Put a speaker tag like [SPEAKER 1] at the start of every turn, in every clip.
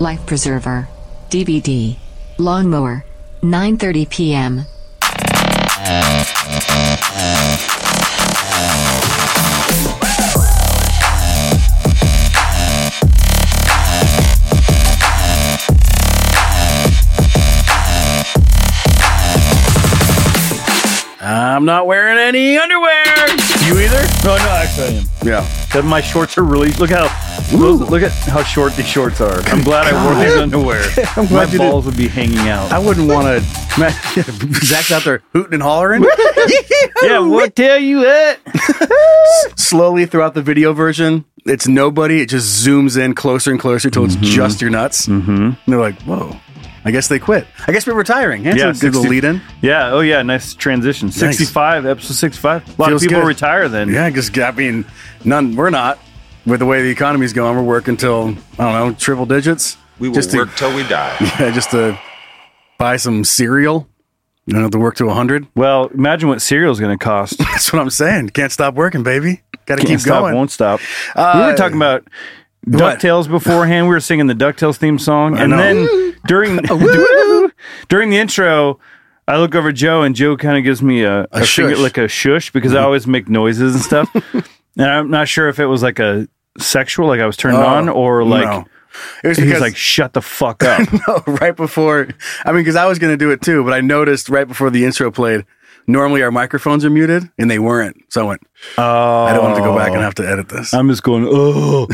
[SPEAKER 1] Life Preserver. DVD. Lawnmower. 9:30 p.m.
[SPEAKER 2] I'm not wearing any underwear. You either? No, no, actually I am.
[SPEAKER 3] Yeah.
[SPEAKER 2] That my shorts are really look how look at how short these shorts are. I'm glad I wore these underwear.
[SPEAKER 3] I'm
[SPEAKER 2] my
[SPEAKER 3] glad you
[SPEAKER 2] balls would be hanging out.
[SPEAKER 3] I wouldn't want to. Zach's out there hooting and hollering.
[SPEAKER 2] yeah, what tell you that?
[SPEAKER 3] Slowly throughout the video version, it's nobody. It just zooms in closer and closer till it's just your nuts. Mm-hmm. And they're like, whoa. I guess they quit. I guess we're retiring. eh? That's
[SPEAKER 2] Yeah,
[SPEAKER 3] a good
[SPEAKER 2] 60
[SPEAKER 3] lead in.
[SPEAKER 2] Yeah, oh yeah, nice transition. 65, episode 65. A lot
[SPEAKER 3] Feels
[SPEAKER 2] of people
[SPEAKER 3] good.
[SPEAKER 2] retire then.
[SPEAKER 3] Yeah, just I mean, none. We're not. With the way the economy's going, we're working till I don't know triple digits.
[SPEAKER 4] We will
[SPEAKER 3] just
[SPEAKER 4] work
[SPEAKER 3] To,
[SPEAKER 4] till we die.
[SPEAKER 3] yeah, just to buy some cereal. You don't have to work to hundred.
[SPEAKER 2] Well, imagine what cereal's going to cost.
[SPEAKER 3] That's what I'm saying. Can't stop working, baby. Got to keep
[SPEAKER 2] Can't stop,
[SPEAKER 3] going. Uh,
[SPEAKER 2] won't stop. we were talking about
[SPEAKER 3] what?
[SPEAKER 2] Ducktales beforehand. We were singing the Ducktales theme song, and
[SPEAKER 3] know.
[SPEAKER 2] then during during the intro, I look over at Joe, and Joe kind of gives me a, a finger-
[SPEAKER 3] shush. Mm-hmm.
[SPEAKER 2] like a shush because I always make noises and stuff, and I'm not sure if it was like a sexual, like I was turned
[SPEAKER 3] Oh,
[SPEAKER 2] on, or like.
[SPEAKER 3] no. It was
[SPEAKER 2] He's
[SPEAKER 3] because
[SPEAKER 2] like, shut the fuck up.
[SPEAKER 3] no, right before. I mean, because I was going to do it too, but I noticed right before the intro played. Normally our microphones are muted, and they weren't. So I went. Oh, I don't want to go back and have to edit this.
[SPEAKER 2] I'm just going, oh,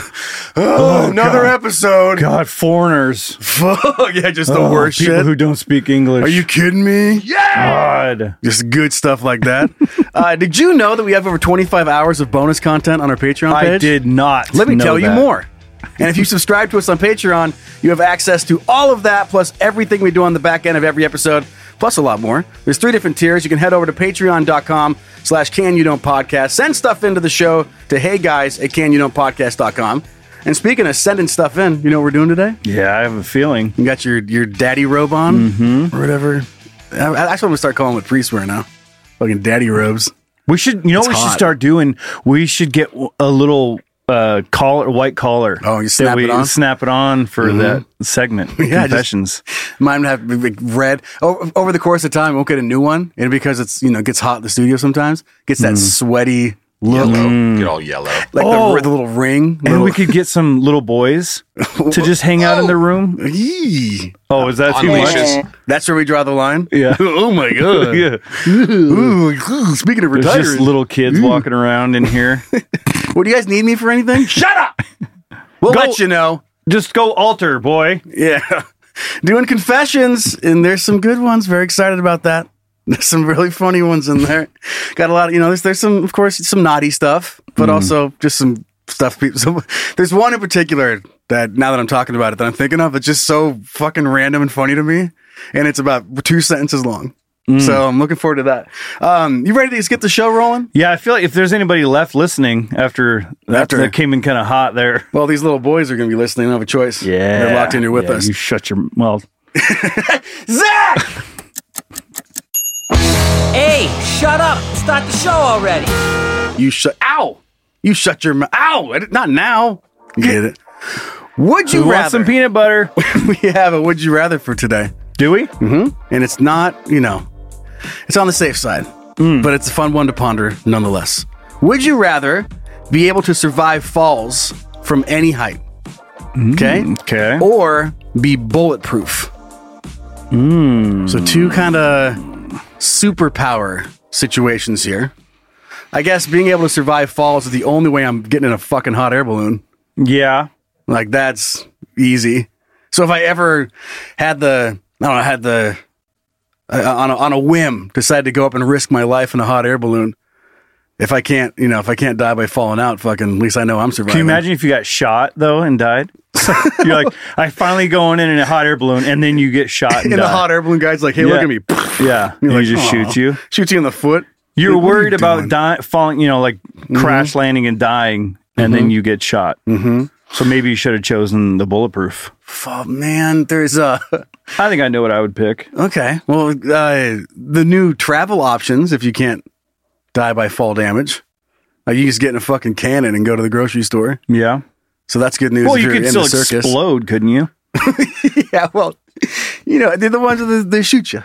[SPEAKER 3] oh, another episode.
[SPEAKER 2] Uh, God, foreigners.
[SPEAKER 3] Fuck yeah, just the
[SPEAKER 2] Oh,
[SPEAKER 3] worst
[SPEAKER 2] people
[SPEAKER 3] shit.
[SPEAKER 2] who don't speak English.
[SPEAKER 3] Are you kidding me? Yeah.
[SPEAKER 2] God.
[SPEAKER 3] Just good stuff like that. uh, did you know that we have over 25 hours of bonus content on our Patreon page?
[SPEAKER 2] I did not.
[SPEAKER 3] Let me
[SPEAKER 2] know
[SPEAKER 3] tell you
[SPEAKER 2] that.
[SPEAKER 3] more. And if you subscribe to us on Patreon, you have access to all of that, plus everything we do on the back end of every episode, plus a lot more. There's three different tiers. You can head over to patreon.com slash can you don't podcast. Send stuff into the show to hey guys at can you don't podcast.com. And speaking of sending stuff in, you know what we're doing today?
[SPEAKER 2] Yeah, I have a feeling.
[SPEAKER 3] You got your your daddy robe on
[SPEAKER 2] Mm-hmm.
[SPEAKER 3] or whatever. I, I, that's what I'm gonna start calling what priests wear now. Fucking daddy robes.
[SPEAKER 2] We should, you know, what we should
[SPEAKER 3] hot.
[SPEAKER 2] start doing. We should get w- a little uh collar, white collar.
[SPEAKER 3] Oh, you
[SPEAKER 2] that
[SPEAKER 3] snap
[SPEAKER 2] we
[SPEAKER 3] it on? Mm-hmm.
[SPEAKER 2] Snap it on for that segment.
[SPEAKER 3] Yeah, just-
[SPEAKER 2] confessions.
[SPEAKER 3] Mine would have to be like, red over, over the course of time. Won't get a new one, and because it's you know gets hot in the studio sometimes, gets that sweaty look,
[SPEAKER 4] Yellow. Get all yellow.
[SPEAKER 3] like
[SPEAKER 2] Mm. Oh.
[SPEAKER 3] the, the little ring.
[SPEAKER 2] and
[SPEAKER 3] little-
[SPEAKER 2] we could get some little boys to just hang out in the room.
[SPEAKER 3] Yee.
[SPEAKER 2] Oh, is that
[SPEAKER 4] On
[SPEAKER 2] too much?
[SPEAKER 4] leashes.
[SPEAKER 3] That's where we draw the line.
[SPEAKER 2] Yeah.
[SPEAKER 3] oh my god.
[SPEAKER 2] Yeah,
[SPEAKER 3] Ooh, ooh, speaking of
[SPEAKER 2] there's
[SPEAKER 3] retiring,
[SPEAKER 2] just little kids
[SPEAKER 3] Mm.
[SPEAKER 2] walking around in here.
[SPEAKER 3] what do you guys need me for anything? Shut up. We'll
[SPEAKER 2] Go-
[SPEAKER 3] let you know.
[SPEAKER 2] just go altar, boy.
[SPEAKER 3] Yeah. Doing confessions, and there's some good ones. Very excited about that. There's some really funny ones in there. Got a lot of, you know, there's, there's some, of course, some naughty stuff, but
[SPEAKER 2] Mm.
[SPEAKER 3] also just some stuff. People, so, there's one in particular that now that I'm talking about it, that I'm thinking of, it's just so fucking random and funny to me. And it's about two sentences long.
[SPEAKER 2] Mm.
[SPEAKER 3] So I'm looking forward to that. Um, you ready to just get the show rolling?
[SPEAKER 2] Yeah, I feel like if there's anybody left listening after that,
[SPEAKER 3] After-
[SPEAKER 2] that came in kind of hot there.
[SPEAKER 3] Well, these little boys are going to be listening. I don't have a choice. They're locked in here with
[SPEAKER 2] Yeah,
[SPEAKER 3] us.
[SPEAKER 2] You shut your well.
[SPEAKER 3] Zach!
[SPEAKER 5] Hey, shut up! Start the show already!
[SPEAKER 3] You shut. Ow! You shut your mouth. Ow! I did- Not now. You get it. Would you
[SPEAKER 2] Who wants
[SPEAKER 3] rather?
[SPEAKER 2] some peanut butter?
[SPEAKER 3] we have a would you rather for today.
[SPEAKER 2] Do we?
[SPEAKER 3] Mm-hmm. and it's not, you know, it's on the safe side, but it's a fun one to ponder nonetheless. Would you rather be able to survive falls from any height? Okay.
[SPEAKER 2] Okay.
[SPEAKER 3] Or be bulletproof. So, two kind of superpower situations here. I guess being able to survive falls is the only way I'm getting in a fucking hot air balloon.
[SPEAKER 2] Yeah.
[SPEAKER 3] Like that's easy. So if I ever had the, I don't know, had the uh, on a, on a whim decided to go up and risk my life in a hot air balloon. If I can't, you know, if I can't die by falling out, fucking, at least I know I'm surviving.
[SPEAKER 2] Can you imagine if you got shot though and died? You're like, I finally going in in a hot air balloon, and then you get shot
[SPEAKER 3] In
[SPEAKER 2] and
[SPEAKER 3] a
[SPEAKER 2] die.
[SPEAKER 3] hot air balloon, guy's like, "Hey, look
[SPEAKER 2] Yeah.
[SPEAKER 3] at me!"
[SPEAKER 2] Yeah,
[SPEAKER 3] You're
[SPEAKER 2] and
[SPEAKER 3] like,
[SPEAKER 2] he just
[SPEAKER 3] "Aw."
[SPEAKER 2] shoots you.
[SPEAKER 3] Shoots you in the foot.
[SPEAKER 2] You're
[SPEAKER 3] Like, what are you
[SPEAKER 2] worried about
[SPEAKER 3] doing? Mm-hmm.
[SPEAKER 2] di- falling, you know, like crash landing and dying, and then you get shot. Mm-hmm. So maybe you should have chosen the bulletproof.
[SPEAKER 3] Oh man, there's a
[SPEAKER 2] I think I know what I would pick.
[SPEAKER 3] okay. Well, uh, the new travel options. If you can't die by fall damage, like you just get in a fucking cannon and go to the grocery store.
[SPEAKER 2] Yeah.
[SPEAKER 3] So that's good news.
[SPEAKER 2] Well,
[SPEAKER 3] if
[SPEAKER 2] you
[SPEAKER 3] you're
[SPEAKER 2] could
[SPEAKER 3] in
[SPEAKER 2] still
[SPEAKER 3] the circus.
[SPEAKER 2] explode, couldn't you?
[SPEAKER 3] Yeah, well, you know, they're the ones that they shoot you.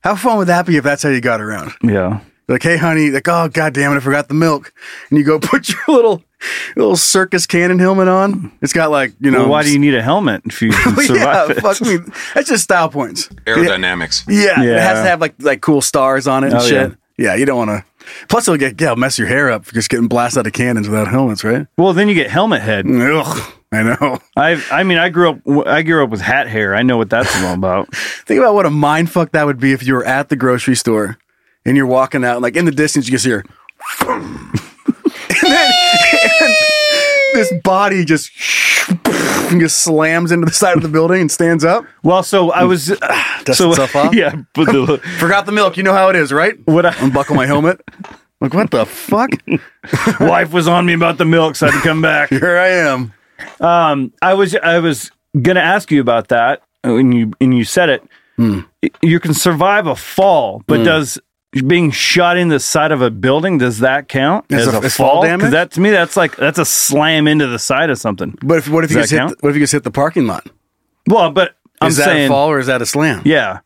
[SPEAKER 3] How fun would that be if that's how you got around?
[SPEAKER 2] Yeah.
[SPEAKER 3] Like, hey, honey, like, oh, god damn it, I forgot the milk, and you go put your little little circus cannon helmet on. It's got like, you know,
[SPEAKER 2] Well, why do you need a helmet if you can
[SPEAKER 3] yeah,
[SPEAKER 2] survive it?
[SPEAKER 3] fuck me. That's just style points.
[SPEAKER 4] Aerodynamics.
[SPEAKER 3] Yeah, it
[SPEAKER 2] Yeah.
[SPEAKER 3] has to have like like cool stars on it and
[SPEAKER 2] Oh,
[SPEAKER 3] shit. Yeah. you don't want to. Plus, it'll get yeah, it'll mess your hair up for just getting blasted out of cannons without helmets, right?
[SPEAKER 2] Well, then you get helmet head.
[SPEAKER 3] Ugh, I know.
[SPEAKER 2] I I mean, I grew up I grew up with hat hair. I know what that's all about.
[SPEAKER 3] Think about what a mind fuck that would be if you were at the grocery store and you're walking out, like in the distance, you just hear, and then and this body just and just slams into the side of the building and stands up.
[SPEAKER 2] Well, so I was
[SPEAKER 3] Dusts
[SPEAKER 2] so
[SPEAKER 3] itself off.
[SPEAKER 2] yeah, but the,
[SPEAKER 3] Forgot the milk. You know how it is, right?
[SPEAKER 2] What I-
[SPEAKER 3] Unbuckle my helmet. Like what the fuck?
[SPEAKER 2] wife was on me about the milk, so I had to come back.
[SPEAKER 3] Here I am.
[SPEAKER 2] Um, I was I was gonna ask you about that, and you and you said it.
[SPEAKER 3] Hmm.
[SPEAKER 2] You can survive a fall, but does being shot in the side of a building does that count
[SPEAKER 3] As
[SPEAKER 2] as,
[SPEAKER 3] a-
[SPEAKER 2] a,
[SPEAKER 3] as fall
[SPEAKER 2] fall?
[SPEAKER 3] damage?
[SPEAKER 2] Because that to me, that's like that's a slam into the side of something.
[SPEAKER 3] But if, what if you
[SPEAKER 2] Does
[SPEAKER 3] just
[SPEAKER 2] that
[SPEAKER 3] hit?
[SPEAKER 2] count?
[SPEAKER 3] The, what if you just hit the parking lot? Is
[SPEAKER 2] Well, but I'm
[SPEAKER 3] that
[SPEAKER 2] saying
[SPEAKER 3] a fall or is that a slam?
[SPEAKER 2] yeah,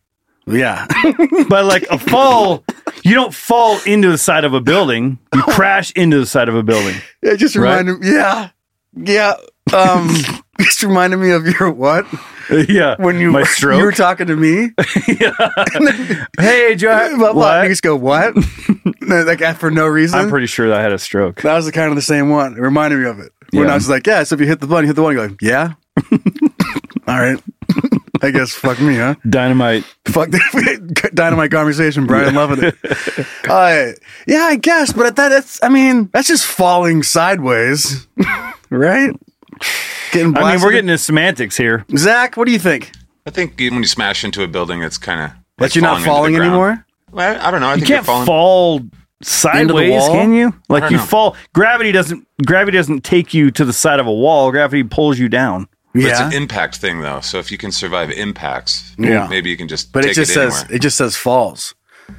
[SPEAKER 3] Yeah.
[SPEAKER 2] but like a fall, you don't fall into the side of a building. You crash into the side of a building.
[SPEAKER 3] It just reminded me. Yeah. Yeah. Um, just reminded me of your what?
[SPEAKER 2] yeah,
[SPEAKER 3] when you
[SPEAKER 2] my stroke.
[SPEAKER 3] you were talking to me
[SPEAKER 2] hey, Jack.
[SPEAKER 3] blah, blah, and you
[SPEAKER 2] What?
[SPEAKER 3] just go what No, like uh, for no reason
[SPEAKER 2] I'm pretty sure I had a stroke.
[SPEAKER 3] that was the kind of the same one it reminded me of it when
[SPEAKER 2] Yeah.
[SPEAKER 3] I was like yeah so if you hit the button you hit the one you go yeah all right I guess fuck me huh
[SPEAKER 2] Dynamite.
[SPEAKER 3] fuck that dynamite conversation Brian loving it uh, yeah I guess but at that that's I mean that's just falling sideways right getting blasted
[SPEAKER 2] I mean, we're getting into semantics here.
[SPEAKER 3] Zach what do you think
[SPEAKER 4] I think even when you smash into a building, it's kind of.
[SPEAKER 3] that you're not falling anymore
[SPEAKER 4] Well, I don't know. I
[SPEAKER 2] You
[SPEAKER 4] think you're
[SPEAKER 2] can't
[SPEAKER 4] falling.
[SPEAKER 2] fall sideways,
[SPEAKER 3] wall?
[SPEAKER 2] can you? Like
[SPEAKER 4] don't
[SPEAKER 2] you
[SPEAKER 4] know.
[SPEAKER 2] fall. Gravity doesn't. Gravity doesn't take you to the side of a wall. Gravity pulls you down.
[SPEAKER 4] But It's an impact thing, though. So if you can survive impacts,
[SPEAKER 3] Yeah.
[SPEAKER 4] maybe you can just
[SPEAKER 3] but
[SPEAKER 4] take
[SPEAKER 3] it just
[SPEAKER 4] it
[SPEAKER 3] says
[SPEAKER 4] anywhere.
[SPEAKER 3] it just says falls.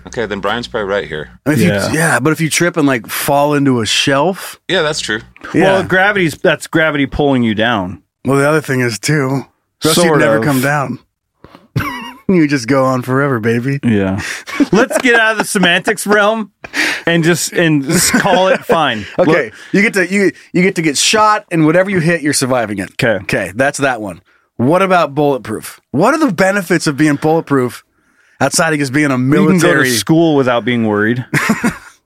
[SPEAKER 4] Okay, then Brian's probably right here.
[SPEAKER 3] I mean, if
[SPEAKER 2] Yeah.
[SPEAKER 3] You, yeah, but if you trip and like fall into a shelf,
[SPEAKER 4] Yeah, that's true.
[SPEAKER 3] yeah.
[SPEAKER 2] Well, gravity's that's gravity pulling you down.
[SPEAKER 3] well, the other thing is too, Rusty
[SPEAKER 2] Sort
[SPEAKER 3] never
[SPEAKER 2] of.
[SPEAKER 3] come down. you just go on forever, baby.
[SPEAKER 2] Yeah. Let's get out of the semantics realm and just and just call it fine.
[SPEAKER 3] Okay, you get to you you get to get shot, and whatever you hit, you're surviving it.
[SPEAKER 2] 'Kay.
[SPEAKER 3] okay, that's that one. What about bulletproof? What are the benefits of being bulletproof outside of just being a
[SPEAKER 2] Look, you can go
[SPEAKER 3] military?
[SPEAKER 2] to school without being worried.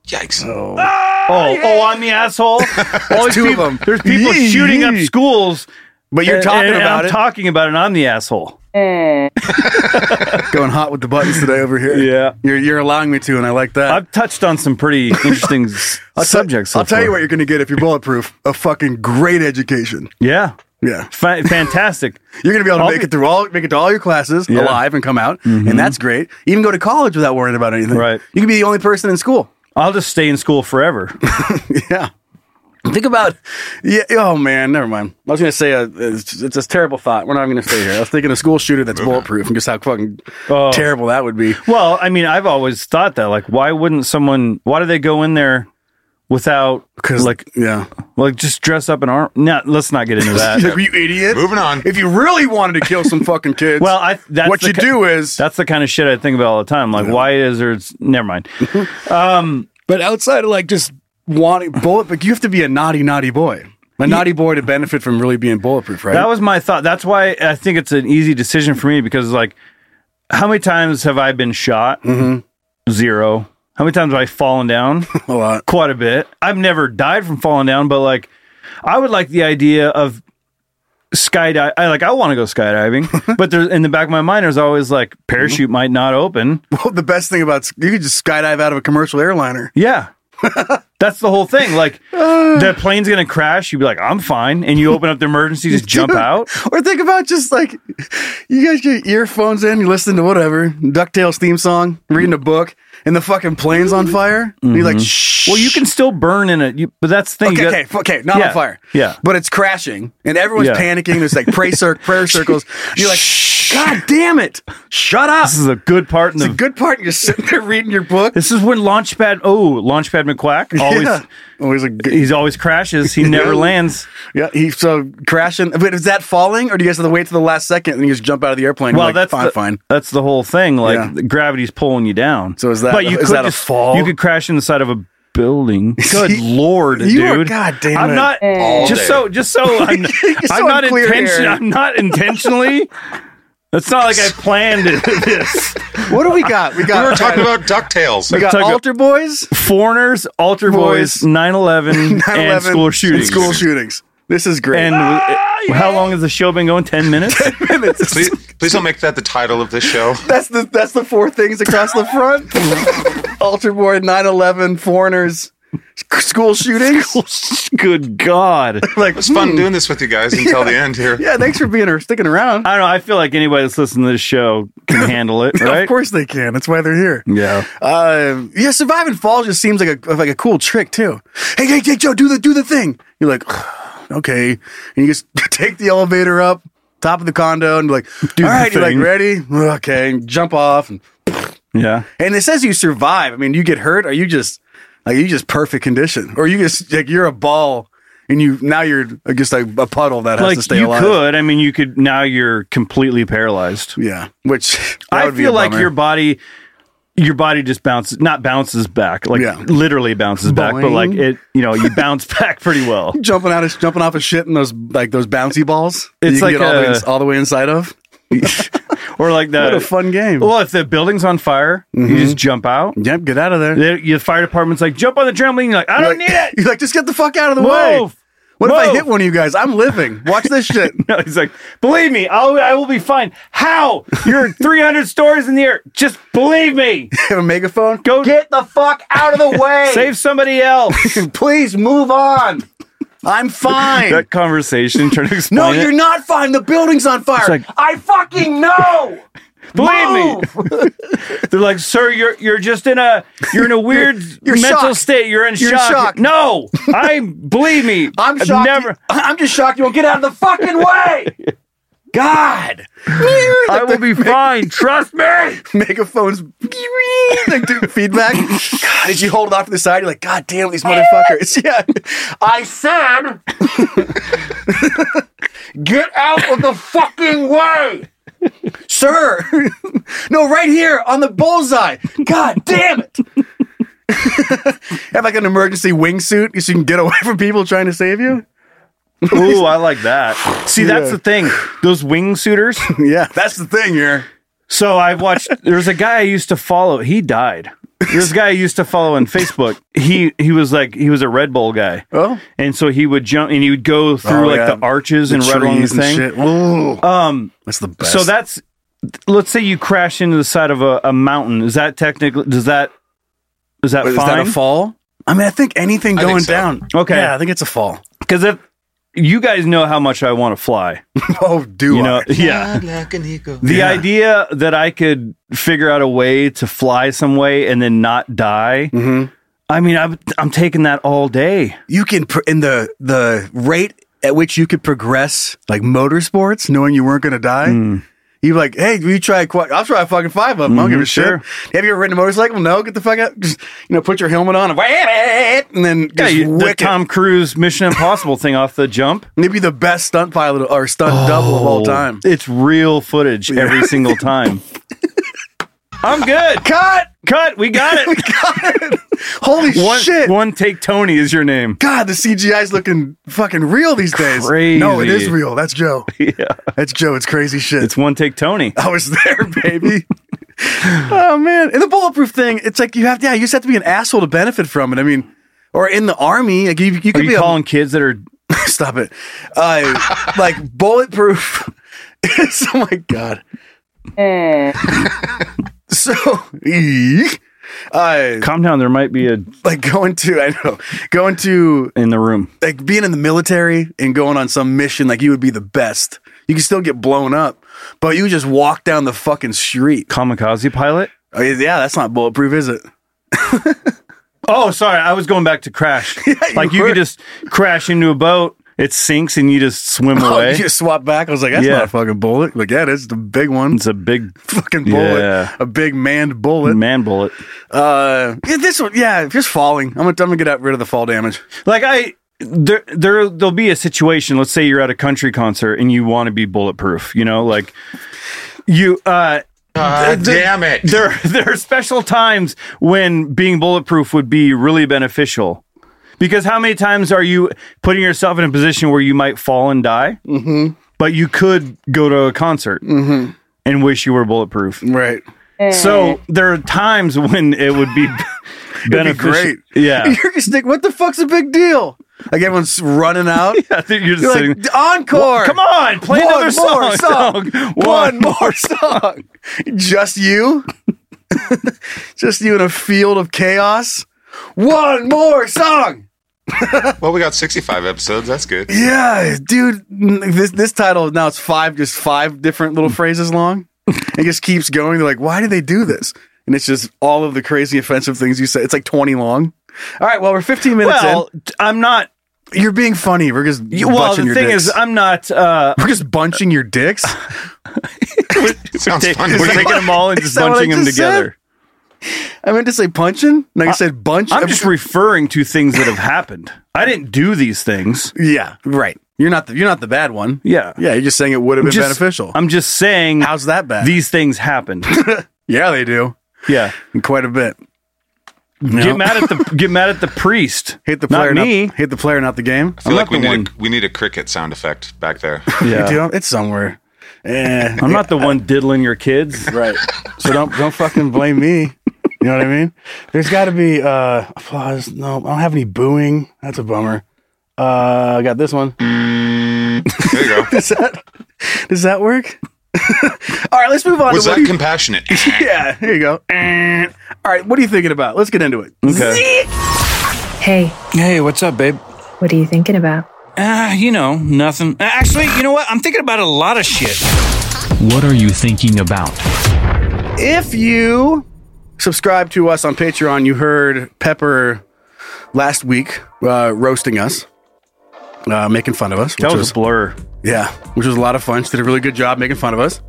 [SPEAKER 4] Yikes.
[SPEAKER 2] Oh, oh, I'm the asshole. All these
[SPEAKER 3] two of
[SPEAKER 2] people-
[SPEAKER 3] them.
[SPEAKER 2] There's people
[SPEAKER 3] Yee,
[SPEAKER 2] shooting up
[SPEAKER 3] yee.
[SPEAKER 2] schools,
[SPEAKER 3] but you're
[SPEAKER 2] and-
[SPEAKER 3] talking
[SPEAKER 2] and
[SPEAKER 3] about
[SPEAKER 2] I'm
[SPEAKER 3] it.
[SPEAKER 2] talking about it. And I'm the asshole.
[SPEAKER 3] going hot with the buttons today over here.
[SPEAKER 2] Yeah.
[SPEAKER 3] you're you're allowing me to, and I like that.
[SPEAKER 2] I've touched on some pretty interesting s-
[SPEAKER 3] I'll tell-
[SPEAKER 2] subjects. so
[SPEAKER 3] I'll tell you
[SPEAKER 2] far.
[SPEAKER 3] what you're going to get if you're bulletproof: a fucking great education.
[SPEAKER 2] Yeah.
[SPEAKER 3] Yeah,
[SPEAKER 2] Fa- fantastic.
[SPEAKER 3] You're gonna be able to
[SPEAKER 2] I'll
[SPEAKER 3] make
[SPEAKER 2] be-
[SPEAKER 3] it through all make it to all your classes
[SPEAKER 2] Yeah. Mm-hmm.
[SPEAKER 3] alive and come out, and that's great. Even go to college without worrying about anything.
[SPEAKER 2] Right.
[SPEAKER 3] You can be the only person in school.
[SPEAKER 2] I'll just stay in school forever.
[SPEAKER 3] Yeah. Think about yeah. Oh man, never mind. I was gonna say a, it's, it's a terrible thought. We're not even gonna stay here. I was thinking a school shooter that's bulletproof and just how fucking
[SPEAKER 2] Oh.
[SPEAKER 3] terrible that would be.
[SPEAKER 2] Well, I mean, I've always thought that. Like, why wouldn't someone? Why do they go in there without
[SPEAKER 3] Because
[SPEAKER 2] like
[SPEAKER 3] yeah,
[SPEAKER 2] like just dress up in arm. No, let's not get into that.
[SPEAKER 3] Like, you idiot.
[SPEAKER 4] Moving on.
[SPEAKER 3] If you really wanted to kill some fucking kids,
[SPEAKER 2] well, I that's
[SPEAKER 3] what
[SPEAKER 2] the
[SPEAKER 3] you
[SPEAKER 2] ki-
[SPEAKER 3] do is
[SPEAKER 2] that's the kind of shit I think about all the time. Like, why is there? It's, never mind.
[SPEAKER 3] But outside of like just wanting bullet, but you have to be a naughty, naughty boy. A naughty boy to benefit from really being bulletproof, right?
[SPEAKER 2] That was my thought. That's why I think it's an easy decision for me because, like, how many times have I been shot? Zero. How many times have I fallen down?
[SPEAKER 3] a lot.
[SPEAKER 2] Quite a bit. I've never died from falling down, but like, I would like the idea of skydive. I like. I want to go skydiving, but there's in the back of my mind, there's always like parachute might not open.
[SPEAKER 3] Well, the best thing about you could just skydive out of a commercial airliner.
[SPEAKER 2] Yeah. That's the whole thing. Like the plane's gonna crash. You'd be like, "I'm fine," and you open up the emergency, just jump out.
[SPEAKER 3] Or think about just like you guys get your earphones in, you listen to whatever Ducktales theme song, reading a book, and the fucking plane's on fire. And you're like, shh.
[SPEAKER 2] Well, you can still burn in it, you, but that's the thing.
[SPEAKER 3] Okay,
[SPEAKER 2] you
[SPEAKER 3] okay,
[SPEAKER 2] got-
[SPEAKER 3] f- okay, not
[SPEAKER 2] Yeah,
[SPEAKER 3] on fire.
[SPEAKER 2] yeah.
[SPEAKER 3] But it's crashing and everyone's
[SPEAKER 2] Yeah.
[SPEAKER 3] panicking. There's like prayer, cir- prayer circles. You're like, God damn it. Shut up.
[SPEAKER 2] This is a good part. In
[SPEAKER 3] It's
[SPEAKER 2] the,
[SPEAKER 3] a good part. and You're sitting there reading your book.
[SPEAKER 2] this is when Launchpad. Oh, Launchpad McQuack always.
[SPEAKER 3] yeah. always a good.
[SPEAKER 2] He's always crashes. He never lands.
[SPEAKER 3] Yeah, he so crashing. But is that falling, or do you guys have to wait to the last second and you just jump out of the airplane?
[SPEAKER 2] Well,
[SPEAKER 3] You're like,
[SPEAKER 2] that's
[SPEAKER 3] fine,
[SPEAKER 2] the,
[SPEAKER 3] fine.
[SPEAKER 2] That's the whole thing. Like
[SPEAKER 3] Yeah.
[SPEAKER 2] the gravity's pulling you down.
[SPEAKER 3] So is that-
[SPEAKER 2] But you
[SPEAKER 3] is
[SPEAKER 2] could
[SPEAKER 3] that a
[SPEAKER 2] just-
[SPEAKER 3] fall?
[SPEAKER 2] You could crash inside of a building. Good lord,
[SPEAKER 3] you are-
[SPEAKER 2] dude!
[SPEAKER 3] God damn
[SPEAKER 2] I'm
[SPEAKER 3] it.
[SPEAKER 2] not
[SPEAKER 4] All
[SPEAKER 2] just
[SPEAKER 4] day.
[SPEAKER 2] so just so I'm,
[SPEAKER 3] so
[SPEAKER 2] I'm not
[SPEAKER 3] unclear
[SPEAKER 2] intention.
[SPEAKER 3] here.
[SPEAKER 2] I'm not intentionally. That's not like I planned this.
[SPEAKER 3] What do we got? We got
[SPEAKER 4] We were
[SPEAKER 2] uh,
[SPEAKER 4] talking about Ducktales.
[SPEAKER 3] we got
[SPEAKER 2] Talking-
[SPEAKER 3] altar boys,
[SPEAKER 2] Foreigners, altar boys,
[SPEAKER 3] Boys.
[SPEAKER 2] 9/11,
[SPEAKER 3] 9/11,
[SPEAKER 2] and school shootings.
[SPEAKER 3] and school shootings. This is great.
[SPEAKER 2] And w- how long has the show been going? Ten minutes.
[SPEAKER 4] please, please don't make that the title of this show.
[SPEAKER 3] that's the that's the four things across the front: altar boy, 9/11, foreigners, sc- school shootings.
[SPEAKER 2] Good God!
[SPEAKER 3] Like, hmm.
[SPEAKER 4] It's fun doing this with you guys until the end here.
[SPEAKER 3] yeah, thanks for being or sticking around.
[SPEAKER 2] I don't know. I feel like anybody that's listening to this show can handle it, right?
[SPEAKER 3] Of course they can. That's why they're here.
[SPEAKER 2] Yeah.
[SPEAKER 3] Uh, yeah, surviving falls just seems like a like a cool trick too. Hey, hey, hey, Joe, do the do the thing. You're like, okay, and you just take the elevator up, top of the condo, and be like,
[SPEAKER 2] the
[SPEAKER 3] all right, you're like
[SPEAKER 2] thing.
[SPEAKER 3] ready, okay, and jump off, and,
[SPEAKER 2] Yeah.
[SPEAKER 3] and it says you survive. I mean, you get hurt, or you just like you just perfect condition, or you just like you're a ball, and you now you're just like a puddle that has
[SPEAKER 2] Like
[SPEAKER 3] to stay
[SPEAKER 2] you
[SPEAKER 3] alive.
[SPEAKER 2] could. I mean, you could. Now you're completely paralyzed.
[SPEAKER 3] Yeah, which that
[SPEAKER 2] I
[SPEAKER 3] would be a
[SPEAKER 2] feel like
[SPEAKER 3] bummer.
[SPEAKER 2] your body, your body just bounces, not bounces back, like
[SPEAKER 3] Yeah.
[SPEAKER 2] literally bounces back, but like
[SPEAKER 3] Boing.
[SPEAKER 2] it, you know, you bounce back pretty well.
[SPEAKER 3] jumping out of jumping off of shit in those like those bouncy balls. that
[SPEAKER 2] It's
[SPEAKER 3] you can
[SPEAKER 2] like
[SPEAKER 3] get all, the
[SPEAKER 2] a-
[SPEAKER 3] way ins- all the way inside of.
[SPEAKER 2] Or like the
[SPEAKER 3] What a fun game. Mm-hmm.
[SPEAKER 2] Well, if the building's on fire, you just jump out.
[SPEAKER 3] Yep, get out of there.
[SPEAKER 2] The, your fire department's like, jump on the trampoline. You're like, I
[SPEAKER 3] You're
[SPEAKER 2] don't
[SPEAKER 3] like,
[SPEAKER 2] need it.
[SPEAKER 3] You're like, just get the fuck out of the way.
[SPEAKER 2] Whoa.
[SPEAKER 3] What if I
[SPEAKER 2] Whoa.
[SPEAKER 3] hit one of you guys? I'm living. Watch this shit.
[SPEAKER 2] No, he's like, believe me, I'll, I will be fine. How? You're 300 stories in the air. Just believe me.
[SPEAKER 3] Have a megaphone.
[SPEAKER 2] Go
[SPEAKER 3] Get the fuck out of the way.
[SPEAKER 2] save somebody else.
[SPEAKER 3] Please move on. I'm fine.
[SPEAKER 2] that conversation, trying to explain
[SPEAKER 3] no,
[SPEAKER 2] it.
[SPEAKER 3] you're not fine. The building's on fire.
[SPEAKER 2] like-
[SPEAKER 3] I fucking know.
[SPEAKER 2] Believe me. They're like, sir, you're you're just in a you're in a weird
[SPEAKER 3] You're
[SPEAKER 2] mental
[SPEAKER 3] shocked.
[SPEAKER 2] state. You're in
[SPEAKER 3] You're
[SPEAKER 2] shock.
[SPEAKER 3] shocked.
[SPEAKER 2] No, I believe me.
[SPEAKER 3] I'm
[SPEAKER 2] I've
[SPEAKER 3] shocked.
[SPEAKER 2] Never.
[SPEAKER 3] I'm just shocked you won't get out of the fucking way. God.
[SPEAKER 2] I will be fine. Trust me.
[SPEAKER 3] megaphones like do feedback. God, did you hold it off to the side? You're like, God damn these motherfuckers. Yeah. I said get out of the fucking way. Sir. no, right here on the bullseye. God damn it. Have like an emergency wingsuit so you can get away from people trying to save you.
[SPEAKER 2] Ooh, I like that. See, that's the thing. Those wingsuiters.
[SPEAKER 3] Yeah, that's the thing here.
[SPEAKER 2] So I've watched. There's a guy I used to follow. He died. This guy I used to follow on Facebook. He he was like he was a Red Bull guy.
[SPEAKER 3] Oh.
[SPEAKER 2] And so he would jump and he would go through
[SPEAKER 3] Oh,
[SPEAKER 2] like
[SPEAKER 3] yeah.
[SPEAKER 2] the arches and right along the
[SPEAKER 3] Trees and
[SPEAKER 2] thing.
[SPEAKER 3] shit. Ooh,
[SPEAKER 2] Um,
[SPEAKER 3] that's the best.
[SPEAKER 2] So that's let's say you crash into the side of a, a mountain. Is that technically does that is that
[SPEAKER 3] Wait, is that
[SPEAKER 2] fine?
[SPEAKER 3] a fall? I mean, I think anything
[SPEAKER 4] think
[SPEAKER 3] going
[SPEAKER 4] so.
[SPEAKER 3] down.
[SPEAKER 2] Okay.
[SPEAKER 3] Yeah, I think it's a fall.
[SPEAKER 2] Because if you guys know how much I want to fly,
[SPEAKER 3] Oh, do
[SPEAKER 2] you know,
[SPEAKER 3] I?
[SPEAKER 2] yeah. The idea that I could figure out a way to fly some way and then not die.
[SPEAKER 3] Mm-hmm.
[SPEAKER 2] I mean, I'm I'm taking that all day.
[SPEAKER 3] You can pr- in the
[SPEAKER 2] Hmm.
[SPEAKER 3] the rate at which you could progress, like motorsports, knowing you weren't going to die. You'd be like, hey, will you try a quad? I'll try a fucking five of them. I don't give a
[SPEAKER 2] Mm-hmm, sure.
[SPEAKER 3] shit. Have you ever ridden a motorcycle? No, get the fuck out. Just, you know, put your helmet on and, and then
[SPEAKER 2] Yeah,
[SPEAKER 3] just
[SPEAKER 2] you- the
[SPEAKER 3] wick it.
[SPEAKER 2] Tom Cruise Mission Impossible thing off the jump.
[SPEAKER 3] Maybe the best stunt pilot or stunt double of
[SPEAKER 2] Oh.
[SPEAKER 3] all time.
[SPEAKER 2] It's real footage every single time. I'm good.
[SPEAKER 3] Cut!
[SPEAKER 2] Cut. We got it.
[SPEAKER 3] Holy
[SPEAKER 2] one,
[SPEAKER 3] shit!
[SPEAKER 2] one take Tony is your name.
[SPEAKER 3] God, the CGI's looking fucking real these days.
[SPEAKER 2] Crazy.
[SPEAKER 3] No, it is real. That's Joe. yeah. That's Joe. It's crazy shit.
[SPEAKER 2] It's one take Tony.
[SPEAKER 3] I was there, baby. oh man. And the bulletproof thing, it's like you have yeah, you just have to be an asshole to benefit from it. I mean, or in the army, like you, you
[SPEAKER 2] Are
[SPEAKER 3] could be
[SPEAKER 2] you
[SPEAKER 3] a-
[SPEAKER 2] calling kids that are
[SPEAKER 3] stop it. Uh, like bulletproof is oh my god. so uh, eek. uh,
[SPEAKER 2] calm down? There might be a
[SPEAKER 3] like going to I know going to
[SPEAKER 2] in the room.
[SPEAKER 3] like being in the military and going on some mission, like you would be the best. You can still get blown up, but you just walk down the fucking street.
[SPEAKER 2] Kamikaze pilot.
[SPEAKER 3] Oh, yeah, that's not bulletproof, is it?
[SPEAKER 2] Oh, sorry. I was going back to crash.
[SPEAKER 3] you
[SPEAKER 2] like you
[SPEAKER 3] were.
[SPEAKER 2] could just crash into a boat. It sinks and you just swim
[SPEAKER 3] Oh,
[SPEAKER 2] away.
[SPEAKER 3] you just swap back. I was like, that's
[SPEAKER 2] Yeah.
[SPEAKER 3] not a fucking bullet. Like, yeah, that's the big one.
[SPEAKER 2] It's a big
[SPEAKER 3] fucking bullet.
[SPEAKER 2] Yeah.
[SPEAKER 3] A big manned bullet.
[SPEAKER 2] man bullet.
[SPEAKER 3] Uh, yeah, this one, yeah, just falling. I'm gonna, I'm gonna get out, rid of the fall damage.
[SPEAKER 2] Like I there there there'll be a situation, let's say you're at a country concert and you want to be bulletproof, you know, like you uh
[SPEAKER 4] God damn it.
[SPEAKER 2] there there are special times when being bulletproof would be really beneficial. Because how many times are you putting yourself in a position where you might fall and die? Mm-hmm. But you could go to a concert
[SPEAKER 3] Mm-hmm.
[SPEAKER 2] and wish you were bulletproof.
[SPEAKER 3] Right.
[SPEAKER 2] So there are times when it would be
[SPEAKER 3] That'd be
[SPEAKER 2] beneficial.
[SPEAKER 3] great.
[SPEAKER 2] Yeah.
[SPEAKER 3] You're just like, what the fuck's a big deal? Like everyone's running out.
[SPEAKER 2] I think You're just
[SPEAKER 3] You're
[SPEAKER 2] sitting
[SPEAKER 3] like, encore.
[SPEAKER 2] Come on, play
[SPEAKER 3] One
[SPEAKER 2] another
[SPEAKER 3] more
[SPEAKER 2] song.
[SPEAKER 3] song. One
[SPEAKER 2] One.
[SPEAKER 3] more song. Just you. just you in a field of chaos. One more song.
[SPEAKER 4] Well, we got 65 episodes. That's good.
[SPEAKER 3] Yeah, dude. n- This this title now it's five, just five different little phrases long. It just keeps going. They're like, why do they do this? And it's just all of the crazy offensive things you say. It's like twenty long. All right, well we're fifteen minutes
[SPEAKER 2] Well, t- I'm not.
[SPEAKER 3] in. You're being funny. We're just
[SPEAKER 2] you- Well,
[SPEAKER 3] bunching
[SPEAKER 2] the
[SPEAKER 3] your
[SPEAKER 2] thing
[SPEAKER 3] dicks.
[SPEAKER 2] is, I'm not. Uh,
[SPEAKER 3] we're just bunching your dicks.
[SPEAKER 4] Sounds
[SPEAKER 2] ta-
[SPEAKER 4] fun.
[SPEAKER 2] we're taking them all and
[SPEAKER 3] Is
[SPEAKER 2] just
[SPEAKER 3] that what I
[SPEAKER 2] bunching them
[SPEAKER 3] just said?
[SPEAKER 2] together.
[SPEAKER 3] I meant to say punching. Like I said, bunch.
[SPEAKER 2] I'm just referring to things that have happened. I didn't do these things.
[SPEAKER 3] yeah, right. You're not the you're not the bad one.
[SPEAKER 2] Yeah.
[SPEAKER 3] yeah. You're just saying it would have been
[SPEAKER 2] Just-
[SPEAKER 3] beneficial.
[SPEAKER 2] I'm just saying.
[SPEAKER 3] How's that bad?
[SPEAKER 2] These things happened.
[SPEAKER 3] yeah, they do
[SPEAKER 2] Yeah.
[SPEAKER 3] quite a bit.
[SPEAKER 2] Get mad at the get mad at the priest.
[SPEAKER 3] Hit the
[SPEAKER 2] Not
[SPEAKER 3] player,
[SPEAKER 2] me.
[SPEAKER 3] not hit the player, not the game.
[SPEAKER 4] I feel
[SPEAKER 2] I'm
[SPEAKER 4] like
[SPEAKER 2] not
[SPEAKER 4] we
[SPEAKER 2] the
[SPEAKER 4] need,
[SPEAKER 2] one.
[SPEAKER 4] a, we need a cricket sound effect back there.
[SPEAKER 3] You
[SPEAKER 2] Yeah.
[SPEAKER 3] do? It's somewhere. Eh.
[SPEAKER 2] I'm not the one diddling your kids.
[SPEAKER 3] right. So don't don't fucking blame me. You know what I mean? There's got to be uh, applause. No, I don't have any booing. That's a bummer. Uh, I got this one.
[SPEAKER 4] There you go.
[SPEAKER 3] Does that does that work? All right, let's move on.
[SPEAKER 4] Was
[SPEAKER 3] to
[SPEAKER 4] that
[SPEAKER 3] what do
[SPEAKER 4] compassionate?
[SPEAKER 3] you- yeah, here you go. Eh. All right, what are you thinking about? Let's get into it.
[SPEAKER 2] Okay.
[SPEAKER 6] Hey,
[SPEAKER 7] Hey, what's up, babe?
[SPEAKER 6] what are you thinking about?
[SPEAKER 7] Ah, you know, nothing. Uh, Actually, you know what? I'm thinking about a lot of shit.
[SPEAKER 8] What are you thinking about?
[SPEAKER 3] If you subscribe to us on Patreon, you heard Pepper last week uh, roasting us, uh, making fun of us.
[SPEAKER 2] That
[SPEAKER 3] which
[SPEAKER 2] was a blur.
[SPEAKER 3] Yeah, which was a lot of fun. She did a really good job making fun of us.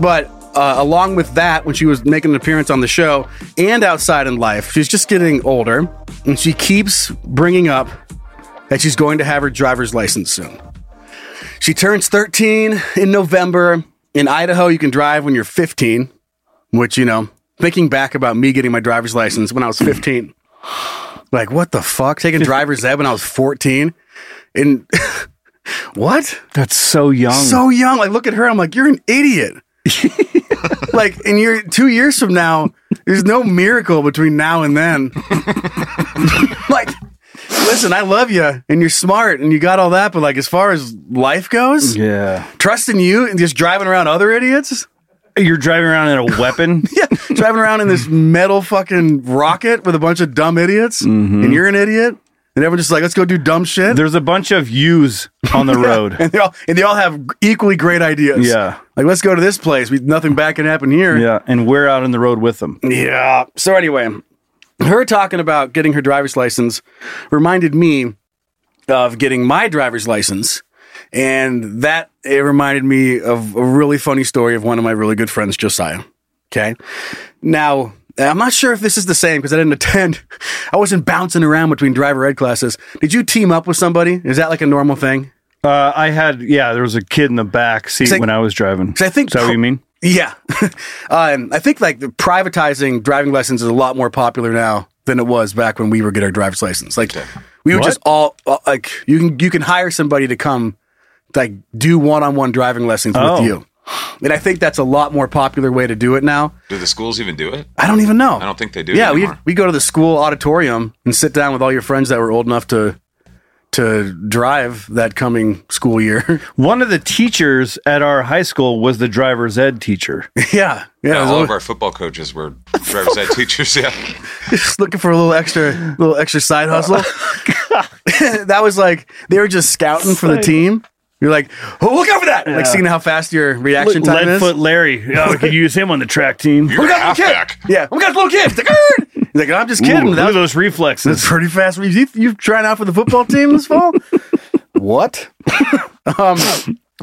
[SPEAKER 3] But uh, along with that, when she was making an appearance on the show and outside in life, she's just getting older, and she keeps bringing up that she's going to have her driver's license soon. She turns 13 in November. In Idaho, you can drive when you're 15, which, you know, thinking back about me getting my driver's license when I was 15, like, what the fuck? Taking driver's ed when I was 14? And what?
[SPEAKER 2] That's so young.
[SPEAKER 3] so young. Like, look at her. I'm like, you're an idiot. like, and you're two years from now, there's no miracle between now and then. like, listen, I love you and you're smart and you got all that, but like, as far as life goes,
[SPEAKER 2] yeah.
[SPEAKER 3] trusting you and just driving around other idiots,
[SPEAKER 2] You're driving around in a weapon.
[SPEAKER 3] yeah, driving around in this metal fucking rocket with a bunch of dumb idiots,
[SPEAKER 2] Mm-hmm.
[SPEAKER 3] and you're an idiot. And everyone's just like, let's go do dumb shit.
[SPEAKER 2] There's a bunch of yous on the road.
[SPEAKER 3] and they all and they all have equally great ideas.
[SPEAKER 2] Yeah.
[SPEAKER 3] like let's go to this place. We nothing bad can happen here.
[SPEAKER 2] Yeah, and we're out on the road with them.
[SPEAKER 3] Yeah. So anyway, her talking about getting her driver's license reminded me of getting my driver's license And that it reminded me of a really funny story of one of my really good friends, Josiah. Okay. Now, I'm not sure if this is the same because I didn't attend. I wasn't bouncing around between driver ed classes. Did you team up with somebody? Is that like a normal thing?
[SPEAKER 2] Uh, I had yeah, there was a kid in the back seat
[SPEAKER 3] like-
[SPEAKER 2] when I was driving.
[SPEAKER 3] I think
[SPEAKER 2] is that what you mean?
[SPEAKER 3] Yeah. um, I think like the privatizing driving lessons is a lot more popular now than it was back when we were getting our driver's license. Like we were
[SPEAKER 2] What?
[SPEAKER 3] just all uh, like you can you can hire somebody to come like do one-on-one driving lessons
[SPEAKER 2] Oh.
[SPEAKER 3] with you. And I think that's a lot more popular way to do it now.
[SPEAKER 4] Do the schools even do it?
[SPEAKER 3] I don't even know.
[SPEAKER 4] I don't think they do
[SPEAKER 3] Yeah, we
[SPEAKER 4] anymore.
[SPEAKER 3] we go to the school auditorium and sit down with all your friends that were old enough to to drive that coming school year.
[SPEAKER 2] One of the teachers at our high school was the driver's ed teacher.
[SPEAKER 3] yeah. Yeah.
[SPEAKER 4] Yeah, Oh,
[SPEAKER 3] it was
[SPEAKER 4] all
[SPEAKER 3] all-
[SPEAKER 4] of our football coaches were driver's ed teachers. Yeah,
[SPEAKER 3] just looking for a little extra little extra side hustle. that was like they were just scouting for the team. You're like, oh, look out for that! Like seeing how fast your reaction time is. "Oh
[SPEAKER 2] Leadfoot Larry. Yeah, we could use him on the track team.
[SPEAKER 4] you're a
[SPEAKER 3] got the kid.
[SPEAKER 4] halfback.
[SPEAKER 3] Yeah, oh my gosh, little kid! He's like, "Err!" He's like, I'm just kidding.
[SPEAKER 2] Ooh, look
[SPEAKER 3] that
[SPEAKER 2] at
[SPEAKER 3] was,
[SPEAKER 2] those reflexes.
[SPEAKER 3] that's pretty fast. You, you trying out for the football team this fall? what? um,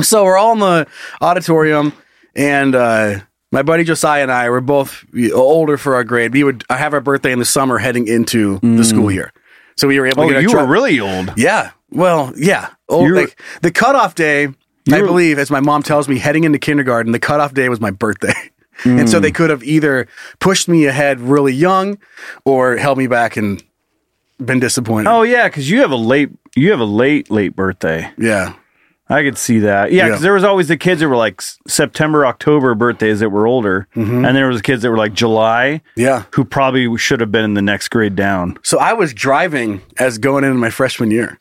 [SPEAKER 3] so we're all in the auditorium, and uh, my buddy Josiah and I were both older for our grade. We would have our birthday in the summer, heading into the school year. So we were able
[SPEAKER 2] Mm. Oh,
[SPEAKER 3] to get our
[SPEAKER 2] you
[SPEAKER 3] tri-
[SPEAKER 2] were really old.
[SPEAKER 3] Yeah. Well, yeah. Oh,
[SPEAKER 2] You're-
[SPEAKER 3] like the cutoff day, I
[SPEAKER 2] You're-
[SPEAKER 3] believe, as my mom tells me, heading into kindergarten, the cutoff day was my birthday. And so
[SPEAKER 2] Mm.
[SPEAKER 3] they could have either pushed me ahead really young or held me back and been disappointed.
[SPEAKER 2] Oh yeah, because you have a late you have a late late birthday.
[SPEAKER 3] yeah.
[SPEAKER 2] I could see that. Yeah,
[SPEAKER 3] Yeah.
[SPEAKER 2] because there was always the kids that were like S- September, October birthdays that were older,
[SPEAKER 3] Mm-hmm.
[SPEAKER 2] and then there was kids that were like July,
[SPEAKER 3] Yeah.
[SPEAKER 2] who probably should have been in the next grade down.
[SPEAKER 3] So I was driving as going into my freshman year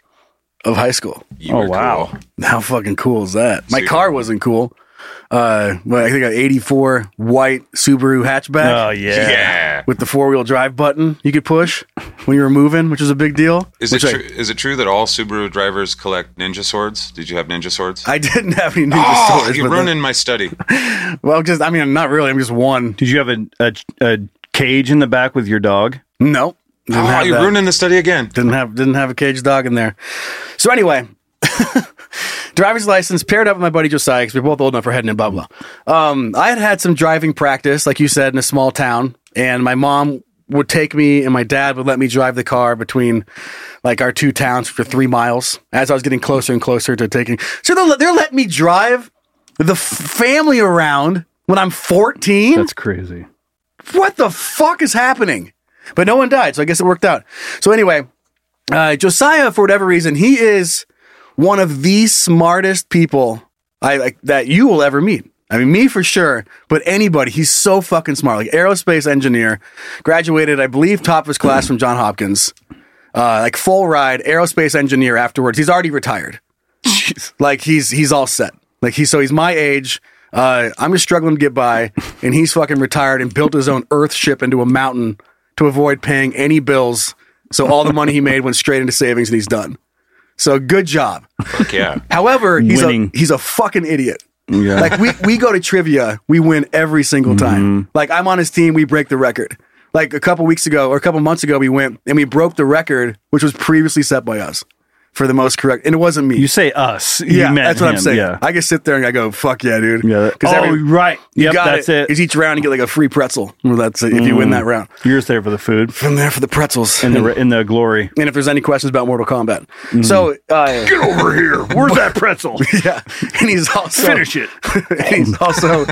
[SPEAKER 3] of high school.
[SPEAKER 4] You
[SPEAKER 2] Oh,
[SPEAKER 4] were
[SPEAKER 2] wow.
[SPEAKER 4] cool.
[SPEAKER 3] How fucking cool is that? My
[SPEAKER 4] Super.
[SPEAKER 3] car wasn't cool. Uh, but I think an 84 white Subaru hatchback
[SPEAKER 2] Oh yeah.
[SPEAKER 4] Yeah.
[SPEAKER 3] with the four wheel drive button you could push when you were moving, which was a big deal.
[SPEAKER 4] Is it
[SPEAKER 3] Which I-
[SPEAKER 4] true? Is it true that all Subaru drivers collect ninja swords? Did you have ninja swords?
[SPEAKER 3] I didn't have any ninja
[SPEAKER 4] oh,
[SPEAKER 3] swords.
[SPEAKER 4] you're
[SPEAKER 3] But the-
[SPEAKER 4] ruining my study.
[SPEAKER 3] well, just I mean, not really. I'm just one.
[SPEAKER 2] Did you have a, a a cage in the back with your dog?
[SPEAKER 3] Nope. Didn't
[SPEAKER 4] Oh,
[SPEAKER 3] have
[SPEAKER 4] you're
[SPEAKER 3] that.
[SPEAKER 4] ruining the study again.
[SPEAKER 3] Didn't have didn't have a cage dog in there. So anyway, driver's license paired up with my buddy Josiah because we're both old enough for heading in blah blah. Um, I had had some driving practice, like you said, in a small town, and my mom would take me and my dad would let me drive the car between like our two towns for three miles as I was getting closer and closer to taking. So they're, they're letting me drive the f- family around when I'm 14.
[SPEAKER 2] That's crazy.
[SPEAKER 3] what the fuck is happening? But no one died, so I guess it worked out. So anyway, uh, Josiah, for whatever reason, he is one of the smartest people I like that you will ever meet. I mean, me for sure, but anybody. He's so fucking smart. Like aerospace engineer, graduated, I believe, top of his class from John Hopkins. Uh, like full ride aerospace engineer. Afterwards, he's already retired. Like he's he's all set. Like he's so he's my age. Uh, I'm just struggling to get by, and he's fucking retired and built his own Earth ship into a mountain to avoid paying any bills. So all the money he made went straight into savings, and he's done. So good job.
[SPEAKER 4] Fuck yeah.
[SPEAKER 3] However, he's
[SPEAKER 2] Winning.
[SPEAKER 3] a he's a fucking idiot.
[SPEAKER 2] Yeah. Mm-hmm.
[SPEAKER 3] Like we we go to trivia, we win every single time. Like I'm on his team, we break the record. Like a couple weeks ago or a couple months ago, we went and we broke the record, which was previously set by us for the most correct, and it wasn't me.
[SPEAKER 2] you say us. You
[SPEAKER 3] yeah,
[SPEAKER 2] meant
[SPEAKER 3] that's what I'm
[SPEAKER 2] him.
[SPEAKER 3] saying.
[SPEAKER 2] Yeah.
[SPEAKER 3] I can sit there and I go, "Fuck yeah, dude!"
[SPEAKER 2] yeah. that-
[SPEAKER 3] because
[SPEAKER 2] oh, right.
[SPEAKER 3] you
[SPEAKER 2] Yep,
[SPEAKER 3] got
[SPEAKER 2] that's it.
[SPEAKER 3] Is each round you get like a free pretzel? Well, that's it, if you win that round.
[SPEAKER 2] You're there for the food
[SPEAKER 3] From there for the pretzels,
[SPEAKER 2] and the in the glory.
[SPEAKER 3] and if there's any questions about Mortal Kombat, so uh,
[SPEAKER 2] Get over here. Where's that pretzel?
[SPEAKER 3] yeah, and he's also
[SPEAKER 2] Finish it.
[SPEAKER 3] And he's also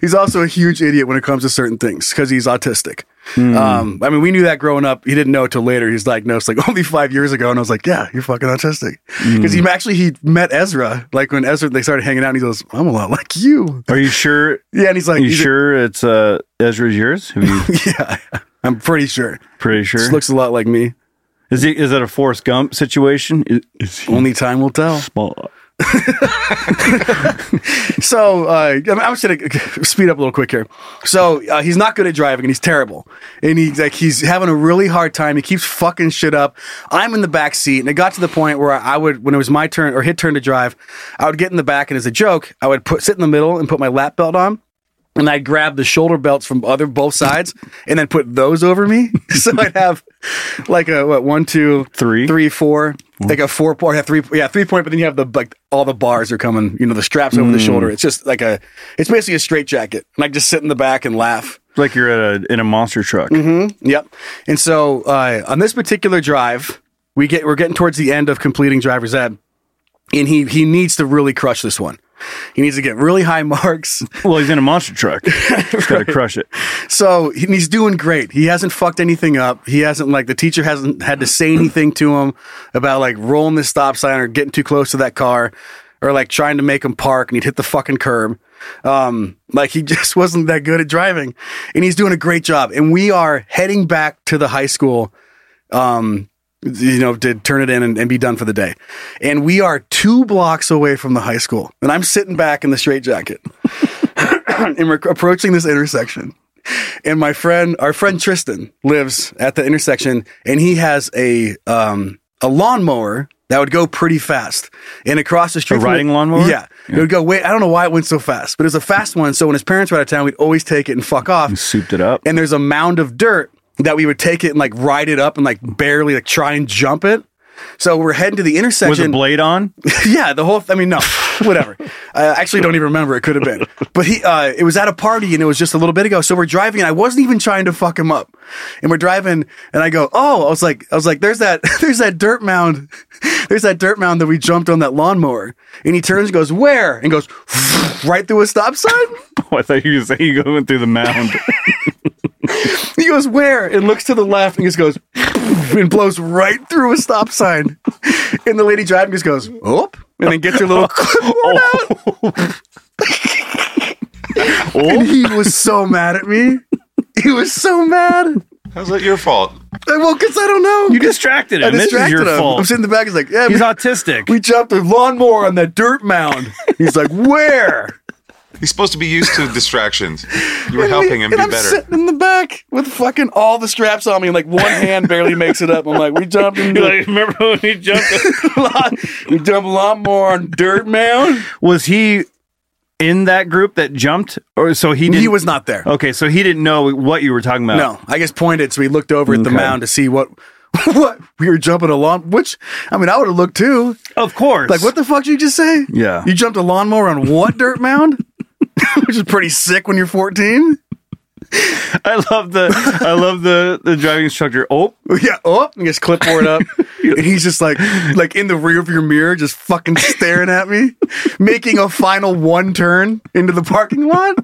[SPEAKER 3] he's also a huge idiot when it comes to certain things because he's autistic.
[SPEAKER 2] Mm.
[SPEAKER 3] Um, I mean, we knew that growing up. He didn't know till later. He's diagnosed like only five years ago, and I was like, "Yeah, you're fucking autistic." Because
[SPEAKER 2] Mm.
[SPEAKER 3] he actually he met Ezra like when Ezra they started hanging out, and he goes, "I'm a lot like you."
[SPEAKER 2] Are you sure?
[SPEAKER 3] Yeah, and he's like,
[SPEAKER 2] Are you
[SPEAKER 3] he's-
[SPEAKER 2] sure it's uh, Ezra's yours? Have you
[SPEAKER 3] Yeah, I'm pretty sure.
[SPEAKER 2] pretty sure?
[SPEAKER 3] This looks a lot like me.
[SPEAKER 2] Is it is it a Forrest Gump situation? Is, is he
[SPEAKER 3] Only time will tell.
[SPEAKER 2] small?
[SPEAKER 3] So uh, I'm, I'm just gonna speed up a little quick here. So uh, he's not good at driving, and he's terrible, and he's like he's having a really hard time. He keeps fucking shit up. I'm in the back seat, and it got to the point where I would, when it was my turn or his turn to drive, I would get in the back, and as a joke, I would put sit in the middle and put my lap belt on. And I'd grab the shoulder belts from other both sides, and then put those over me. so I'd have like a what one, two,
[SPEAKER 2] Three.
[SPEAKER 3] three, four, like a four point, yeah, three, yeah, three point. But then you have the like all the bars are coming. You know, the straps over the shoulder. It's just like a, it's basically a straight jacket. And I just sit in the back and laugh.
[SPEAKER 2] Like you're at a, in a monster truck.
[SPEAKER 3] Mm-hmm. Yep. And so uh, on this particular drive, we get we're getting towards the end of completing driver's ed, and he he needs to really crush this one. He needs to get really high marks.
[SPEAKER 2] Well, he's in a monster truck. He's got to crush it.
[SPEAKER 3] So he- he's doing great. He hasn't fucked anything up. He hasn't like the teacher hasn't had to say anything to him about like rolling the stop sign or getting too close to that car or like trying to make him park and he'd hit the fucking curb. Um, like he just wasn't that good at driving, and he's doing a great job. And we are heading back to the high school um, you know, to turn it in and, and be done for the day. And we are two blocks away from the high school, and I'm sitting back in the straitjacket, and we're approaching this intersection. And my friend, our friend Tristan, lives at the intersection, and he has a um, a lawnmower that would go pretty fast. And across the street, from
[SPEAKER 2] riding
[SPEAKER 3] the-
[SPEAKER 2] lawnmower?
[SPEAKER 3] yeah, it would go. Wait, I don't know why it went so fast, but it was a fast one. So when his parents were out of town, we'd always take it and fuck off
[SPEAKER 2] Souped it up.
[SPEAKER 3] and there's a mound of dirt that we would take it and like ride it up and like barely like try and jump it. So we're heading to the
[SPEAKER 2] Was a
[SPEAKER 3] intersection.
[SPEAKER 2] blade on?
[SPEAKER 3] yeah, the whole. I mean, no, whatever. I actually don't even remember. It could have been, but he. Uh, it was at a party and it was just a little bit ago. So we're driving and I wasn't even trying to fuck him up. And we're driving and I go, oh, I was like, I was like, there's that, there's that dirt mound, there's that dirt mound that we jumped on that lawnmower. And he turns and goes, where? And goes right through a stop sign.
[SPEAKER 2] Oh, I thought you were saying you going through the mound.
[SPEAKER 3] He goes, where? And looks to the left and just goes, and blows right through a stop sign. And the lady driving just goes, oop, and then gets her little
[SPEAKER 2] Oh.
[SPEAKER 3] clipboard out. Oh. And he was so mad at me. He was so mad.
[SPEAKER 4] How's that your fault?
[SPEAKER 3] Well, because I don't know.
[SPEAKER 2] You distracted him.
[SPEAKER 3] I distracted
[SPEAKER 2] this is your
[SPEAKER 3] him.
[SPEAKER 2] fault.
[SPEAKER 3] I'm sitting in the back. He's like, yeah,
[SPEAKER 2] He's
[SPEAKER 3] we,
[SPEAKER 2] autistic.
[SPEAKER 3] we jumped a lawnmower on that dirt mound. He's like, where?
[SPEAKER 4] He's supposed to be used to distractions. You were
[SPEAKER 3] And we-
[SPEAKER 4] helping him
[SPEAKER 3] and
[SPEAKER 4] be
[SPEAKER 3] I'm
[SPEAKER 4] better.
[SPEAKER 3] sitting in the back with fucking all the straps on me, and like one hand barely makes it up. I'm like, we jumped into
[SPEAKER 2] Like, remember when he jumped?
[SPEAKER 3] lot, we dump a lot more on dirt mound.
[SPEAKER 2] was he in that group that jumped? Or so he didn't,
[SPEAKER 3] He was not there.
[SPEAKER 2] Okay, so he didn't know what you were talking about.
[SPEAKER 3] No, I just pointed. So we looked over at the
[SPEAKER 2] Okay.
[SPEAKER 3] mound to see what what we were jumping a lawn. Which I mean, I would have looked too.
[SPEAKER 2] Of course.
[SPEAKER 3] Like, what the fuck did you just say?
[SPEAKER 2] Yeah.
[SPEAKER 3] you jumped a lawnmower on what dirt mound? Which is pretty sick when you're 14.
[SPEAKER 2] I love the I love the the driving instructor. Oh,
[SPEAKER 3] Yeah, oh, and just clipboard up, and he's just like, like in the rear of your mirror, just fucking staring at me, making a final one turn into the parking lot.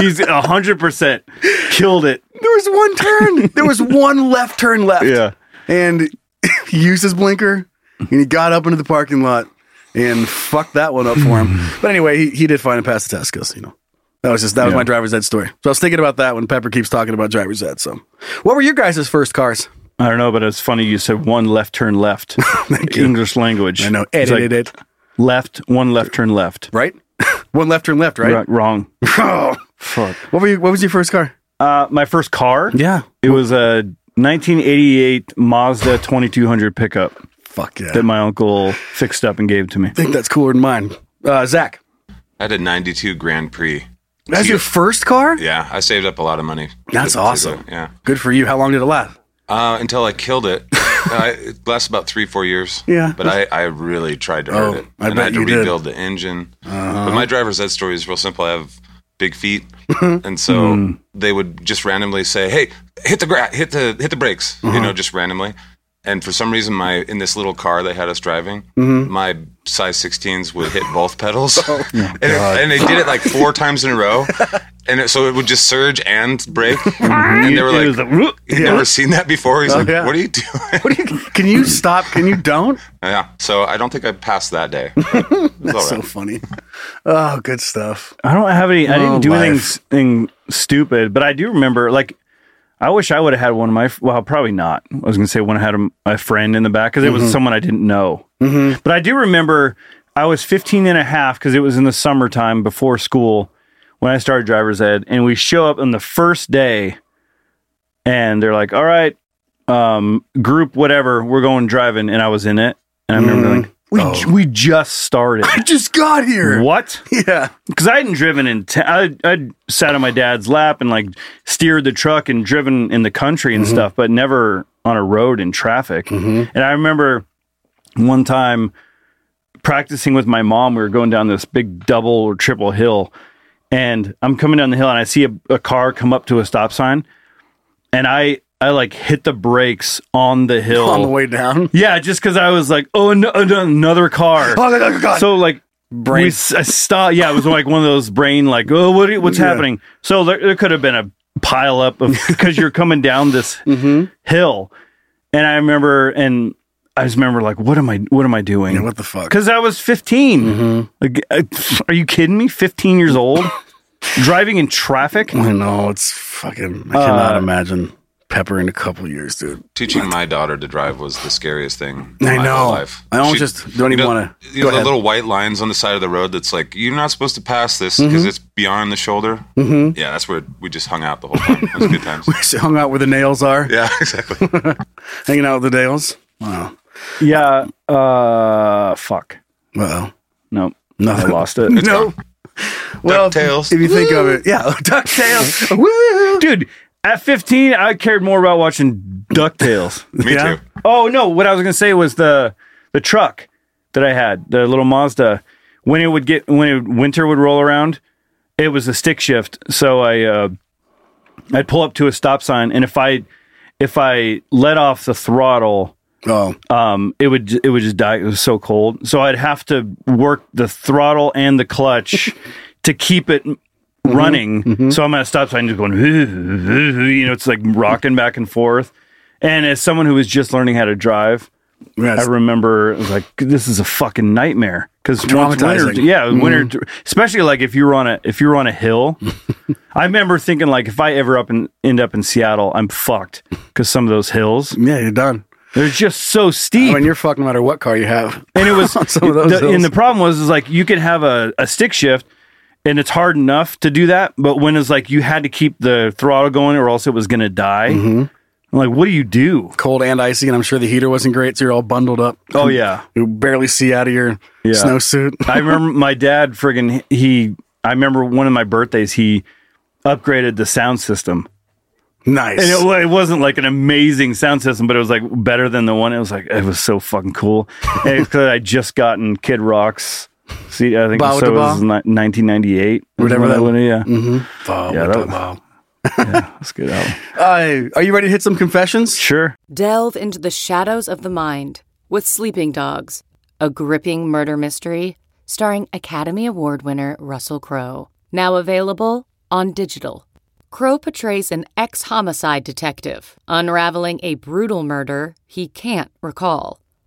[SPEAKER 2] he's hundred percent killed it.
[SPEAKER 3] There was one turn. There was one left turn left.
[SPEAKER 2] Yeah.
[SPEAKER 3] And he used his blinker and he got up into the parking lot and fucked that one up for him. but anyway, he, he did fine and pass the test because, you know, that was just, that was
[SPEAKER 2] Yeah.
[SPEAKER 3] my driver's ed story. So I was thinking about that when Pepper keeps talking about driver's ed. So what were your guys' first cars?
[SPEAKER 2] I don't know, but it's funny you said one left turn left. English language.
[SPEAKER 3] I know,
[SPEAKER 2] It's like
[SPEAKER 3] edited it,
[SPEAKER 2] Left, one left turn left.
[SPEAKER 3] right? one left turn left, right?
[SPEAKER 2] Wr- Wrong.
[SPEAKER 3] Oh,
[SPEAKER 2] Fuck.
[SPEAKER 3] What were you, what was your first car?
[SPEAKER 2] Uh, my first car.
[SPEAKER 3] Yeah.
[SPEAKER 2] It was a 1988 Mazda 2200 pickup
[SPEAKER 3] Fuck yeah.
[SPEAKER 2] that my uncle fixed up and gave to me.
[SPEAKER 3] I think that's cooler than mine. Uh, Zach,
[SPEAKER 4] I had a 92 Grand Prix.
[SPEAKER 3] that's your first car?
[SPEAKER 4] Yeah, I saved up a lot of money.
[SPEAKER 3] That's
[SPEAKER 4] To- to
[SPEAKER 3] awesome.
[SPEAKER 4] the- yeah.
[SPEAKER 3] Good for you. How long did it last?
[SPEAKER 4] Uh, until I killed it. uh, it lasts about three, four years.
[SPEAKER 3] Yeah.
[SPEAKER 4] But I, I really tried to hurt
[SPEAKER 3] Oh,
[SPEAKER 4] it.
[SPEAKER 3] I
[SPEAKER 4] and
[SPEAKER 3] bet
[SPEAKER 4] I had to
[SPEAKER 3] you did. Uh-huh.
[SPEAKER 4] rebuild the engine. But my driver's ed story is real simple. I have big feet. and so
[SPEAKER 3] Hmm.
[SPEAKER 4] they would just randomly say, Hey, hit the gra- hit the hit the brakes,
[SPEAKER 3] Uh-huh.
[SPEAKER 4] you know, just randomly. And for some reason my in this little car they had us driving,
[SPEAKER 3] Mm-hmm.
[SPEAKER 4] my size sixteens would hit both pedals.
[SPEAKER 3] Oh
[SPEAKER 4] and, it, and they did it like four times in a row. And it, so it would just surge and brake. and they were
[SPEAKER 2] It
[SPEAKER 4] like,
[SPEAKER 2] was like, "Whoop."
[SPEAKER 4] He'd never seen that before. He's
[SPEAKER 3] Oh,
[SPEAKER 4] like,
[SPEAKER 3] yeah.
[SPEAKER 4] "What are you doing?"
[SPEAKER 3] What do you, can you stop? Can you don't?
[SPEAKER 4] yeah. So I don't think I passed that day. But it was all
[SPEAKER 3] So
[SPEAKER 4] right.
[SPEAKER 3] funny. Oh, good stuff.
[SPEAKER 2] I don't have any. I
[SPEAKER 3] Oh,
[SPEAKER 2] didn't do anything,
[SPEAKER 3] life.
[SPEAKER 2] s- anything stupid, but I do remember. Like, I wish I would have had one of my. f- Well, probably not. I was gonna say one I had a, a friend in the back because it was someone I didn't know. But I do remember I was 15 and a half because it was in the summertime before school when I started driver's ed, and we show up on the first day, and they're like, "All right, um, group whatever, we're going driving," and I was in it, and I remember like, "We j- we just started."
[SPEAKER 3] I just got here.
[SPEAKER 2] What?
[SPEAKER 3] Yeah.
[SPEAKER 2] because I hadn't driven in. T- I I sat on my dad's lap and like steered the truck and Mm-hmm. driven in the country and stuff, but never on a road in traffic. And I remember one time practicing with my mom. We were going down this big double or triple hill, and I'm coming down the hill and I see a, a car come up to a stop sign, and I I like hit the brakes on the hill
[SPEAKER 3] on the way down.
[SPEAKER 2] Yeah, just because I was like, oh, an- an- another car.
[SPEAKER 3] Oh, God, God.
[SPEAKER 2] So like. Brain. We s- I stopped. Yeah, it was like one of those brain, like, oh, what, are- what's happening? So there, there could have been a pile up of because you're coming down this hill, and I remember, and I just remember, like, what am I, what Mm-hmm. am I doing?
[SPEAKER 3] Yeah, what the fuck?
[SPEAKER 2] Because I was 15. Like, I- are you kidding me? 15 years old, driving in traffic.
[SPEAKER 3] I know it's fucking. I
[SPEAKER 4] Uh,
[SPEAKER 3] cannot imagine Pepper in a couple years, dude.
[SPEAKER 4] Teaching my daughter to drive was the scariest thing. in
[SPEAKER 3] I
[SPEAKER 4] my
[SPEAKER 3] know.
[SPEAKER 4] whole life.
[SPEAKER 3] I almost just don't even
[SPEAKER 4] you know-
[SPEAKER 3] wanna-
[SPEAKER 4] You
[SPEAKER 3] go
[SPEAKER 4] know the
[SPEAKER 3] ahead.
[SPEAKER 4] little white lines on the side of the road. That's like you're not supposed to pass this because
[SPEAKER 3] Mm-hmm.
[SPEAKER 4] it's beyond the shoulder. Mm-hmm. Yeah, that's where we just hung out the whole time. It was good times.
[SPEAKER 3] She hung out where the nails are,
[SPEAKER 4] yeah, exactly.
[SPEAKER 3] hanging out with the nails. Wow.
[SPEAKER 2] Yeah. Uh, fuck.
[SPEAKER 3] Uh oh.
[SPEAKER 2] Nope.
[SPEAKER 3] No.
[SPEAKER 2] I lost it.
[SPEAKER 3] No. Well,
[SPEAKER 4] DuckTales.
[SPEAKER 3] If you think of it, yeah, Ducktales. Woo!
[SPEAKER 2] Dude, at 15, I cared more about watching DuckTales.
[SPEAKER 4] Me
[SPEAKER 3] Yeah.
[SPEAKER 4] too.
[SPEAKER 2] Oh no! What I was gonna say was the the truck that I had, the little Mazda. When it would get when it, winter would roll around, it was a stick shift. So I uh, I'd pull up to a stop sign, and if I if I let off the throttle,
[SPEAKER 3] Oh,
[SPEAKER 4] Uh,
[SPEAKER 2] um, it would ju- it would just die. It was so cold, so I'd have to work the throttle and the clutch to keep it. Running, so I'm at a stop sign, just going, you know, it's like rocking back and forth. And as someone who was just learning how to drive, I
[SPEAKER 3] yes.
[SPEAKER 2] remember it was like this is a fucking nightmare because winter,
[SPEAKER 3] Traumatizing.
[SPEAKER 2] yeah, winter, especially like if you're on a if you're on a hill. I remember thinking like if I ever up and end up in Seattle, I'm fucked because some of those hills
[SPEAKER 3] yeah, you're done.
[SPEAKER 2] they're just so steep.
[SPEAKER 3] When you're fucked, no matter what car you have.
[SPEAKER 2] and it was
[SPEAKER 3] on some of those
[SPEAKER 2] the-
[SPEAKER 3] hills.
[SPEAKER 2] and the problem was is like you could have a, a stick shift. And it's hard enough to do that, but when it's like you had to keep the throttle going, or else it was going to die.
[SPEAKER 3] Mm-hmm.
[SPEAKER 2] I'm like, what do you do?
[SPEAKER 3] cold and icy, and I'm sure the heater wasn't great, so you're all bundled up.
[SPEAKER 2] Oh yeah,
[SPEAKER 3] You barely see out of your
[SPEAKER 2] Yeah.
[SPEAKER 3] snowsuit.
[SPEAKER 2] I remember my dad friggin' he. I remember one of my birthdays he upgraded the sound system,
[SPEAKER 3] nice.
[SPEAKER 2] and it, wa- it wasn't like an amazing sound system, but it was like better than the one. It was like it was so fucking cool. And it's because I just gotten Kid Rock's. See, I think
[SPEAKER 3] Bow
[SPEAKER 2] so it
[SPEAKER 3] to
[SPEAKER 2] was ni- 1998,
[SPEAKER 3] Whatever that-
[SPEAKER 2] one. Yeah,
[SPEAKER 3] Oh,
[SPEAKER 2] Yeah,
[SPEAKER 3] what
[SPEAKER 2] that
[SPEAKER 3] the- wow.
[SPEAKER 2] that's a good. Album.
[SPEAKER 3] Uh, are you ready to hit some confessions?
[SPEAKER 2] Sure.
[SPEAKER 9] Delve into the shadows of the mind with Sleeping Dogs, a gripping murder mystery starring Academy Award winner Russell Crowe. Now available on digital. Crowe portrays an ex homicide detective unraveling a brutal murder he can't recall.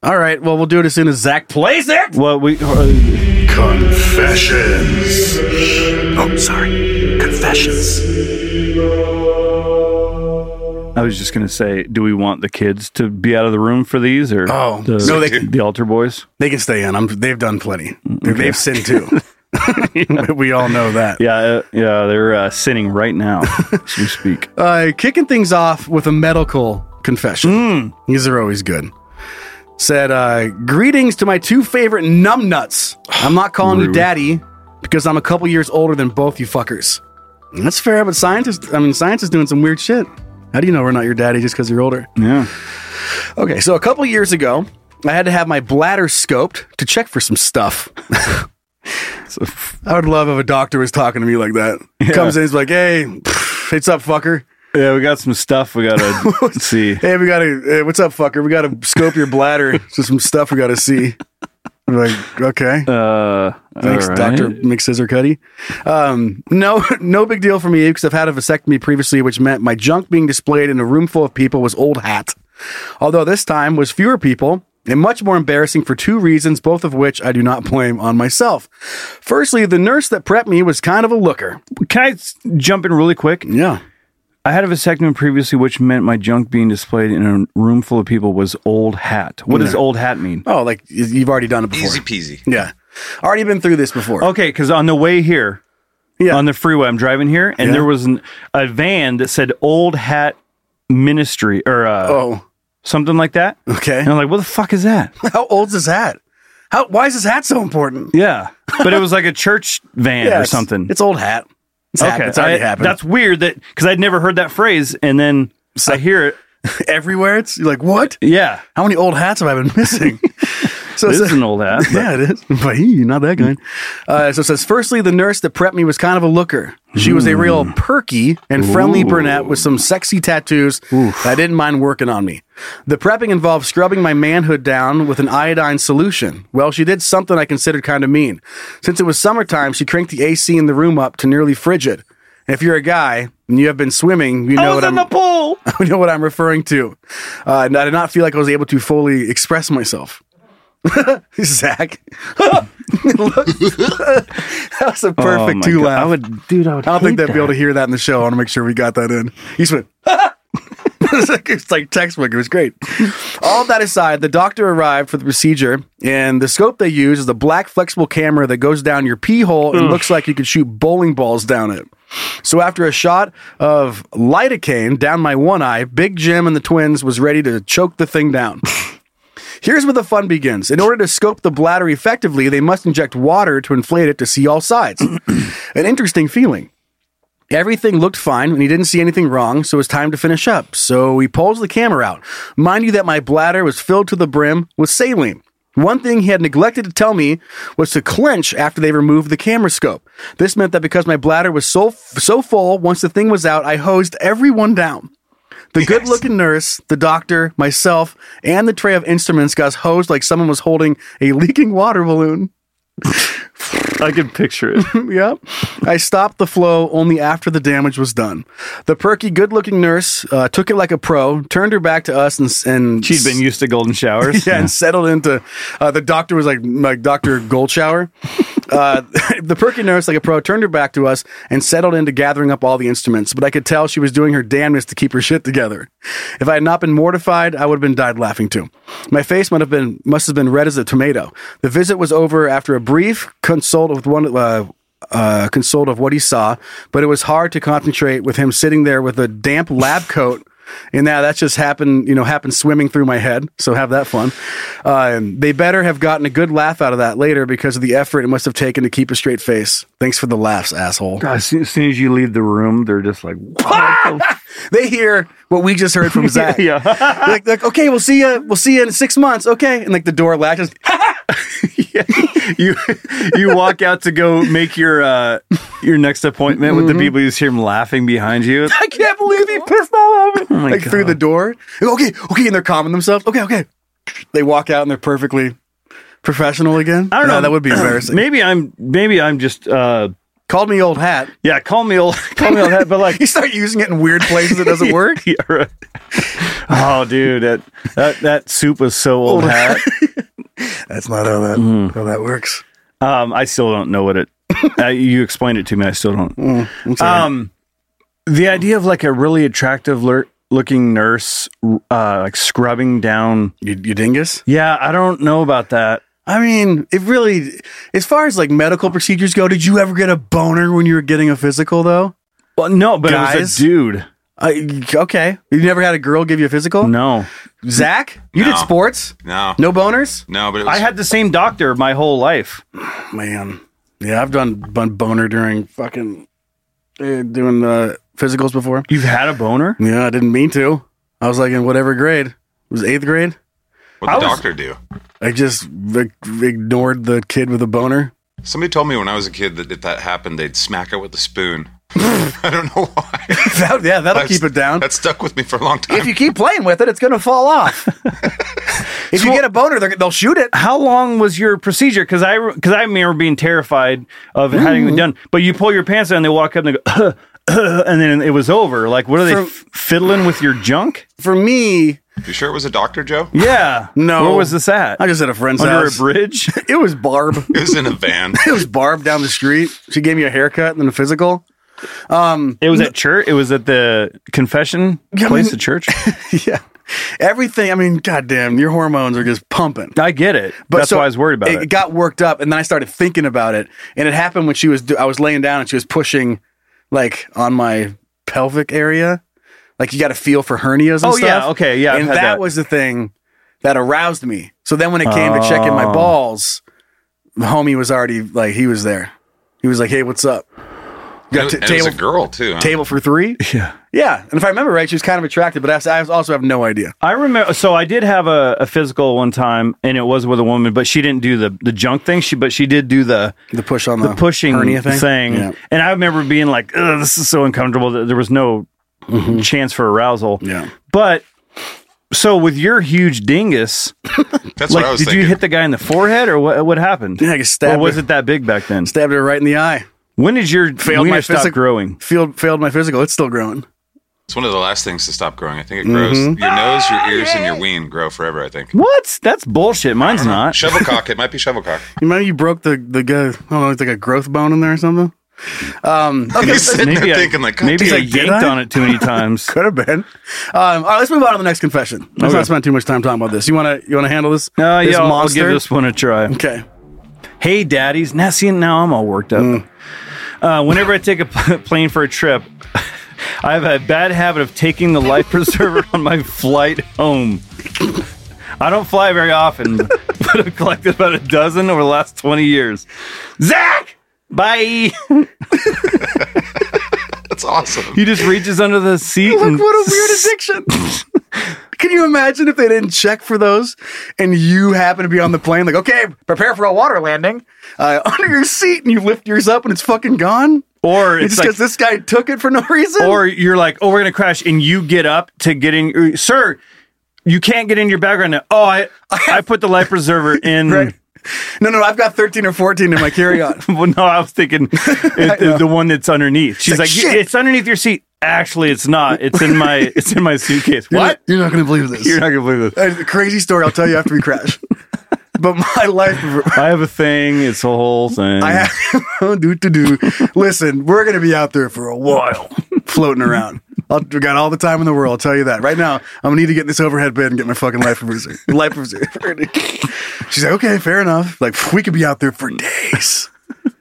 [SPEAKER 3] All right. Well, we'll do it as soon as Zach plays it.
[SPEAKER 2] Well, we
[SPEAKER 10] Confessions. Oh, sorry. Confessions.
[SPEAKER 2] I was just gonna say, do we want the kids to be out of the room for these or
[SPEAKER 3] Oh,
[SPEAKER 2] the,
[SPEAKER 3] no, they-
[SPEAKER 2] the altar boys?
[SPEAKER 3] They can stay in. I'm, they've done plenty.
[SPEAKER 2] Mm,
[SPEAKER 3] They've- They've sinned too. we all know that.
[SPEAKER 2] Yeah, uh, yeah, they're uh, sinning right now as we speak.
[SPEAKER 3] Uh, kicking things off with a medical confession. These are always good. Said, uh, greetings to my two favorite numbnuts. I'm not calling you daddy because I'm a couple years older than both you fuckers. And that's fair, but scientists, I mean, science is doing some weird shit. How do you know we're not your daddy just because you're older?
[SPEAKER 2] Yeah.
[SPEAKER 3] Okay, so a couple years ago, I had to have my bladder scoped to check for some stuff. so I would love if a doctor was talking to me like that. Comes in, he's like, "Hey, pff, it's up, fucker."
[SPEAKER 2] Yeah, we got some stuff we gotta see.
[SPEAKER 3] Hey, we gotta. Hey, what's up, fucker? We gotta scope your bladder. so some stuff we gotta see. I'm like, okay.
[SPEAKER 2] Uh,
[SPEAKER 3] Thanks,
[SPEAKER 2] all right.
[SPEAKER 3] Doctor McScissorcutty. Um, no, no big deal for me because I've had a vasectomy previously, which meant my junk being displayed in a room full of people was old hat. Although this time was fewer people and much more embarrassing for two reasons, both of which I do not blame on myself. Firstly, the nurse that prepped me was kind of a looker.
[SPEAKER 2] Can I s- jump in really quick?
[SPEAKER 3] Yeah.
[SPEAKER 2] I had a vasectomy previously, which meant my junk being displayed in a room full of people was old hat. What does
[SPEAKER 3] Yeah.
[SPEAKER 2] old hat mean?
[SPEAKER 3] Oh, like y- you've already done it before.
[SPEAKER 4] Easy peasy.
[SPEAKER 3] Yeah. Already been through this before.
[SPEAKER 2] Okay, because on the way here,
[SPEAKER 3] Yeah.
[SPEAKER 2] on the freeway, I'm driving here, and
[SPEAKER 3] Yeah.
[SPEAKER 2] there was an, a van that said old hat ministry or uh,
[SPEAKER 3] Oh,
[SPEAKER 2] something like that.
[SPEAKER 3] okay.
[SPEAKER 2] And I'm like, what the fuck is that?
[SPEAKER 3] How old's this hat? How, why is this hat so important?
[SPEAKER 2] yeah. But it was like a church van
[SPEAKER 3] Yeah,
[SPEAKER 2] or
[SPEAKER 3] it's-
[SPEAKER 2] something.
[SPEAKER 3] It's old hat. It's, okay. it's already
[SPEAKER 2] I-
[SPEAKER 3] happened.
[SPEAKER 2] That's weird that because I'd never heard that phrase, and then I hear it.
[SPEAKER 3] everywhere. It's you're like, what?
[SPEAKER 2] Yeah,
[SPEAKER 3] How many old hats have I been missing? so
[SPEAKER 2] this
[SPEAKER 3] it's-
[SPEAKER 2] is an old hat. but-
[SPEAKER 3] yeah, it is. But he, not that kind. Uh, so it says, firstly, the nurse that prepped me was kind of a looker. She was
[SPEAKER 2] Hmm.
[SPEAKER 3] a real perky and friendly brunette with some sexy tattoos that didn't mind working on me. The prepping involved scrubbing my manhood down with an iodine solution. Well, she did something I considered kind of mean. Since it was summertime, she cranked the AC in the room up to nearly frigid. And if you're a guy and you have been swimming, you know
[SPEAKER 2] I was
[SPEAKER 3] what
[SPEAKER 2] in
[SPEAKER 3] I'm
[SPEAKER 2] the pool.
[SPEAKER 3] you know what I'm referring to. Uh, and I did not feel like I was able to fully express myself. Zach, Look. that was a perfect
[SPEAKER 2] two
[SPEAKER 3] two laugh.
[SPEAKER 2] Oh I would, dude. I would.
[SPEAKER 3] I don't
[SPEAKER 2] hate
[SPEAKER 3] think they'd be able
[SPEAKER 2] that.
[SPEAKER 3] to hear that in the show. I want to make sure we got that in. He went. it's, like, it's like textbook. It was great. All that aside, the doctor arrived for the procedure, and the scope they use is the black flexible camera that goes down your pee hole and looks like you could shoot bowling balls down it. So after a shot of lidocaine down my one eye, Big Jim and the twins was ready to choke the thing down. Here's where the fun begins. In order to scope the bladder effectively, they must inject water to inflate it to see all sides. An interesting feeling. Everything looked fine and he didn't see anything wrong, so it was time to finish up. So he pulls the camera out. Mind you, that my bladder was filled to the brim with saline. One thing he had neglected to tell me was to clench after they removed the camera scope. This meant that because my bladder was so so full, once the thing was out, I hosed everyone down. The good looking nurse, the doctor, myself, and the tray of instruments got hosed like someone was holding a leaking water balloon.
[SPEAKER 2] I can picture it.
[SPEAKER 3] yep. I stopped the flow only after the damage was done. The perky, good looking nurse uh, took it like a pro, turned her back to us, and. and
[SPEAKER 2] She'd been used to golden showers.
[SPEAKER 3] yeah, and settled into. Uh, the doctor was like like Doctor Goldshower. Uh, the perky nurse, like a pro, turned her back to us and settled into gathering up all the instruments. But I could tell she was doing her damnedest to keep her shit together. If I had not been mortified, I would have been died laughing too. My face might have been must have been red as a tomato. The visit was over after a brief consult with one. Uh, uh, consult of what he saw, but it was hard to concentrate with him sitting there with a damp lab coat and now that's just happened, you know, happened swimming through my head. So have that fun. Um, they better have gotten a good laugh out of that later because of the effort it must have taken to keep a straight face. Thanks for the laughs, asshole.
[SPEAKER 2] God, as, soon, as soon as you leave the room, they're just like, what?
[SPEAKER 3] They hear what we just heard from Zach.
[SPEAKER 2] Yeah.
[SPEAKER 3] They're like, like, okay, we'll see you. We'll see you in six months. Okay. And like the door latches.
[SPEAKER 2] you you walk out to go make your uh, your next appointment with the people. You just hear them laughing behind you.
[SPEAKER 3] Mm-hmm. I
[SPEAKER 2] Oh
[SPEAKER 3] can't believe he pissed all over.
[SPEAKER 2] my
[SPEAKER 3] like through the door. Okay. Okay. And they're calming themselves. Okay. Okay. They walk out and they're perfectly professional again.
[SPEAKER 2] I don't
[SPEAKER 3] No,
[SPEAKER 2] know.
[SPEAKER 3] That would be embarrassing.
[SPEAKER 2] Maybe I'm maybe I'm just uh,
[SPEAKER 3] Called me old hat.
[SPEAKER 2] yeah. Call me old. Call me old hat. But like
[SPEAKER 3] You start using it in weird places. It doesn't work.
[SPEAKER 2] Yeah, right. oh, dude, that, that that soup was so old hat.
[SPEAKER 3] That's not how that how that works.
[SPEAKER 2] Um, I still don't know what it. uh, you explained it to me. I still don't.
[SPEAKER 3] Mm,
[SPEAKER 2] Um, the idea of like a really attractive lur- looking nurse, uh, like scrubbing down.
[SPEAKER 3] You, you dingus.
[SPEAKER 2] Yeah, I don't know about that.
[SPEAKER 3] I mean, it really, as far as like medical procedures go, did you ever get a boner when you were getting a physical though?
[SPEAKER 2] Well, no, but it was
[SPEAKER 3] Guys?
[SPEAKER 2] a dude.
[SPEAKER 3] I, okay, you never had a girl give you a physical?
[SPEAKER 2] No,
[SPEAKER 3] Zach, you did
[SPEAKER 4] No.
[SPEAKER 3] sports?
[SPEAKER 4] No.
[SPEAKER 3] No boners?
[SPEAKER 4] No, but it was,
[SPEAKER 2] I had the same doctor my whole life.
[SPEAKER 3] Man, yeah, I've done bun boner during fucking uh, doing the physicals before.
[SPEAKER 2] You've had a boner?
[SPEAKER 3] Yeah, I didn't mean to. I was like in whatever grade. was it eighth grade.
[SPEAKER 4] What the
[SPEAKER 3] I was-
[SPEAKER 4] doctor do?
[SPEAKER 3] I just v- ignored the kid with a boner.
[SPEAKER 4] Somebody told me when I was a kid that if that happened, they'd smack it with a spoon.
[SPEAKER 3] That- yeah, that'll keep it down.
[SPEAKER 4] That stuck with me for a long time.
[SPEAKER 3] If you keep playing with it, it's going to fall off. if you get a boner, they're- they'll shoot it.
[SPEAKER 2] How long was your procedure? Because I because I remember being terrified of having it done. But you pull your pants down, they walk up and they go, and then it was over. Like, what are they
[SPEAKER 3] For-
[SPEAKER 2] f- fiddling with your junk?
[SPEAKER 3] For me,
[SPEAKER 4] You sure it was a doctor, Joe?
[SPEAKER 2] yeah,
[SPEAKER 3] No.
[SPEAKER 2] Where was this at?
[SPEAKER 3] I just at a friend's
[SPEAKER 2] under
[SPEAKER 3] house.
[SPEAKER 2] a bridge.
[SPEAKER 3] it was Barb.
[SPEAKER 4] It was in a van.
[SPEAKER 3] it was Barb down the street. She gave me a haircut and then a physical. Um,
[SPEAKER 2] It was at church. It was at the confession
[SPEAKER 3] Yeah, I
[SPEAKER 2] place
[SPEAKER 3] mean-
[SPEAKER 2] at church.
[SPEAKER 3] yeah, everything. I mean, goddamn, your hormones are just pumping.
[SPEAKER 2] I get it. That's
[SPEAKER 3] so
[SPEAKER 2] why I was worried about it.
[SPEAKER 3] It got worked up, and then I started thinking about it, and it happened when she was. do- I was laying down, and she was pushing, like on my pelvic area. Like you got to feel for hernias. and
[SPEAKER 2] Oh, yeah,
[SPEAKER 3] stuff.
[SPEAKER 2] okay, yeah, I've
[SPEAKER 3] And
[SPEAKER 2] had
[SPEAKER 3] that,
[SPEAKER 2] that.
[SPEAKER 3] was the thing that aroused me. So then when it came to checking my
[SPEAKER 2] Oh.
[SPEAKER 3] balls, the homie was already like he was there. He was like, "Hey, what's up? You
[SPEAKER 4] And it-
[SPEAKER 3] t-
[SPEAKER 4] and it was a girl too. huh?
[SPEAKER 3] table for three?
[SPEAKER 2] yeah.
[SPEAKER 3] Yeah, and if I remember right, she was kind of attractive, but I was- I was- also have no idea.
[SPEAKER 2] I remember. So I did have a, a physical one time, and it was with a woman, but she didn't do the the junk thing. She but she did do the
[SPEAKER 3] The push on the,
[SPEAKER 2] the pushing
[SPEAKER 3] hernia
[SPEAKER 2] thing.
[SPEAKER 3] thing. Yeah.
[SPEAKER 2] And I remember being like, Ugh, "This is so uncomfortable." That there was no chance for arousal.
[SPEAKER 3] Mm-hmm. Yeah.
[SPEAKER 2] But so with your huge dingus,
[SPEAKER 4] That's
[SPEAKER 2] like,
[SPEAKER 4] what I was
[SPEAKER 2] did
[SPEAKER 4] thinking.
[SPEAKER 2] you hit the guy in the forehead, or what? What happened?
[SPEAKER 3] Yeah, I just stabbed
[SPEAKER 2] Or was
[SPEAKER 3] her.
[SPEAKER 2] it that big back then?
[SPEAKER 3] Stabbed her right in the eye.
[SPEAKER 2] When did your
[SPEAKER 3] Failed my
[SPEAKER 2] wiener stop
[SPEAKER 3] physic-
[SPEAKER 2] growing?
[SPEAKER 3] Failed, failed my physical. It's still growing.
[SPEAKER 4] It's one of the last things to stop growing. I think it grows.
[SPEAKER 2] Mm-hmm.
[SPEAKER 4] Your nose, your ears, and your ween grow forever. I think.
[SPEAKER 2] What? That's bullshit. Mine's not.
[SPEAKER 4] Shovelcock. It might be shovelcock.
[SPEAKER 3] You remember you broke the the guy? I don't know, it's like a growth bone in there or something. Um,
[SPEAKER 4] And
[SPEAKER 3] okay,
[SPEAKER 4] he's sitting
[SPEAKER 2] Maybe
[SPEAKER 4] there
[SPEAKER 2] I,
[SPEAKER 4] thinking like, God,
[SPEAKER 2] maybe
[SPEAKER 4] damn,
[SPEAKER 2] I
[SPEAKER 3] like, did
[SPEAKER 2] yanked
[SPEAKER 3] I?
[SPEAKER 2] on it too many times.
[SPEAKER 3] could have been. Um, all right, let's move on to the next confession. Let's
[SPEAKER 2] Okay.
[SPEAKER 3] not spend too much time talking about this. You want to you want to handle this?
[SPEAKER 2] Uh,
[SPEAKER 3] this
[SPEAKER 2] yeah, I'll- I'll give this one a try.
[SPEAKER 3] Okay.
[SPEAKER 2] Hey, daddies. Now, see, now I'm all worked up.
[SPEAKER 3] Mm.
[SPEAKER 2] Uh, whenever I take a p- plane for a trip, I have a bad habit of taking the life preserver on my flight home. I don't fly very often, but I've collected about a dozen over the last 20 years. Zach! Bye!
[SPEAKER 4] that's awesome.
[SPEAKER 2] He just reaches under the seat.
[SPEAKER 3] Look
[SPEAKER 2] and
[SPEAKER 3] what a weird addiction. Can you imagine if they didn't check for those and you happen to be on the plane like, okay, prepare for a water landing uh, under your seat and you lift yours up and it's fucking gone?
[SPEAKER 2] Or
[SPEAKER 3] It's
[SPEAKER 2] it's
[SPEAKER 3] just
[SPEAKER 2] like
[SPEAKER 3] because this guy took it for no reason?
[SPEAKER 2] or you're like, oh, we're gonna crash, and you get up to get in, uh, sir. You can't get in your background now. Oh, I I put the life preserver in.
[SPEAKER 3] Right. no, no, I've got 13 or 14 in my carry on.
[SPEAKER 2] Well, no, I was thinking it, the- the one that's underneath. She's
[SPEAKER 3] like,
[SPEAKER 2] like,
[SPEAKER 3] "Shit."
[SPEAKER 2] it's underneath your seat. Actually, it's not. It's in my it's in my suitcase. What?
[SPEAKER 3] You're not going to believe this.
[SPEAKER 2] You're not gonna believe this.
[SPEAKER 3] a crazy story I'll tell you after we crash. but my life.
[SPEAKER 2] I have a thing. It's a whole thing.
[SPEAKER 3] I have, do, do, do. Listen, we're going to be out there for a while floating around. I'll, we got all the time in the world. I'll tell you that. Right now, I'm going to need to get in this overhead bed and get my fucking life preserver. life preserver. She's like, okay, fair enough. Like, we could be out there for days.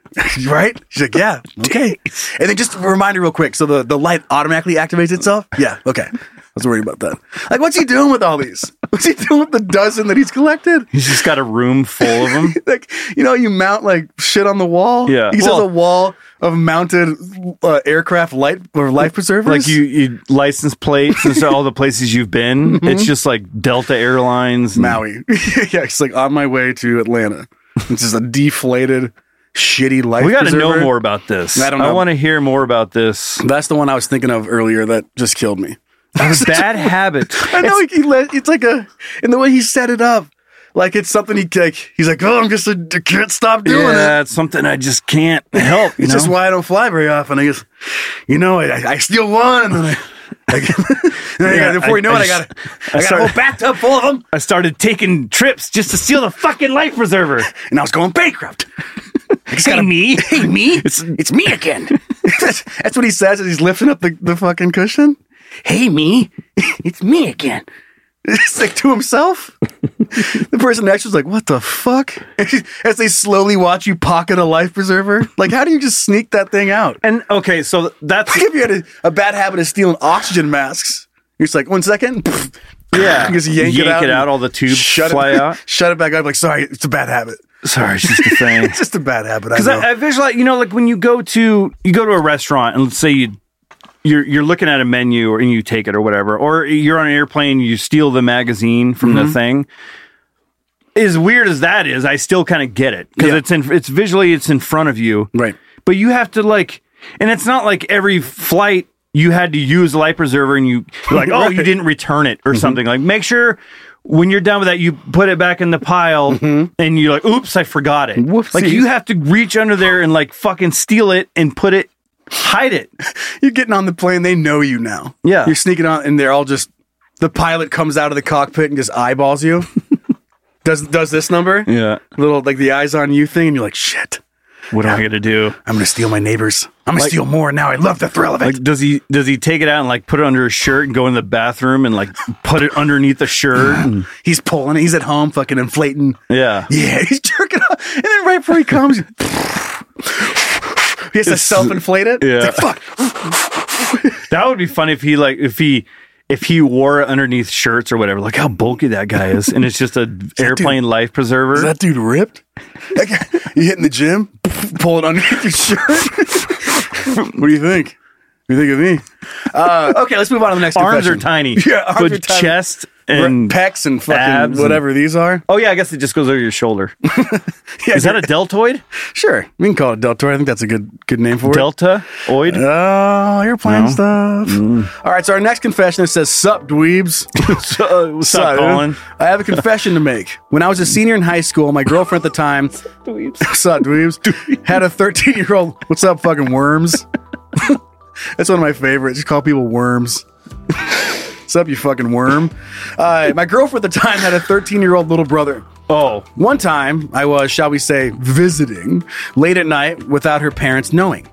[SPEAKER 3] right? She's like, yeah, okay. And then just a reminder real quick. So the, the light automatically activates itself? Yeah, okay. I was worried about that. Like, what's he doing with all these? What's he doing with the dozen that he's collected?
[SPEAKER 2] He's just got a room full of them.
[SPEAKER 3] like you know you mount like shit on the wall
[SPEAKER 2] Yeah.
[SPEAKER 3] he
[SPEAKER 2] Well-
[SPEAKER 3] has a wall of mounted uh, aircraft light or life preservers
[SPEAKER 2] Like you, you license plates and so all the places you've been. It's just like Delta Airlines, and-
[SPEAKER 3] maui yeah it's like on my way to atlanta it's just a deflated shitty life
[SPEAKER 2] We got to
[SPEAKER 3] preserver.
[SPEAKER 2] know more about this.
[SPEAKER 3] I don't know.
[SPEAKER 2] want to hear more about this.
[SPEAKER 3] that's the one i was thinking of earlier that just killed me
[SPEAKER 2] Bad habit.
[SPEAKER 3] i know he, he let, it's like a and the way he set it up like it's something he like he's like oh i'm just a, I can't stop doing it
[SPEAKER 2] Yeah, it's something I just can't help. You
[SPEAKER 3] It's
[SPEAKER 2] know?
[SPEAKER 3] just why I don't fly very often. I guess, you know, I, I- I steal one, and then I, I, then I got,
[SPEAKER 2] Yeah,
[SPEAKER 3] before
[SPEAKER 2] I-
[SPEAKER 3] you know
[SPEAKER 2] I
[SPEAKER 3] it,
[SPEAKER 2] just-
[SPEAKER 3] I got,
[SPEAKER 2] I
[SPEAKER 3] I got a
[SPEAKER 2] started-
[SPEAKER 3] whole bathtub full of them,
[SPEAKER 2] I started taking trips just to steal the fucking life preserver.
[SPEAKER 3] and I was going bankrupt. I just
[SPEAKER 2] Hey, me.
[SPEAKER 3] hey me, it's, me again. that's, that's what he says as he's lifting up the, the fucking cushion. Hey me, it's me again. It's like to himself. the person next to was like, "What the fuck?" As they slowly watch you pocket a life preserver, like how do you just sneak that thing out?
[SPEAKER 2] And okay, so that's
[SPEAKER 3] Like if you had a, a bad habit of stealing oxygen masks, you're just like, one second. pff,
[SPEAKER 2] yeah.
[SPEAKER 3] You just yank, it out. and
[SPEAKER 2] all the tubes
[SPEAKER 3] shut
[SPEAKER 2] fly
[SPEAKER 3] it,
[SPEAKER 2] out.
[SPEAKER 3] Shut it back up. Like, sorry, it's a bad habit.
[SPEAKER 2] Sorry, it's just a thing.
[SPEAKER 3] It's just a bad habit. I
[SPEAKER 2] Because
[SPEAKER 3] know.
[SPEAKER 2] I, I visualize, you know, like when you go to you go to a restaurant and let's say you you're you're looking at a menu or, and you take it or whatever, or you're on an airplane, you steal the magazine from
[SPEAKER 3] Mm-hmm.
[SPEAKER 2] the thing. As weird as that is, I still kind of get it because it's in it's visually it's in front of you,
[SPEAKER 3] right?
[SPEAKER 2] But you have to like, and it's not like every flight you had to use light preserver and you you're like oh you
[SPEAKER 3] Right.
[SPEAKER 2] didn't return it or something like make sure. When you're done with that, you put it back in the pile, and you're like, "Oops, I forgot it." Like you have to reach under there and like fucking steal it and put it, hide it.
[SPEAKER 3] You're getting on the plane. They know you now.
[SPEAKER 2] Yeah.
[SPEAKER 3] You're sneaking on, and they're all just. The pilot comes out of the cockpit and just eyeballs you. does does this number?
[SPEAKER 2] Yeah.
[SPEAKER 3] Little like the eyes on you thing, and you're like, shit.
[SPEAKER 2] What am I gonna do?
[SPEAKER 3] I'm gonna steal my neighbors. I'm gonna
[SPEAKER 2] Like-
[SPEAKER 3] steal more now. I love the thrill of it.
[SPEAKER 2] Like, does he does he take it out and like put it under his shirt and go in the bathroom and like put it underneath the shirt?
[SPEAKER 3] he's pulling it. He's at home, fucking inflating.
[SPEAKER 2] yeah,
[SPEAKER 3] Yeah, he's jerking off, and then right before he comes, he has to
[SPEAKER 2] It's-
[SPEAKER 3] self-inflate it.
[SPEAKER 2] yeah.
[SPEAKER 3] It's like, fuck.
[SPEAKER 2] that would be funny if he like if he if he wore it underneath shirts or whatever. Like how bulky that guy is, and it's just a airplane life preserver.
[SPEAKER 3] Is that dude ripped? That guy- you hitting the gym? Pull it underneath your shirt. what do you think? What do you think of me? Uh, okay, let's move on to the next.
[SPEAKER 2] arms
[SPEAKER 3] confession.
[SPEAKER 2] are tiny.
[SPEAKER 3] Yeah, arms
[SPEAKER 2] but
[SPEAKER 3] are tiny.
[SPEAKER 2] chest and
[SPEAKER 3] pecs and fucking
[SPEAKER 2] abs and-
[SPEAKER 3] whatever these are.
[SPEAKER 2] Oh yeah, I guess it just goes over your shoulder. is that a deltoid?
[SPEAKER 3] Sure, we can call it deltoid. I think that's a good good name for it.
[SPEAKER 2] Delta oid?
[SPEAKER 3] Oh, airplane
[SPEAKER 2] No.
[SPEAKER 3] stuff. All right, so our next confession it says, Sup, dweebs.
[SPEAKER 2] so, what's
[SPEAKER 3] So,
[SPEAKER 2] up, Colin?
[SPEAKER 3] I have a confession to make. When I was a senior in high school, my girlfriend at the time, what's up, dweebs, had a 13 year old, what's up, fucking worms? That's one of my favorites. Just call people worms. what's up, you fucking worm? Uh, my girlfriend at the time had a 13 year old little brother.
[SPEAKER 2] Oh,
[SPEAKER 3] One time, I was, shall we say, visiting late at night without her parents knowing.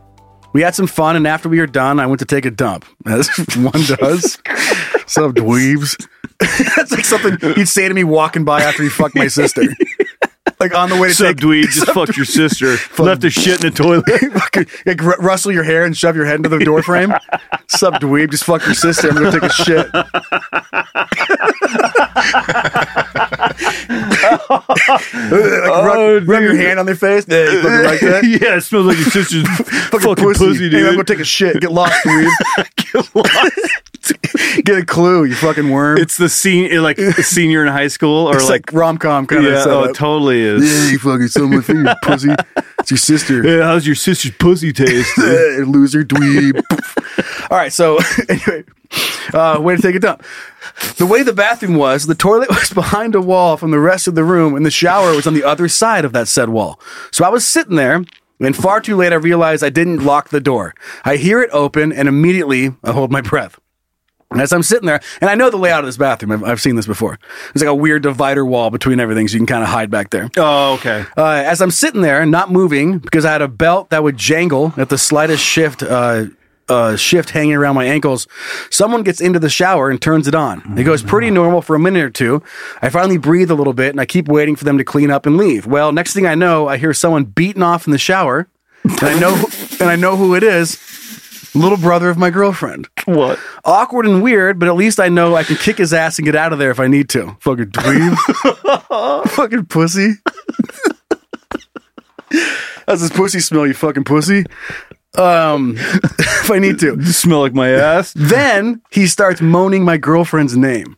[SPEAKER 3] We had some fun, and after we were done, I went to take a dump, as one does. Some dweebs. That's like something you'd say to me walking by after you fucked my sister. Like on the way to
[SPEAKER 2] Sub
[SPEAKER 3] take
[SPEAKER 2] dweeb just fucked your sister. Left a shit in the toilet.
[SPEAKER 3] fucking- like, r- rustle your hair and shove your head into the door frame. Sub dweeb, just fuck your sister. I'm gonna take a shit. Like,
[SPEAKER 2] Oh,
[SPEAKER 3] rub, rub your hand on their face. Yeah, you fucking like that.
[SPEAKER 2] yeah, it smells like your sister's fucking, pussy,
[SPEAKER 3] Hey, I'm
[SPEAKER 2] dude.
[SPEAKER 3] gonna take a shit. Get lost, dweeb. Get a clue, you fucking worm.
[SPEAKER 2] it's the scene, like senior in high school, or
[SPEAKER 3] It's
[SPEAKER 2] like,
[SPEAKER 3] like, rom com kind
[SPEAKER 2] yeah,
[SPEAKER 3] of.
[SPEAKER 2] oh, it totally
[SPEAKER 3] Yeah,
[SPEAKER 2] is.
[SPEAKER 3] you fucking stole my finger, pussy. It's your sister.
[SPEAKER 2] Yeah, how's your sister's pussy taste?
[SPEAKER 3] Eh, loser dweeb. All right, so anyway, uh, way to take it down. The way the bathroom was, the toilet was behind a wall from the rest of the room, and the shower was on the other side of that said wall. So I was sitting there, and far too late, I realized I didn't lock the door. I hear it open, and immediately I hold my breath. And As I'm sitting there, and I know the layout of this bathroom, I've, I've seen this before. There's like a weird divider wall between everything, so you can kind of hide back there.
[SPEAKER 2] oh, okay.
[SPEAKER 3] Uh, as I'm sitting there, not moving, because I had a belt that would jangle at the slightest shift, uh, uh, shift hanging around my ankles. Someone gets into the shower and turns it on. It goes pretty normal for a minute or two. I finally breathe a little bit, and I keep waiting for them to clean up and leave. Well, next thing I know, I hear someone beating off in the shower, and I know, and I know who it is. Little brother of my girlfriend.
[SPEAKER 2] What?
[SPEAKER 3] Awkward and weird, but at least I know I can kick his ass and get out of there if I need to. Fucking dweeb. fucking pussy. How's this pussy smell, you fucking pussy? Um, if I need to.
[SPEAKER 2] You smell like my ass?
[SPEAKER 3] Then he starts moaning my girlfriend's name.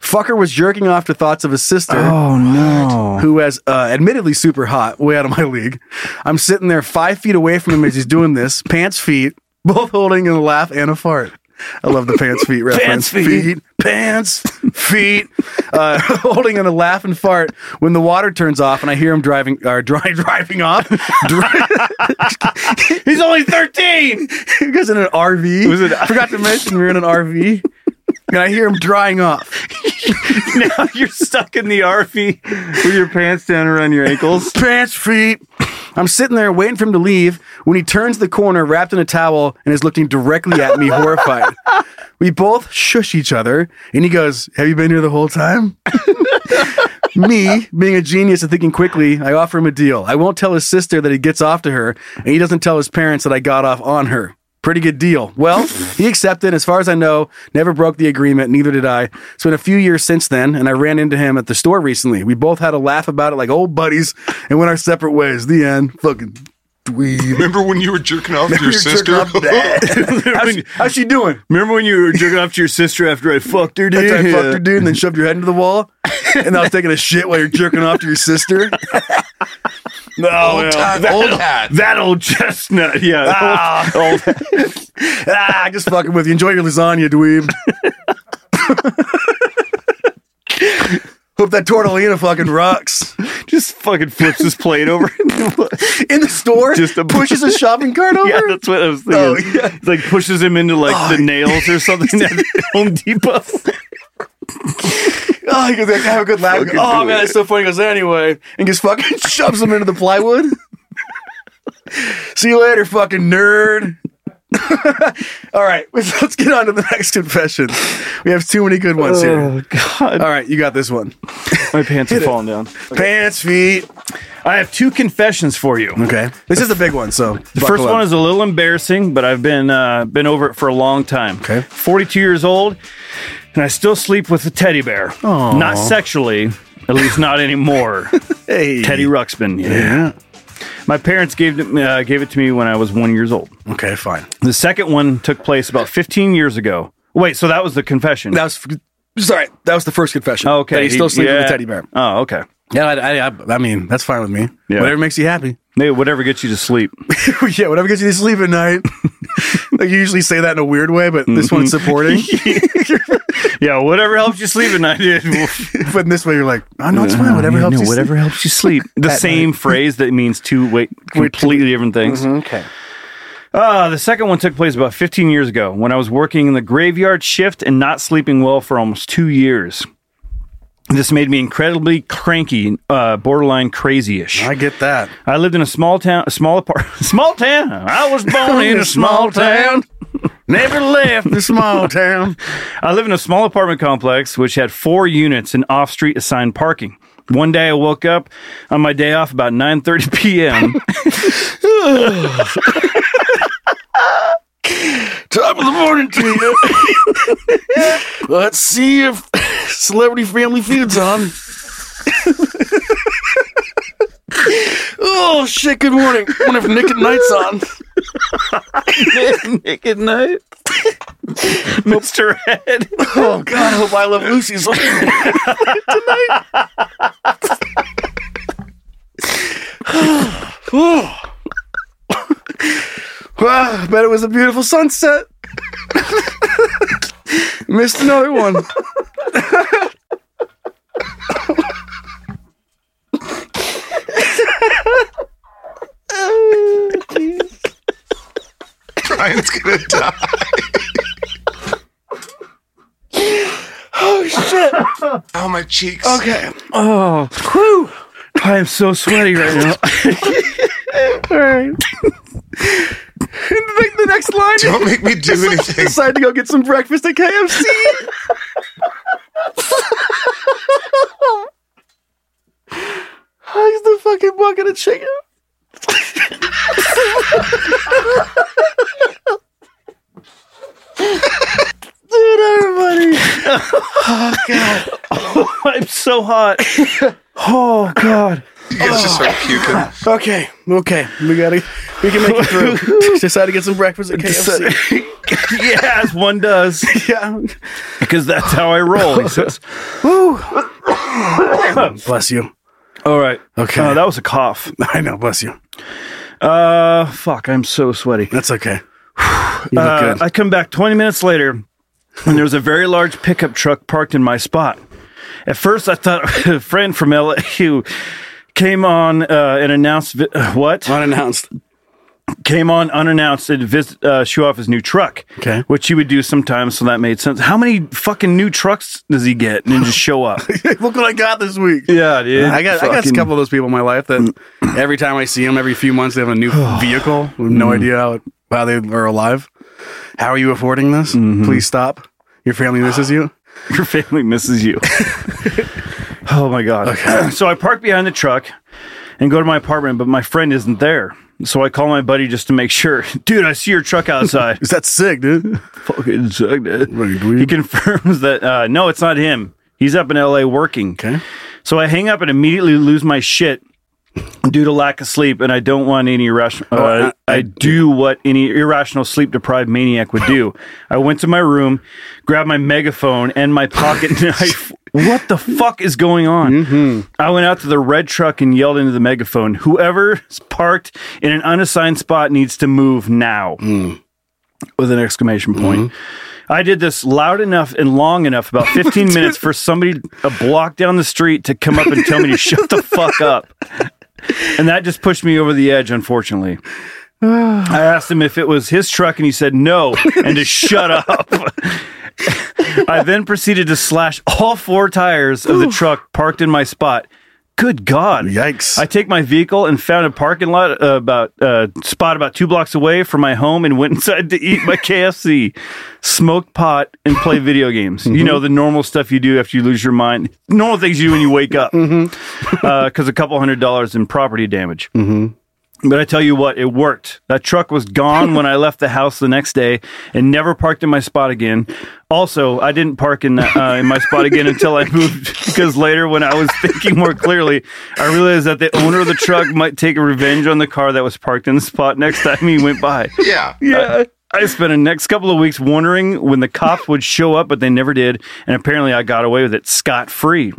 [SPEAKER 3] Fucker was jerking off to thoughts of his sister. Oh, no. Who was uh, admittedly super hot, way out of my league. I'm sitting there five feet away from him as he's doing this, pants feet, both holding a laugh and a fart. I love the pants feet reference.
[SPEAKER 2] Pants feet.
[SPEAKER 3] pants, feet, uh, holding in a laugh and fart when the water turns off, and I hear him driving or dry, driving off. Dri-
[SPEAKER 2] He's only 13!
[SPEAKER 3] you guys in an RV.
[SPEAKER 2] Was it-
[SPEAKER 3] I forgot to mention we were in an RV. And I hear him drying off.
[SPEAKER 2] now you're stuck in the RV with your pants down around your ankles.
[SPEAKER 3] Pants feet. I'm sitting there waiting for him to leave when he turns the corner wrapped in a towel and is looking directly at me, horrified. We both shush each other and he goes, Have you been here the whole time? me, being a genius and thinking quickly, I offer him a deal. I won't tell his sister that he gets off to her, and he doesn't tell his parents that I got off on her. Pretty good deal. Well, he accepted. As far as I know, never broke the agreement. Neither did I. It's been a few years since then, and I ran into him at the store recently. We both had a laugh about it like old buddies and went our separate ways. The end. Fucking dweeb.
[SPEAKER 4] Remember when you were jerking off to your sister?
[SPEAKER 3] how's, how's she doing?
[SPEAKER 2] Remember when you were jerking off to your sister after I fucked her, dude?
[SPEAKER 3] After I fucked her, dude, and then shoved your head into the wall, and I was taking a shit while you're jerking off to your sister.
[SPEAKER 2] No,
[SPEAKER 3] Old
[SPEAKER 2] yeah.
[SPEAKER 3] time,
[SPEAKER 2] that,
[SPEAKER 3] old hat.
[SPEAKER 2] That old chestnut. Yeah.
[SPEAKER 3] Ah.
[SPEAKER 2] Old, old-
[SPEAKER 3] ah, just fucking with you. Enjoy your lasagna, dweeb. Hope that tortellina fucking rocks.
[SPEAKER 2] Just fucking flips his plate over
[SPEAKER 3] in the store.
[SPEAKER 2] Just a-
[SPEAKER 3] pushes a shopping cart over.
[SPEAKER 2] yeah, that's what I was thinking.
[SPEAKER 3] Oh, yeah.
[SPEAKER 2] It's Like pushes him into like the nails or something at Home Depot.
[SPEAKER 3] Oh, he goes, I have a good laugh.
[SPEAKER 2] Fucking
[SPEAKER 3] oh
[SPEAKER 2] do
[SPEAKER 3] man,
[SPEAKER 2] it.
[SPEAKER 3] it's so funny. He goes, anyway, and just fucking shoves him into the plywood. See you later, fucking nerd. All right, let's let's get on to the next confession. We have too many good ones here.
[SPEAKER 2] Oh, God.
[SPEAKER 3] All right, you got this one.
[SPEAKER 2] My pants are
[SPEAKER 3] Hit it.
[SPEAKER 2] falling down.
[SPEAKER 3] Pants, feet.
[SPEAKER 2] I have two confessions for you.
[SPEAKER 3] Okay, this is the big one. So
[SPEAKER 2] The first one is a little embarrassing, but I've been uh, been over it for a long time.
[SPEAKER 3] Okay.
[SPEAKER 2] 42 years old, and I still sleep with a teddy bear.
[SPEAKER 3] Aw.
[SPEAKER 2] Not sexually, at least not anymore.
[SPEAKER 3] hey,
[SPEAKER 2] Teddy Ruxpin.
[SPEAKER 3] Yeah.
[SPEAKER 2] My parents gave it, uh, gave it to me when I was one years old.
[SPEAKER 3] Okay, fine.
[SPEAKER 2] The second one took place about 15 years ago. Wait, so that was the confession.
[SPEAKER 3] That was sorry. That was the first confession.
[SPEAKER 2] Oh, okay.
[SPEAKER 3] that he's still sleeping with
[SPEAKER 2] yeah.
[SPEAKER 3] a teddy bear.
[SPEAKER 2] Oh, okay.
[SPEAKER 3] Yeah, I, I, I, I mean that's fine with me.
[SPEAKER 2] Yeah.
[SPEAKER 3] Whatever makes you happy.
[SPEAKER 2] Hey, whatever gets you to sleep.
[SPEAKER 3] yeah, whatever gets you to sleep at night. like you usually say that in a weird way, but this one's
[SPEAKER 2] Mm-hmm.
[SPEAKER 3] supporting.
[SPEAKER 2] yeah, whatever helps you sleep at night.
[SPEAKER 3] but in this way, you're like, oh, no, it's fine. Whatever helps
[SPEAKER 2] Uh-huh. no,
[SPEAKER 3] you.
[SPEAKER 2] whatever helps you sleep. The
[SPEAKER 3] At
[SPEAKER 2] same Mm-hmm, phrase that means two wait, completely different things.
[SPEAKER 3] Okay.
[SPEAKER 2] Uh, the second one took place about 15 years ago when I was working in the graveyard shift and not sleeping well for almost two years. This made me incredibly cranky, uh, borderline crazy-ish.
[SPEAKER 3] I get that.
[SPEAKER 2] I lived in a small town, a small apart, small town. I was born in a small town.
[SPEAKER 3] Never left the small town.
[SPEAKER 2] I live in a small apartment complex which had four units and off-street assigned parking. One day I woke up on my day off about 9:30 p.m.
[SPEAKER 3] Top of the morning to you. Let's see if Celebrity Family Feud's on. oh shit! Good morning. Wonder if Nick at Night's on.
[SPEAKER 2] Nick at night. Mr. Ed.
[SPEAKER 3] Oh god! I hope I love Lucy's on tonight. Wow, I bet it was a beautiful sunset. Missed another one.
[SPEAKER 4] Brian's gonna die.
[SPEAKER 3] Oh shit.
[SPEAKER 4] Oh my cheeks.
[SPEAKER 3] Okay.
[SPEAKER 2] Oh, whew. I am so sweaty right now.
[SPEAKER 3] All right. the, the next line.
[SPEAKER 4] Don't make me do anything.
[SPEAKER 3] Decide to go get some breakfast at KFC. Hugs the fucking bucket of chicken. Dude, everybody. Oh,
[SPEAKER 2] I'm so hot. Oh God.
[SPEAKER 4] You guys
[SPEAKER 2] Oh.
[SPEAKER 4] just start puking.
[SPEAKER 3] Okay, okay. We gotta, we can make it through. Decide to get some breakfast at KFC.
[SPEAKER 2] yes, one does
[SPEAKER 3] yeah.
[SPEAKER 2] because that's how I roll. He says.
[SPEAKER 3] Bless you.
[SPEAKER 2] All right.
[SPEAKER 3] Okay.
[SPEAKER 2] Oh, that was a cough.
[SPEAKER 3] I know, bless you.
[SPEAKER 2] Uh, fuck. I'm so sweaty.
[SPEAKER 3] That's okay. You look
[SPEAKER 2] Uh,
[SPEAKER 3] good.
[SPEAKER 2] I come back 20 minutes later, and there's a very large pickup truck parked in my spot. At first, I thought a friend from LA who came on uh, and announced vi- uh, what
[SPEAKER 3] Unannounced.
[SPEAKER 2] came on unannounced to visit, uh, show off his new truck.
[SPEAKER 3] Okay.
[SPEAKER 2] which he would do sometimes, so that made sense. How many fucking new trucks does he get and then just show up?
[SPEAKER 3] Look what I got this week.
[SPEAKER 2] yeah, dude.
[SPEAKER 3] I got I got a
[SPEAKER 2] Fucking-
[SPEAKER 3] couple of those people in my life that every time I see them, every few months they have a new vehicle. We have
[SPEAKER 2] Mm-hmm.
[SPEAKER 3] no idea how, how they are alive. How are you affording this?
[SPEAKER 2] Mm-hmm.
[SPEAKER 3] Please stop. Your family misses you.
[SPEAKER 2] Your family misses you. oh my god. so I park behind the truck and go to my apartment, but my friend isn't there. So I call my buddy just to make sure. Dude, I see your truck outside.
[SPEAKER 3] Is that sick, dude?
[SPEAKER 2] Fucking suck, dude.
[SPEAKER 3] What, you believe
[SPEAKER 2] He
[SPEAKER 3] it?
[SPEAKER 2] confirms that uh, no, it's not him. He's up in LA working.
[SPEAKER 3] Okay.
[SPEAKER 2] So I hang up and immediately lose my shit due to lack of sleep, and I don't want any irrational. Uh, I, do what any irrational sleep deprived maniac would do. I went to my room, grabbed my megaphone and my pocket knife. What the fuck is going on? I went out to the red truck and yelled into the megaphone. Whoever's parked in an unassigned spot needs to move now. With an exclamation point. I did this loud enough and long enough, about 15 minutes, for somebody a block down the street to come up and tell me to shut the fuck up and that just pushed me over the edge, unfortunately. I asked him if it was his truck, and he said no, and to shut up. I then proceeded to slash all four tires of the truck parked in my spot. Good God! Yikes! I take my vehicle and found a parking lot uh, about uh, spot about two blocks away from my home, and went inside to eat my KFC, smoke pot, and play video games. You know the normal stuff you do after you lose your mind. Normal things you do when you wake up, because a couple hundred dollars in property damage. Mm-hmm. But I tell you what, it worked. That truck was gone when I left the house the next day and never parked in my spot again. Also, I didn't park in, uh, in my spot again until I moved because later, when I was thinking more clearly, I realized that the owner of the truck might take revenge on the car that was parked in the spot next time he went by.
[SPEAKER 4] Yeah.
[SPEAKER 2] Yeah. I spent the next couple of weeks wondering when the cops would show up, but they never did. And apparently, I got away with it scot free.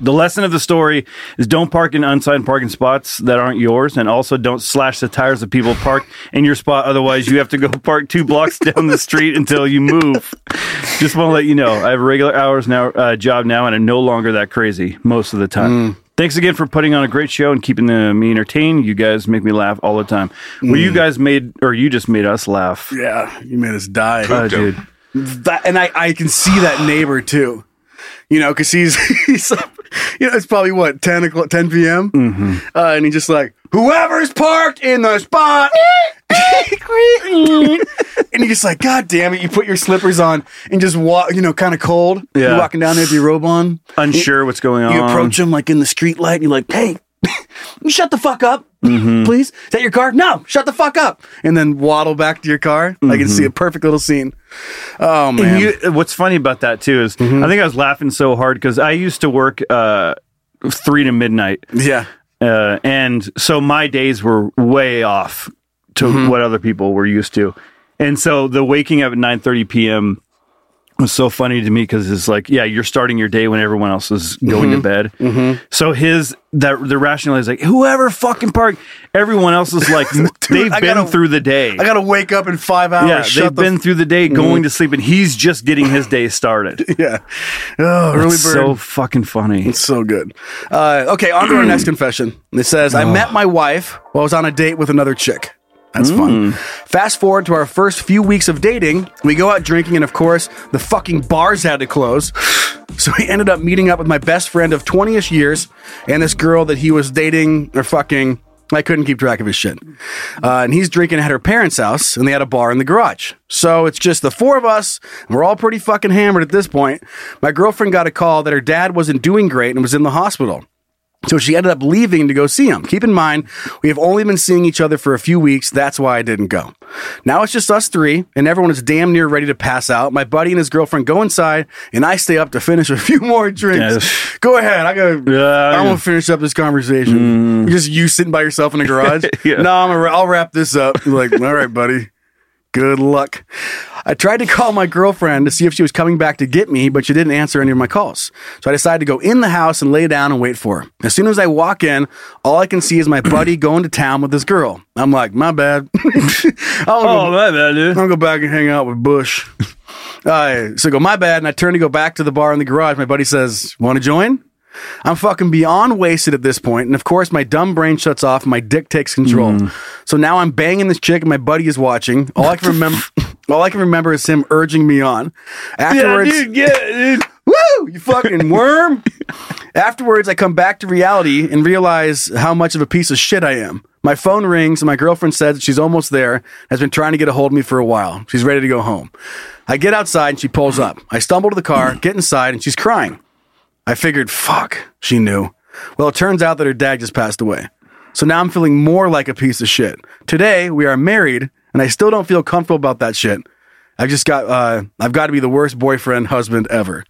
[SPEAKER 2] The lesson of the story is don't park in unsigned parking spots that aren't yours, and also don't slash the tires of people parked in your spot. Otherwise, you have to go park two blocks down the street until you move. Just want to let you know, I have a regular hours now uh, job now, and I'm no longer that crazy most of the time. Thanks again for putting on a great show and keeping uh, me entertained. You guys make me laugh all the time. Well, you guys made, or you just made us laugh.
[SPEAKER 3] Yeah, you made us die. Uh,
[SPEAKER 2] Oh, dude.
[SPEAKER 3] That, and I, I can see that neighbor too. You know, because he's, he's up, you know, it's probably what, 10 o'clock, 10 p.m.?
[SPEAKER 2] Mm-hmm.
[SPEAKER 3] Uh, and he's just like, whoever's parked in the spot. and you're just like, God damn it. You put your slippers on and just walk, you know, kind of cold.
[SPEAKER 2] Yeah.
[SPEAKER 3] You're walking down there with your robe on.
[SPEAKER 2] Unsure what's going on.
[SPEAKER 3] You approach him like in the street light and you're like, hey, you shut the fuck up,
[SPEAKER 2] Mm-hmm.
[SPEAKER 3] please. Is that your car? No, shut the fuck up. And then waddle back to your car. I can see a perfect little scene. Oh, man.
[SPEAKER 2] Mm-hmm. And you, what's funny about that too is
[SPEAKER 3] Mm-hmm.
[SPEAKER 2] I think I was laughing so hard because I used to work uh, three to midnight.
[SPEAKER 3] Yeah.
[SPEAKER 2] Uh, and so my days were way off to
[SPEAKER 3] Mm-hmm.
[SPEAKER 2] what other people were used to, and so the waking up at nine thirty p.m. was so funny to me because it's like, yeah, you're starting your day when everyone else is going to
[SPEAKER 3] Mhm.
[SPEAKER 2] bed. So his that the rationale is like, whoever fucking parked, everyone else is like, they've
[SPEAKER 3] I
[SPEAKER 2] been
[SPEAKER 3] gotta-
[SPEAKER 2] through the day.
[SPEAKER 3] I got to wake up in five hours.
[SPEAKER 2] yeah,
[SPEAKER 3] Shut
[SPEAKER 2] they've
[SPEAKER 3] the
[SPEAKER 2] been
[SPEAKER 3] f- Mm.
[SPEAKER 2] through the day going to sleep, and he's just getting his day started.
[SPEAKER 3] yeah. Oh, early bird.
[SPEAKER 2] It's so fucking funny.
[SPEAKER 3] It's so good. Uh, okay, on to our next confession. It says, I
[SPEAKER 2] Oh.
[SPEAKER 3] met my wife while I was on a date with another chick. That's fun.
[SPEAKER 2] Mm.
[SPEAKER 3] Fast forward to our first few weeks of dating. We go out drinking, and of course, the fucking bars had to close. So he ended up meeting up with my best friend of 20 ish years and this girl that he was dating or fucking. I couldn't keep track of his shit. Uh, and he's drinking at her parents' house, and they had a bar in the garage. So it's just the four of us, and we're all pretty fucking hammered at this point. My girlfriend got a call that her dad wasn't doing great and was in the hospital. So she ended up leaving to go see him. Keep in mind, we have only been seeing each other for a few weeks. That's why I didn't go. Now it's just us three, and everyone is damn near ready to pass out. My buddy and his girlfriend go inside, and I stay up to finish a few more drinks.
[SPEAKER 2] Yes.
[SPEAKER 3] Go ahead. I gotta. I want to finish up this conversation. Just you sitting by yourself in the garage.
[SPEAKER 2] Mm. Yeah.
[SPEAKER 3] No, I'm. A, I'll wrap this up. You're like, all right, buddy. Good luck. I tried to call my girlfriend to see if she was coming back to get me, but she didn't answer any of my calls. So I decided to go in the house and lay down and wait for her. As soon as I walk in, all I can see is my buddy going to town with this girl. I'm like, my bad. I don't
[SPEAKER 2] Oh, my bad,
[SPEAKER 3] I'm
[SPEAKER 2] dude.
[SPEAKER 3] gonna go back and hang out with Bush. Uh, so I go, my bad. And I turn to go back to the bar in the garage. My buddy says, Want to join? I'm fucking beyond wasted at this point, And of course, my dumb brain shuts off. and My dick takes control. So now I'm banging this chick and my buddy is watching. All I can remember. All I can remember is him urging me on. Afterwards,
[SPEAKER 2] yeah, dude.
[SPEAKER 3] Woo! You fucking worm! Afterwards, I come back to reality and realize how much of a piece of shit I am. My phone rings and my girlfriend says she's almost there, has been trying to get a hold of me for a while. She's ready to go home. I get outside and she pulls up. I stumble to the car, get inside, and she's crying. I figured, fuck, she knew. Well, it turns out that her dad just passed away. So now I'm feeling more like a piece of shit. Today, we are married, and I still don't feel comfortable about that shit. I've just got, uh, I've got to be the worst boyfriend, husband ever.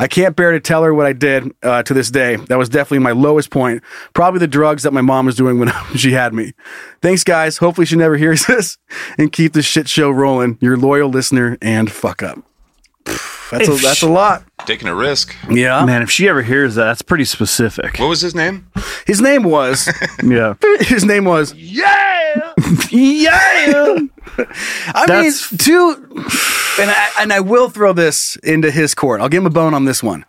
[SPEAKER 3] I can't bear to tell her what I did uh, to this day. That was definitely my lowest point. Probably the drugs that my mom was doing when she had me. Thanks, guys. Hopefully she never hears this and keep this shit show rolling. Your loyal listener and fuck up. That's a,
[SPEAKER 2] If
[SPEAKER 3] that's
[SPEAKER 2] she-
[SPEAKER 3] a lot.
[SPEAKER 4] Taking a risk.
[SPEAKER 3] Yeah.
[SPEAKER 2] Man, if she ever hears that, that's pretty specific.
[SPEAKER 4] What was his name?
[SPEAKER 3] His name was.
[SPEAKER 2] yeah.
[SPEAKER 3] His name was. Yeah. yeah. I
[SPEAKER 2] That's-
[SPEAKER 3] mean, two. And I, and I will throw this into his court. I'll give him a bone on this one.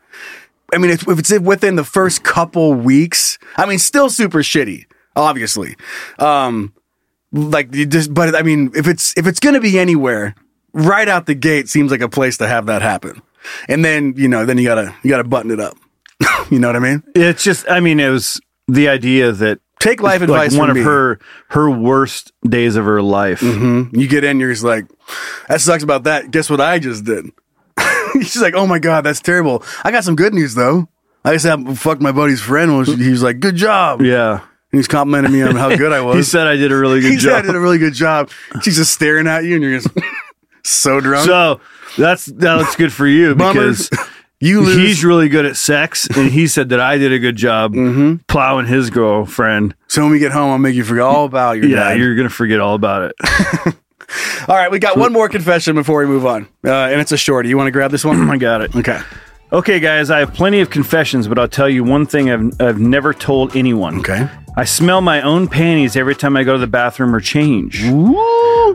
[SPEAKER 3] I mean, if, if it's within the first couple weeks, I mean, still super shitty, obviously. Um, like you just, but I mean, if it's if it's gonna be anywhere, right out the gate seems like a place to have that happen. And then you know, then you gotta you gotta button it up. you know what I mean?
[SPEAKER 2] It's just, I mean, it was the idea that
[SPEAKER 3] take life
[SPEAKER 2] like
[SPEAKER 3] advice from
[SPEAKER 2] One of
[SPEAKER 3] me.
[SPEAKER 2] her her worst days of her life.
[SPEAKER 3] hmm You get in, you're just like, that sucks about that. Guess what I just did? She's like, oh my God, that's terrible. I got some good news though. I just have fucked my buddy's friend. When she- he was like, good job.
[SPEAKER 2] Yeah.
[SPEAKER 3] And he's complimenting me on how good I was.
[SPEAKER 2] he said I did a really good
[SPEAKER 3] He said,
[SPEAKER 2] job.
[SPEAKER 3] I did a really good job. She's just staring at you and you're just so drunk.
[SPEAKER 2] So that's that's good for you
[SPEAKER 3] Bummers.
[SPEAKER 2] because
[SPEAKER 3] You lose.
[SPEAKER 2] he's really good at sex, and he said that I did a good job
[SPEAKER 3] Mm-hmm.
[SPEAKER 2] plowing his girlfriend.
[SPEAKER 3] So when we get home, I'll make you forget all about your
[SPEAKER 2] yeah,
[SPEAKER 3] dad.
[SPEAKER 2] you're gonna forget all about it.
[SPEAKER 3] All right, we got one more confession before we move on. Uh, and it's a shorty. You want to grab this one?
[SPEAKER 2] I got it.
[SPEAKER 3] Okay.
[SPEAKER 2] Okay, guys, I have plenty of confessions, but I'll tell you one thing I've I've never told anyone.
[SPEAKER 3] Okay.
[SPEAKER 2] I smell my own panties every time I go to the bathroom or change.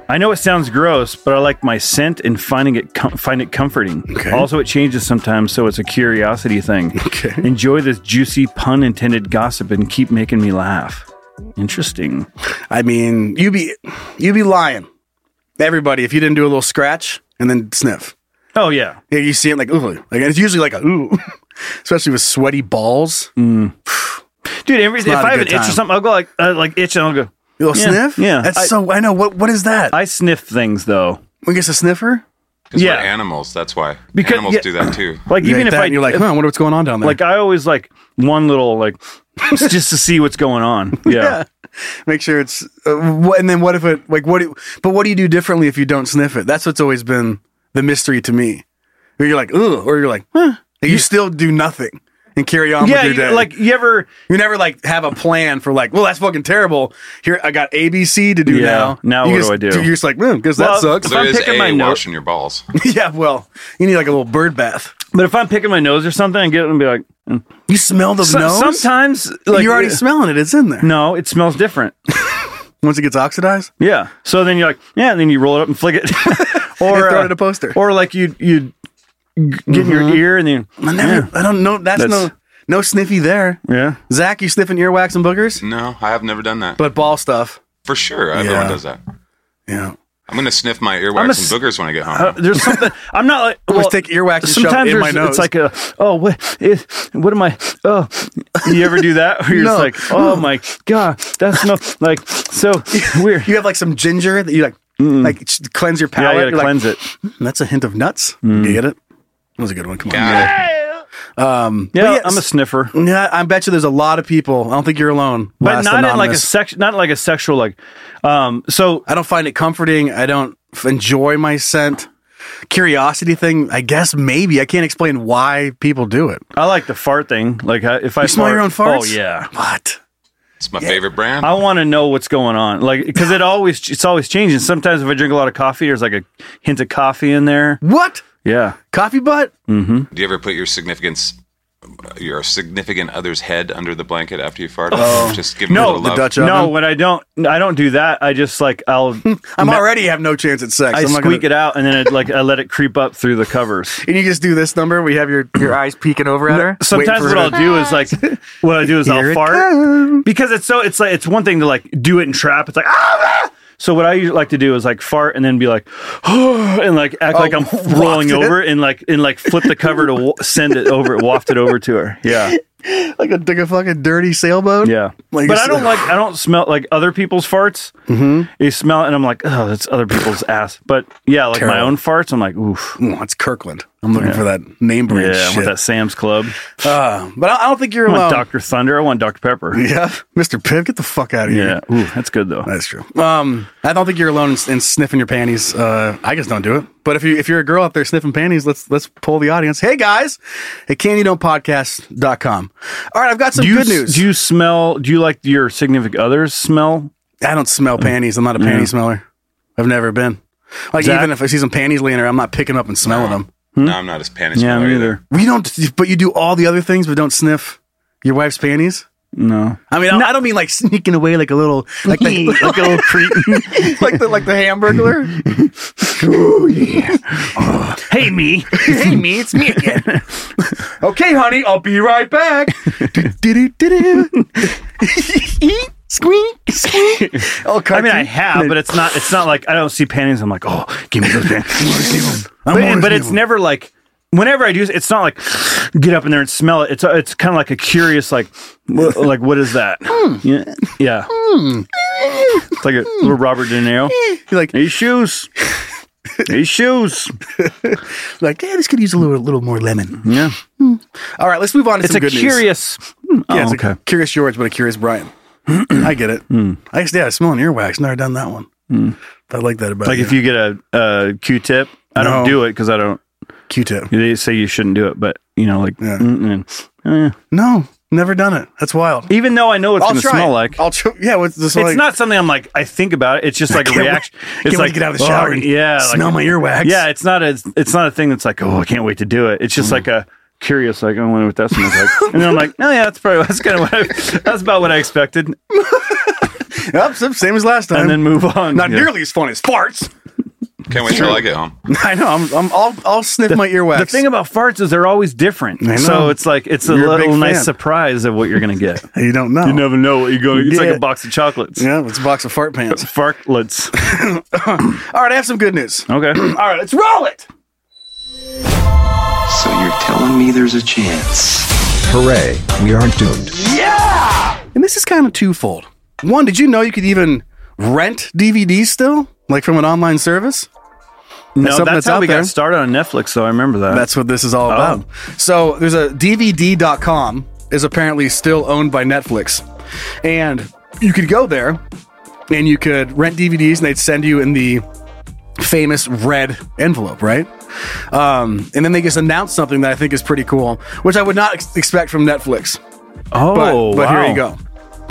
[SPEAKER 2] I know it sounds gross, but I like my scent and finding it com- find it comforting.
[SPEAKER 3] Okay.
[SPEAKER 2] Also, it changes sometimes, so it's a curiosity thing.
[SPEAKER 3] Okay.
[SPEAKER 2] Enjoy this juicy pun intended gossip and keep making me laugh. Interesting.
[SPEAKER 3] I mean, you be you be lying. Everybody, if you didn't do a little scratch and then sniff,
[SPEAKER 2] Oh yeah.
[SPEAKER 3] yeah, you see it like ooh, like and it's usually like a ooh, especially with sweaty balls.
[SPEAKER 2] Dude, every, if
[SPEAKER 3] not a
[SPEAKER 2] I have
[SPEAKER 3] good
[SPEAKER 2] an itch or
[SPEAKER 3] time.
[SPEAKER 2] something, I'll go like uh, like itch and I'll go.
[SPEAKER 3] You'll
[SPEAKER 2] Yeah,
[SPEAKER 3] sniff.
[SPEAKER 2] yeah.
[SPEAKER 3] that's
[SPEAKER 2] I-
[SPEAKER 3] so. I know what what is that?
[SPEAKER 2] I sniff things though.
[SPEAKER 3] we get a sniffer.
[SPEAKER 4] Because
[SPEAKER 2] Yeah.
[SPEAKER 4] we're animals. That's why.
[SPEAKER 2] Because-
[SPEAKER 4] animals
[SPEAKER 2] yeah.
[SPEAKER 4] do that too.
[SPEAKER 2] Like
[SPEAKER 3] You
[SPEAKER 2] even
[SPEAKER 3] like
[SPEAKER 2] if
[SPEAKER 3] that,
[SPEAKER 2] I
[SPEAKER 3] and you're like,
[SPEAKER 2] if-
[SPEAKER 3] huh, I wonder what's going on down there.
[SPEAKER 2] like I always like one little like just to see what's going on. Yeah.
[SPEAKER 3] make sure it's. Uh, what, and then what if it like what? Do, but what do you do differently if you don't sniff it? That's what's always been the mystery to me. Or you're like ooh, or you're like huh. And you still do nothing and carry on with
[SPEAKER 2] Yeah,
[SPEAKER 3] your
[SPEAKER 2] you-
[SPEAKER 3] day.
[SPEAKER 2] like you ever
[SPEAKER 3] You never like have a plan for like, well, that's fucking terrible. Here, I got ABC to do
[SPEAKER 2] Yeah,
[SPEAKER 3] now.
[SPEAKER 2] now
[SPEAKER 3] You
[SPEAKER 2] what
[SPEAKER 3] just,
[SPEAKER 2] do I do?
[SPEAKER 3] You're just like, because
[SPEAKER 2] Well,
[SPEAKER 3] that sucks.
[SPEAKER 2] if
[SPEAKER 4] There
[SPEAKER 2] I'm
[SPEAKER 4] is
[SPEAKER 2] picking
[SPEAKER 4] a
[SPEAKER 2] my note-
[SPEAKER 4] washing your balls.
[SPEAKER 3] yeah, well, you need like a little bird bath.
[SPEAKER 2] but if I'm picking my nose or something, I get it and be like mm.
[SPEAKER 3] You smell the
[SPEAKER 2] So-
[SPEAKER 3] nose.
[SPEAKER 2] sometimes like
[SPEAKER 3] you're already
[SPEAKER 2] yeah.
[SPEAKER 3] smelling it. It's in there.
[SPEAKER 2] No, it smells different.
[SPEAKER 3] Once it gets oxidized,
[SPEAKER 2] Yeah. So then you're like, yeah, and then you roll it up and flick it. or
[SPEAKER 3] And throw it
[SPEAKER 2] uh,
[SPEAKER 3] at a poster. Mm-hmm.
[SPEAKER 2] Or like you you get in your ear and then
[SPEAKER 3] I never. I don't know. That's,
[SPEAKER 2] That's-
[SPEAKER 3] no no sniffy there.
[SPEAKER 2] yeah.
[SPEAKER 3] Zach, you sniffing earwax and boogers,
[SPEAKER 4] No, I have never done that.
[SPEAKER 3] but ball stuff.
[SPEAKER 4] For sure. Everyone
[SPEAKER 3] Yeah.
[SPEAKER 4] does that.
[SPEAKER 3] Yeah.
[SPEAKER 4] I'm going to sniff my
[SPEAKER 2] I'm
[SPEAKER 4] earwax
[SPEAKER 2] a
[SPEAKER 4] and
[SPEAKER 2] s-
[SPEAKER 4] boogers when I get home.
[SPEAKER 2] Uh, there's something I'm not like
[SPEAKER 3] always take earwax and shove
[SPEAKER 2] sometimes
[SPEAKER 3] it in my nose.
[SPEAKER 2] there's- It's like a oh what it, what am I oh you ever do that where you're
[SPEAKER 3] No.
[SPEAKER 2] just like oh my god that's no like so weird
[SPEAKER 3] You have like some ginger that you like like ch- cleanse your
[SPEAKER 2] yeah
[SPEAKER 3] palate.
[SPEAKER 2] you gotta
[SPEAKER 3] You're like,
[SPEAKER 2] cleanse it Mm.
[SPEAKER 3] "Hmm, that's a hint of nuts. You get it? That was a good one. Come on.
[SPEAKER 4] Got it.
[SPEAKER 3] Um, but
[SPEAKER 2] yeah
[SPEAKER 3] yeah,
[SPEAKER 2] I'm a sniffer
[SPEAKER 3] Yeah, I bet you there's a lot of people. I don't think you're alone.
[SPEAKER 2] but
[SPEAKER 3] Last
[SPEAKER 2] not in like a
[SPEAKER 3] Anonymous.
[SPEAKER 2] sex not like a sexual like um so
[SPEAKER 3] I don't find it comforting. I don't f- enjoy my scent. Curiosity thing, I guess maybe. I can't explain why people do it.
[SPEAKER 2] I like the fart thing like I, if I
[SPEAKER 3] You smell your own farts?
[SPEAKER 2] fart- oh yeah
[SPEAKER 3] What?
[SPEAKER 4] It's my favorite brand.
[SPEAKER 2] I want to know what's going on, like because it always it's always changing. Sometimes if I drink a lot of coffee, there's like a hint of coffee in there.
[SPEAKER 3] What?
[SPEAKER 2] Yeah, Mm-hmm.
[SPEAKER 3] Coffee butt?
[SPEAKER 4] Do you ever put your significance, your significant other's head under the blanket after you fart? Just give them
[SPEAKER 2] No,
[SPEAKER 4] a little
[SPEAKER 3] Oh. the
[SPEAKER 4] love.
[SPEAKER 3] Dutch oven.
[SPEAKER 2] no. When I don't, I don't do that. I just like I'll
[SPEAKER 3] I'm already have no chance at sex.
[SPEAKER 2] I
[SPEAKER 3] I'm not
[SPEAKER 2] squeak
[SPEAKER 3] gonna-
[SPEAKER 2] it out and then it, like I let it creep up through the covers.
[SPEAKER 3] And you just do this number. We have your, your eyes peeking over at her.
[SPEAKER 2] Sometimes what
[SPEAKER 3] waiting
[SPEAKER 2] I'll
[SPEAKER 3] for her
[SPEAKER 2] do is like what I do is
[SPEAKER 3] Here
[SPEAKER 2] I'll
[SPEAKER 3] it
[SPEAKER 2] fart because it's so it's like it's one thing to like do it and trap. It's like ah. ah! So what I usually like to do is like fart and then be like, and like act like I'm rolling
[SPEAKER 3] waft it.
[SPEAKER 2] over and like and like flip the cover to wa- send it over, waft it over to her. Yeah,
[SPEAKER 3] to- like, a, like a fucking dirty sailboat.
[SPEAKER 2] yeah.
[SPEAKER 3] Like
[SPEAKER 2] but
[SPEAKER 3] a-
[SPEAKER 2] I don't like I don't smell like other people's farts. Mm-hmm. You smell it and I'm like, oh, that's other people's ass. But yeah, like my
[SPEAKER 3] Terrible.
[SPEAKER 2] own farts, I'm like, oof.
[SPEAKER 3] Mm, it's Kirkland. I'm looking for that name brand
[SPEAKER 2] Yeah, I
[SPEAKER 3] shit.
[SPEAKER 2] want that Sam's Club.
[SPEAKER 3] Uh, but I, I don't think you're
[SPEAKER 2] I want
[SPEAKER 3] alone.
[SPEAKER 2] Dr. Thunder. I want Dr. Pepper.
[SPEAKER 3] Yeah, Mr. Piv, get the fuck out of
[SPEAKER 2] Yeah.
[SPEAKER 3] here.
[SPEAKER 2] Ooh, that's good though.
[SPEAKER 3] That's true. Um, I don't think you're alone in, in sniffing your panties. Uh, I just don't do it. But if you if you're a girl out there sniffing panties, let's let's pull the audience. Hey guys, at candydon'tpodcast.com. All right, I've got some
[SPEAKER 2] do you,
[SPEAKER 3] good
[SPEAKER 2] s-
[SPEAKER 3] news.
[SPEAKER 2] Do you smell? Do you like your significant other's smell?
[SPEAKER 3] I don't smell panties. I'm not a
[SPEAKER 2] Yeah.
[SPEAKER 3] panty smeller. I've never been. Like
[SPEAKER 2] Zach?
[SPEAKER 3] even if I see some panties laying around, I'm not picking up and smelling them.
[SPEAKER 4] No, I'm not as panicked.
[SPEAKER 2] Yeah,
[SPEAKER 4] smeller
[SPEAKER 2] me
[SPEAKER 4] either.
[SPEAKER 2] either.
[SPEAKER 3] We don't. But you do all the other things, but don't sniff your wife's panties.
[SPEAKER 2] No.
[SPEAKER 3] I mean, I don't mean like sneaking away like a little like the,
[SPEAKER 2] like a little cretin.
[SPEAKER 3] like the like the hamburger. oh yeah. Uh.
[SPEAKER 2] hey me.
[SPEAKER 3] hey me, it's me again. okay, honey, I'll be right back. Do-do-do-do. squeak, squeak. Oh,
[SPEAKER 2] I mean, I have, but it's not. It's not like I don't see panties. I'm like, oh, give me those panties. but, but it's never like. Whenever I do, it's not like get up in there and smell it. It's it's kind of like a curious like wh- like what is that? Yeah, yeah. It's like a little Robert De Niro.
[SPEAKER 3] You're like
[SPEAKER 2] these shoes, these shoes.
[SPEAKER 3] like, yeah, this could use a little, little more lemon.
[SPEAKER 2] Yeah,
[SPEAKER 3] All right, let's move on to
[SPEAKER 2] it's
[SPEAKER 3] some
[SPEAKER 2] a
[SPEAKER 3] good news.
[SPEAKER 2] curious. Oh,
[SPEAKER 3] Yeah, it's
[SPEAKER 2] okay. Hmm.
[SPEAKER 3] a curious George, but a curious Brian. I get it. I guess, yeah, smelling earwax. Never done that one. I like that about
[SPEAKER 2] like if you get a, a Q-tip, I
[SPEAKER 3] No.
[SPEAKER 2] don't do it because I don't.
[SPEAKER 3] Q-tip.
[SPEAKER 2] They say you shouldn't do it, but you know, like,
[SPEAKER 3] Yeah.
[SPEAKER 2] mm-mm. Oh, yeah.
[SPEAKER 3] No, never done it. That's wild.
[SPEAKER 2] even though I know it's
[SPEAKER 3] I'll
[SPEAKER 2] going to
[SPEAKER 3] try.
[SPEAKER 2] smell
[SPEAKER 3] it.
[SPEAKER 2] like.
[SPEAKER 3] I'll try. Yeah, what's this
[SPEAKER 2] it's not something I'm like I think about it. It's just like a
[SPEAKER 3] can't wait-
[SPEAKER 2] reaction.
[SPEAKER 3] can't
[SPEAKER 2] It's
[SPEAKER 3] wait
[SPEAKER 2] like
[SPEAKER 3] to get out of the
[SPEAKER 2] oh,
[SPEAKER 3] shower and
[SPEAKER 2] yeah, like-
[SPEAKER 3] smell my earwax.
[SPEAKER 2] Yeah, it's not a it's not a thing that's like oh I can't wait to do it. It's
[SPEAKER 3] Mm.
[SPEAKER 2] just like a curious like I wonder what that smells like. and then I'm like oh yeah that's probably that's kind of what I, that's about what I expected.
[SPEAKER 3] Yep, same- same as last time.
[SPEAKER 2] And then move on.
[SPEAKER 3] not
[SPEAKER 2] Yeah.
[SPEAKER 3] nearly as fun as farts.
[SPEAKER 4] Can't wait till I get home.
[SPEAKER 3] I know. I'm, I'm, I'll, I'll sniff my earwax.
[SPEAKER 2] The thing about farts is they're always different.
[SPEAKER 3] I know.
[SPEAKER 2] So it's like it's a
[SPEAKER 3] You're a big
[SPEAKER 2] little nice
[SPEAKER 3] fan.
[SPEAKER 2] surprise of what you're gonna get.
[SPEAKER 3] you don't know.
[SPEAKER 2] You never know what you're going. to It's like
[SPEAKER 3] Yeah.
[SPEAKER 2] a box of chocolates.
[SPEAKER 3] Yeah, it's a box of fart pants.
[SPEAKER 2] Fartlets.
[SPEAKER 3] All right, I have some good news.
[SPEAKER 2] Okay.
[SPEAKER 3] All right, let's roll it.
[SPEAKER 10] So you're telling me there's a chance?
[SPEAKER 11] Hooray, we aren't doomed.
[SPEAKER 3] And this is kind of twofold. One, did you know you could even rent DVDs still, like from an online service?
[SPEAKER 2] No,
[SPEAKER 3] something
[SPEAKER 2] that's,
[SPEAKER 3] that's
[SPEAKER 2] how
[SPEAKER 3] out
[SPEAKER 2] we
[SPEAKER 3] there.
[SPEAKER 2] got started on Netflix. So I remember that.
[SPEAKER 3] That's what this is all
[SPEAKER 2] Oh.
[SPEAKER 3] about. So there's a DVD.com is apparently still owned by Netflix, and you could go there and you could rent DVDs, and they'd send you in the famous red envelope, right? Um, and then they just announced something that I think is pretty cool, which I would not ex- expect from Netflix. But,
[SPEAKER 2] oh,
[SPEAKER 3] but here
[SPEAKER 2] wow.
[SPEAKER 3] you go.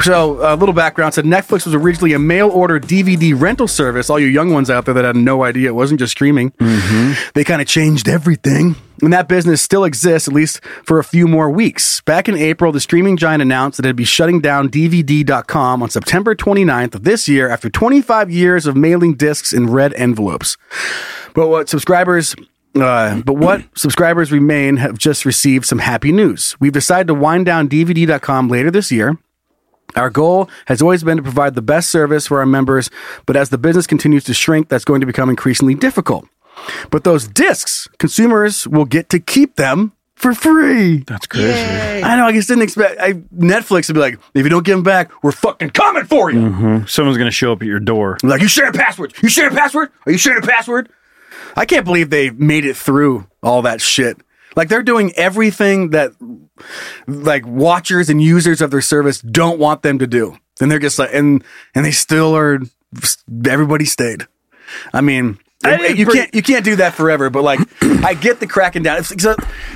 [SPEAKER 3] So, a little background said Netflix was originally a mail order DVD rental service. All you young ones out there that had no idea it wasn't just streaming,
[SPEAKER 2] Mm-hmm.
[SPEAKER 3] they kind of changed everything. And that business still exists, at least for a few more weeks. Back in April, the streaming giant announced that it'd be shutting down DVD.com on September 29th of this year after 25 years of mailing discs in red envelopes. But what subscribers uh, but what subscribers remain have just received some happy news. We've decided to wind down DVD.com later this year. Our goal has always been to provide the best service for our members, but as the business continues to shrink, that's going to become increasingly difficult. But those discs, consumers will get to keep them for free.
[SPEAKER 2] That's crazy.
[SPEAKER 3] I know, I just didn't expect I, Netflix would be like, if you don't give them back, we're fucking coming for you.
[SPEAKER 2] Someone's gonna show up at your door.
[SPEAKER 3] Like, you sharing passwords. You sharing password? Are you sharing a password? I can't believe they made it through all that shit. Like they're doing everything that like watchers and users of their service don't want them to do. And they're just like and and they still are everybody stayed. I mean
[SPEAKER 2] I
[SPEAKER 3] it-
[SPEAKER 2] think
[SPEAKER 3] you
[SPEAKER 2] pretty-
[SPEAKER 3] can't you can't do that forever, but like I get the cracking down. It's, it's a-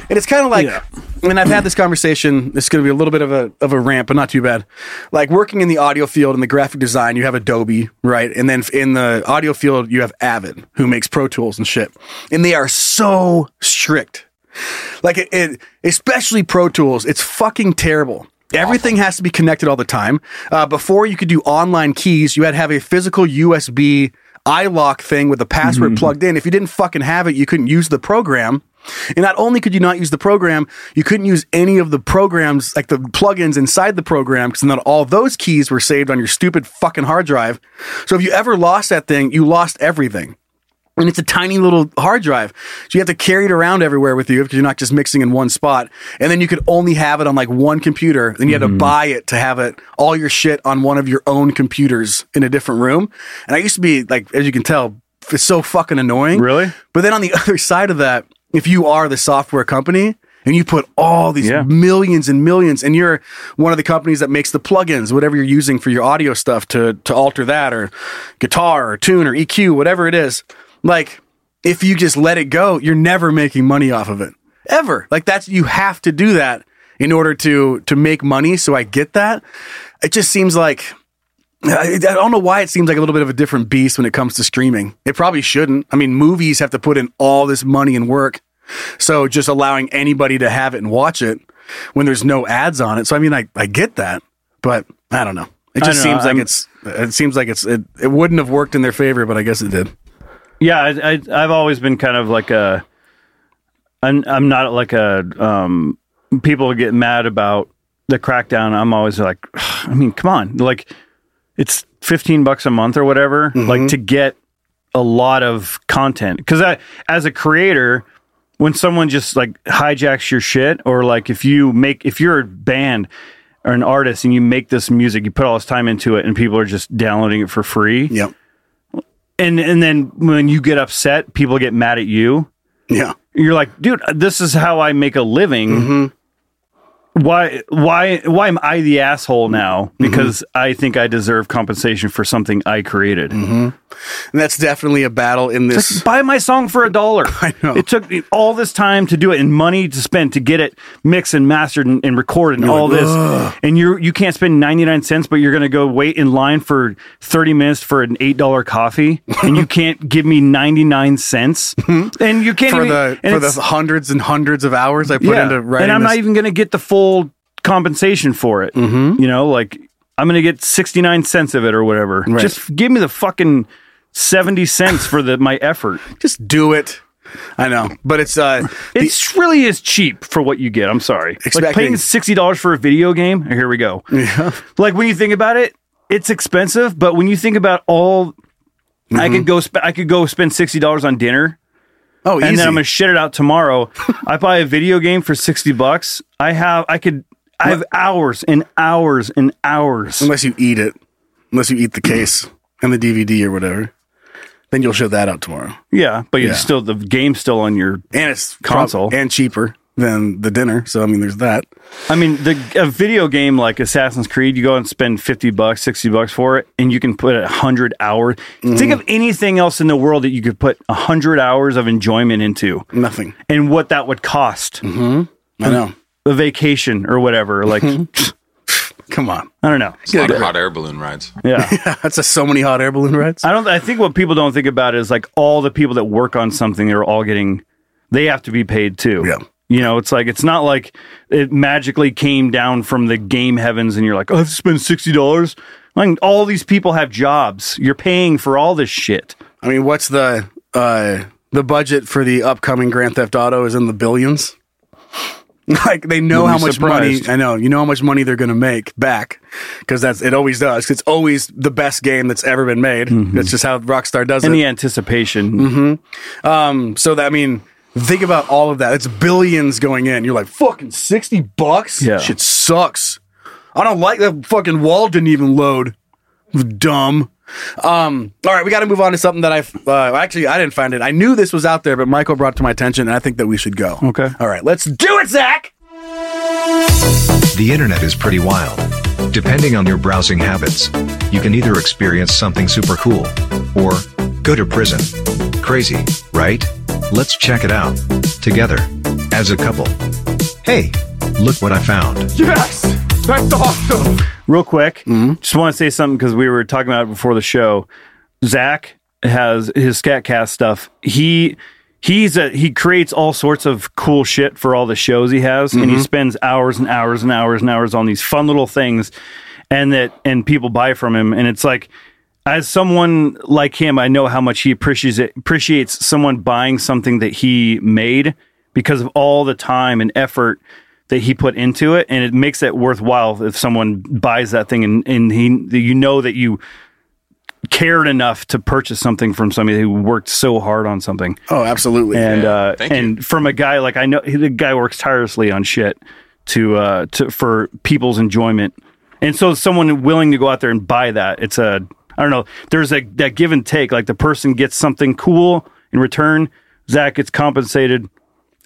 [SPEAKER 3] and it's kind of like
[SPEAKER 2] Yeah.
[SPEAKER 3] and I've had this conversation. It's going to be a little bit of a of a rant, but not too bad. Like working in the audio field and the graphic design, you have Adobe, right? And then in the audio field, you have Avid, who makes Pro Tools and shit. And they are so strict. Like it, it especially Pro Tools, it's fucking terrible. Everything has to be connected all the time. Uh, before you could do online keys, you had to have a physical USB iLock thing with a password plugged in. If you didn't fucking have it, you couldn't use the program. And not only could you not use the program, you couldn't use any of the programs, like the plugins inside the program, because not all those keys were saved on your stupid fucking hard drive. So if you ever lost that thing, you lost everything. And it's a tiny little hard drive. So you have to carry it around everywhere with you because you're not just mixing in one spot. And then you could only have it on like one computer. Then you had to buy it to have it all your shit on one of your own computers in a different room. And I used to be like, as you can tell, it's so fucking annoying.
[SPEAKER 2] Really?
[SPEAKER 3] But then on the other side of that if you are the software company and you put all these
[SPEAKER 2] Yeah.
[SPEAKER 3] millions and millions and you're one of the companies that makes the plugins whatever you're using for your audio stuff to to alter that or guitar or tune or EQ whatever it is like if you just let it go you're never making money off of it ever like that's you have to do that in order to to make money so I get that it just seems like I I don't know why it seems like a little bit of a different beast when it comes to streaming. It probably shouldn't. I mean, movies have to put in all this money and work. So just allowing anybody to have it and watch it when there's no ads on it. So I mean, I, I get that, but I don't know. It
[SPEAKER 2] I
[SPEAKER 3] just
[SPEAKER 2] don't know.
[SPEAKER 3] seems like
[SPEAKER 2] I'm-
[SPEAKER 3] it's it seems like it's it, it wouldn't have worked in their favor, but I guess it did.
[SPEAKER 2] Yeah, I, I, I've always been kind of like a. I'm, I'm not like a. Um, people get mad about the crackdown. I'm always like, I mean, come on, like it's 15 bucks a month or whatever, like to get a lot of content. Because I, as a creator, when someone just like hijacks your shit, or like if you make if you're a band or an artist and you make this music, you put all this time into it, and people are just downloading it for free.
[SPEAKER 3] Yep.
[SPEAKER 2] And and then when you get upset, people get mad at you.
[SPEAKER 3] Yeah.
[SPEAKER 2] You're like, dude, this is how I make a living. Why why why am I the asshole now? Because I think I deserve compensation for something I created.
[SPEAKER 3] And that's definitely a battle in
[SPEAKER 2] It's
[SPEAKER 3] this.
[SPEAKER 2] like, buy my song for a dollar.
[SPEAKER 3] I know.
[SPEAKER 2] It took me all this time to do it and money to spend to get it mixed and mastered and, and recorded and
[SPEAKER 3] You're
[SPEAKER 2] all
[SPEAKER 3] like,
[SPEAKER 2] this.
[SPEAKER 3] "Ugh."
[SPEAKER 2] And you you can't spend 99 cents, but you're going to go wait in line for 30 minutes for an $8 coffee and you can't give me 99 cents. and you can't
[SPEAKER 3] for
[SPEAKER 2] even,
[SPEAKER 3] the
[SPEAKER 2] and
[SPEAKER 3] for the
[SPEAKER 2] it's-
[SPEAKER 3] hundreds and hundreds of hours I put into writing.
[SPEAKER 2] and I'm not
[SPEAKER 3] this-
[SPEAKER 2] even going to get the full compensation for it.
[SPEAKER 3] Mm-hmm.
[SPEAKER 2] You know, like I'm going to get 69 cents of it or whatever.
[SPEAKER 3] Right.
[SPEAKER 2] Just give me the fucking 70 cents for the my effort.
[SPEAKER 3] just do it. I know, but it's uh, the-
[SPEAKER 2] It's really is cheap for what you get. I'm sorry.
[SPEAKER 3] Expecting-
[SPEAKER 2] Like paying sixty dollars for a video game. Here we go.
[SPEAKER 3] Yeah.
[SPEAKER 2] Like when you think about it, it's expensive. But when you think about all, I
[SPEAKER 3] Mm-hmm.
[SPEAKER 2] could go. Sp- I could go spend sixty dollars on dinner,
[SPEAKER 3] oh,
[SPEAKER 2] and
[SPEAKER 3] easy.
[SPEAKER 2] then I'm gonna shit it out tomorrow. I buy a video game for sixty bucks. I have. I could. I have hours and hours and hours.
[SPEAKER 3] Unless you eat it, unless you eat the case and the DVD or whatever, then you'll show that out tomorrow.
[SPEAKER 2] Yeah, but you
[SPEAKER 3] Yeah.
[SPEAKER 2] still the game's still on your
[SPEAKER 3] And it's
[SPEAKER 2] Console.
[SPEAKER 3] prob- and cheaper than the dinner. So I mean, there's that.
[SPEAKER 2] I mean, the a video game like Assassin's Creed, you go and spend fifty bucks, sixty bucks for it, and you can put a hundred hours. Think of anything else in the world that you could put a hundred hours of enjoyment into,
[SPEAKER 3] Nothing.
[SPEAKER 2] and what that would cost
[SPEAKER 3] I know.
[SPEAKER 2] a vacation or whatever. Like, I
[SPEAKER 3] Come on,
[SPEAKER 2] don't know.
[SPEAKER 4] A lot of hot air balloon rides.
[SPEAKER 2] Yeah,
[SPEAKER 3] that's a so many hot air balloon rides.
[SPEAKER 2] I don't. I think what people don't think about is like all the people that work on something, they're all getting, they have to be paid too.
[SPEAKER 3] Yeah.
[SPEAKER 2] You know, it's like it's not like it magically came down from the game heavens, and you're like, oh, I have to spend sixty dollars. Like all these people have jobs. You're paying for all this shit.
[SPEAKER 3] I mean, what's the uh, the budget for the upcoming Grand Theft Auto is in the billions. Like they know
[SPEAKER 2] You'd
[SPEAKER 3] how
[SPEAKER 2] be
[SPEAKER 3] much
[SPEAKER 2] surprised.
[SPEAKER 3] money I know. You know how much money they're going to make back because that's it. Always does. It's always the best game that's ever been made. That's just how Rockstar does it.
[SPEAKER 2] Mm-hmm. And the anticipation.
[SPEAKER 3] Um, so that I mean, think about all of that. It's billions going in. You're like fucking sixty bucks.
[SPEAKER 2] Yeah.
[SPEAKER 3] shit sucks. I don't like that fucking wall didn't even load. Dumb. Um, all right, we got to move on to something that I uh, actually I didn't find it. I knew this was out there, but Michael brought it to my attention, and I think that we should go.
[SPEAKER 2] Okay.
[SPEAKER 3] All right, let's do it, Zach.
[SPEAKER 11] The internet is pretty wild. Depending on your browsing habits, you can either experience something super cool or go to prison. Crazy, right? Let's check it out together as a couple. Hey, look what I found.
[SPEAKER 2] Real quick, just want to say something because we were talking about it before the show. Zach has his Scatcast stuff. He he's a he creates all sorts of cool shit for all the shows he has, and he spends hours and hours and hours and hours on these fun little things, and that and people buy from him, and it's like. As someone like him, I know how much he appreciates it, appreciates someone buying something that he made because of all the time and effort that he put into it, and it makes it worthwhile if someone buys that thing and and he you know that you cared enough to purchase something from somebody who worked so hard on something.
[SPEAKER 3] Oh, absolutely.
[SPEAKER 2] And uh,
[SPEAKER 4] Thank you.
[SPEAKER 2] and from a guy like I know he- the guy works tirelessly on shit to uh to for people's enjoyment, and so someone willing to go out there and buy that it's a I don't know there's a that give and take like the person gets something cool in return. Zach gets compensated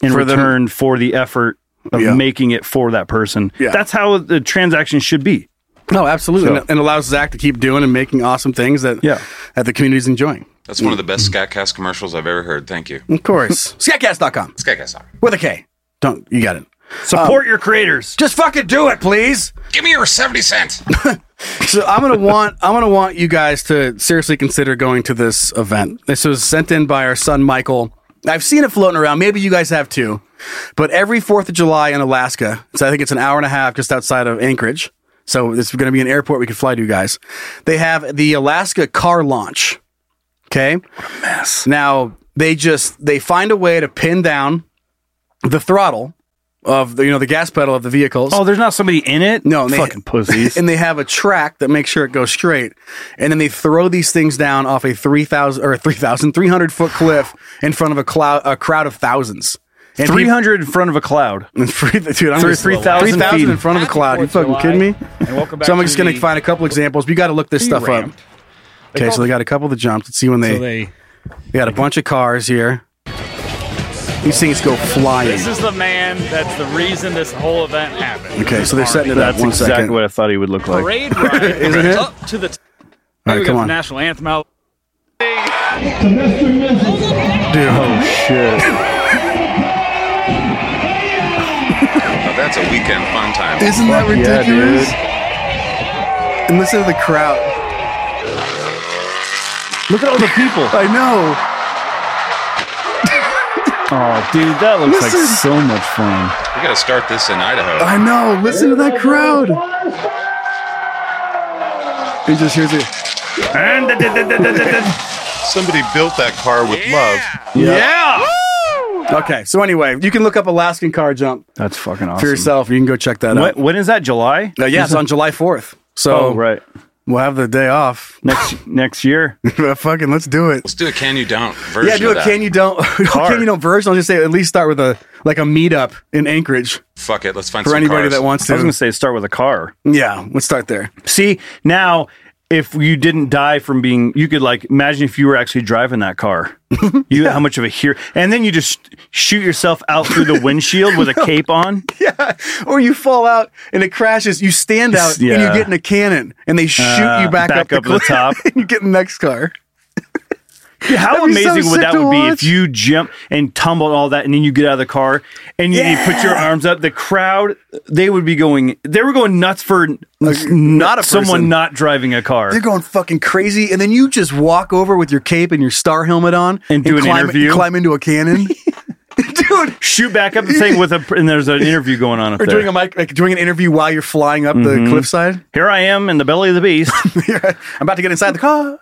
[SPEAKER 2] in
[SPEAKER 3] For the-
[SPEAKER 2] return for the effort of
[SPEAKER 3] Yeah.
[SPEAKER 2] making it for that person.
[SPEAKER 3] Yeah.
[SPEAKER 2] That's how the transaction should be.
[SPEAKER 3] No, absolutely.
[SPEAKER 2] So-
[SPEAKER 3] And, and allows Zach to keep doing and making awesome things that yeah. that the community's enjoying.
[SPEAKER 4] That's one of the best Scatcast commercials I've ever heard. Thank you.
[SPEAKER 3] Of course. Scatcast.com.
[SPEAKER 4] Scatcast.
[SPEAKER 3] With a K. Don't you got it.
[SPEAKER 2] Support your creators.
[SPEAKER 3] Just fucking do it, please.
[SPEAKER 4] Give me your 70 cents.
[SPEAKER 3] so I'm gonna want I'm gonna want you guys to seriously consider going to this event. This was sent in by our son Michael. I've seen it floating around. Maybe you guys have too. But every Fourth of July in Alaska, so I think it's an hour and a half just outside of Anchorage. So it's going to be an airport we could fly to, guys. They have the Alaska Car Launch. Okay. mess. Now they just they find a way to pin down the throttle of the you know the gas pedal of the vehicles.
[SPEAKER 2] Oh, there's not somebody in it?
[SPEAKER 3] No, and they,
[SPEAKER 2] Fucking pussies.
[SPEAKER 3] And they have a track that makes sure it goes straight, and then they throw these things down off a three thousand or three thousand three hundred foot cliff in front of a cloud a crowd of thousands. And peop-
[SPEAKER 2] 300 in front of a cloud.
[SPEAKER 3] Dude, I'm just-
[SPEAKER 2] 3,000
[SPEAKER 3] 3,000 in
[SPEAKER 2] feet.
[SPEAKER 3] front of a cloud. You fucking kidding me?
[SPEAKER 12] And welcome back
[SPEAKER 3] so I'm
[SPEAKER 12] to
[SPEAKER 3] just going
[SPEAKER 12] the-
[SPEAKER 3] to find a couple examples. You got to look this stuff up.
[SPEAKER 12] Pre-ramped.
[SPEAKER 3] Okay, so they got a couple of the jumps. Let's see when they.
[SPEAKER 12] So they-
[SPEAKER 3] they got a bunch of cars here. These things go flying.
[SPEAKER 12] This is the man. That's the reason this whole event happened.
[SPEAKER 3] Okay, so they're setting it up.
[SPEAKER 2] That's
[SPEAKER 3] One
[SPEAKER 2] exactly
[SPEAKER 3] second.
[SPEAKER 2] what I thought he would look like.
[SPEAKER 12] Parade ride
[SPEAKER 3] Isn't it?
[SPEAKER 12] up to the. T-
[SPEAKER 3] All right,
[SPEAKER 12] we
[SPEAKER 3] come
[SPEAKER 12] got
[SPEAKER 3] on.
[SPEAKER 12] the national anthem out.
[SPEAKER 3] Dude, oh shit!
[SPEAKER 4] Now, that's a weekend fun time.
[SPEAKER 3] Isn't that
[SPEAKER 4] Fuck yeah,
[SPEAKER 3] ridiculous?
[SPEAKER 4] dude.
[SPEAKER 3] and listen to the crowd.
[SPEAKER 2] Look at all the people.
[SPEAKER 3] I know.
[SPEAKER 2] Oh, dude, that looks
[SPEAKER 3] Listen.
[SPEAKER 2] like so much fun.
[SPEAKER 4] We got to start this in Idaho.
[SPEAKER 3] I know. Listen to that crowd. He just hears it.
[SPEAKER 4] Somebody built that car with love.
[SPEAKER 3] Yeah. Okay. So anyway, you can look up Alaskan car jump
[SPEAKER 2] That's fucking awesome.
[SPEAKER 3] for yourself. You can go check that
[SPEAKER 2] When,
[SPEAKER 3] out.
[SPEAKER 2] when is that? July?
[SPEAKER 3] Uh, yeah, it's on July fourth. So
[SPEAKER 2] Oh, right.
[SPEAKER 3] we'll have the day off.
[SPEAKER 2] Next next year.
[SPEAKER 3] fucking let's do it.
[SPEAKER 4] Let's do a can you don't version.
[SPEAKER 3] yeah, do
[SPEAKER 4] of
[SPEAKER 3] a
[SPEAKER 4] that.
[SPEAKER 3] can you don't can you don't version. I'll just say at least start with a like a meetup in Anchorage.
[SPEAKER 4] Fuck it. Let's find
[SPEAKER 3] For
[SPEAKER 4] some
[SPEAKER 3] anybody
[SPEAKER 4] cars.
[SPEAKER 3] that wants
[SPEAKER 2] I was
[SPEAKER 3] to.
[SPEAKER 2] going to say start with a car.
[SPEAKER 3] Yeah, let's start there.
[SPEAKER 2] See, now if you didn't die from being you could like imagine if you were actually driving that car. You how much of a hero and then you just shoot yourself out through the windshield with a cape on.
[SPEAKER 3] Yeah, or you fall out and it crashes. You stand out and you
[SPEAKER 2] Yeah.
[SPEAKER 3] get in a cannon, and they shoot
[SPEAKER 2] Uh,
[SPEAKER 3] you back,
[SPEAKER 2] back
[SPEAKER 3] up, the,
[SPEAKER 2] up to the
[SPEAKER 3] cliff,
[SPEAKER 2] top.
[SPEAKER 3] and you get in the next car.
[SPEAKER 2] Yeah, how
[SPEAKER 3] That'd be so
[SPEAKER 2] amazing
[SPEAKER 3] sick
[SPEAKER 2] would that
[SPEAKER 3] to
[SPEAKER 2] would be
[SPEAKER 3] watch.
[SPEAKER 2] if you jump and tumble and all that, and then you get out of the car and you, you put your arms up? The crowd, they would be going, they were going nuts for
[SPEAKER 3] not
[SPEAKER 2] not
[SPEAKER 3] a person.
[SPEAKER 2] someone not driving a car.
[SPEAKER 3] They're going fucking crazy, and then you just walk over with your cape and your star helmet on
[SPEAKER 2] And do an
[SPEAKER 3] climb,
[SPEAKER 2] interview?
[SPEAKER 3] climb into a cannon, dude.
[SPEAKER 2] Shoot back up the thing with a, and there's an interview going on up
[SPEAKER 3] Or
[SPEAKER 2] there.
[SPEAKER 3] doing
[SPEAKER 2] Mm-hmm.
[SPEAKER 3] a mic, like doing an interview while you're flying up the cliffside.
[SPEAKER 2] Here I am in the belly of the beast.
[SPEAKER 3] I'm about to get inside the car.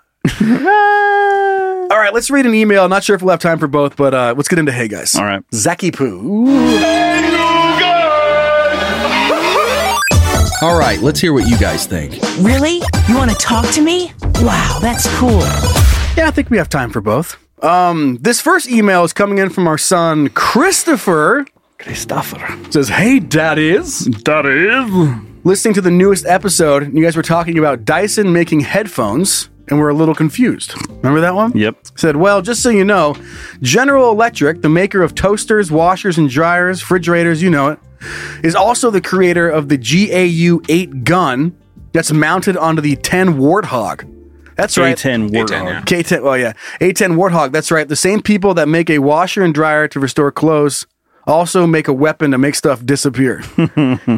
[SPEAKER 3] All right, let's read an email. I'm not sure if we'll have time for both, but uh, let's get into hey guys.
[SPEAKER 2] All right.
[SPEAKER 3] Zaki Poo.
[SPEAKER 13] All right, let's hear what you guys think.
[SPEAKER 14] Really? You want to talk to me? Wow, that's cool.
[SPEAKER 3] Yeah, I think we have time for both. Um, this first email is coming in from our son Christopher. Christopher says, "Hey, daddies, daddies, listening to the newest episode, and you guys were talking about Dyson making headphones." And we're a little confused. Remember that one?
[SPEAKER 2] Yep.
[SPEAKER 3] Said, well, just so you know, General Electric, the maker of toasters, washers, and dryers, refrigerators, you know it, is also the creator of the GAU 8 gun that's mounted onto the 10 Warthog. That's right.
[SPEAKER 2] A10 Warthog. A10, yeah.
[SPEAKER 3] K10. Well, yeah. A10 Warthog. That's right. The same people that make a washer and dryer to restore clothes also make a weapon to make stuff disappear.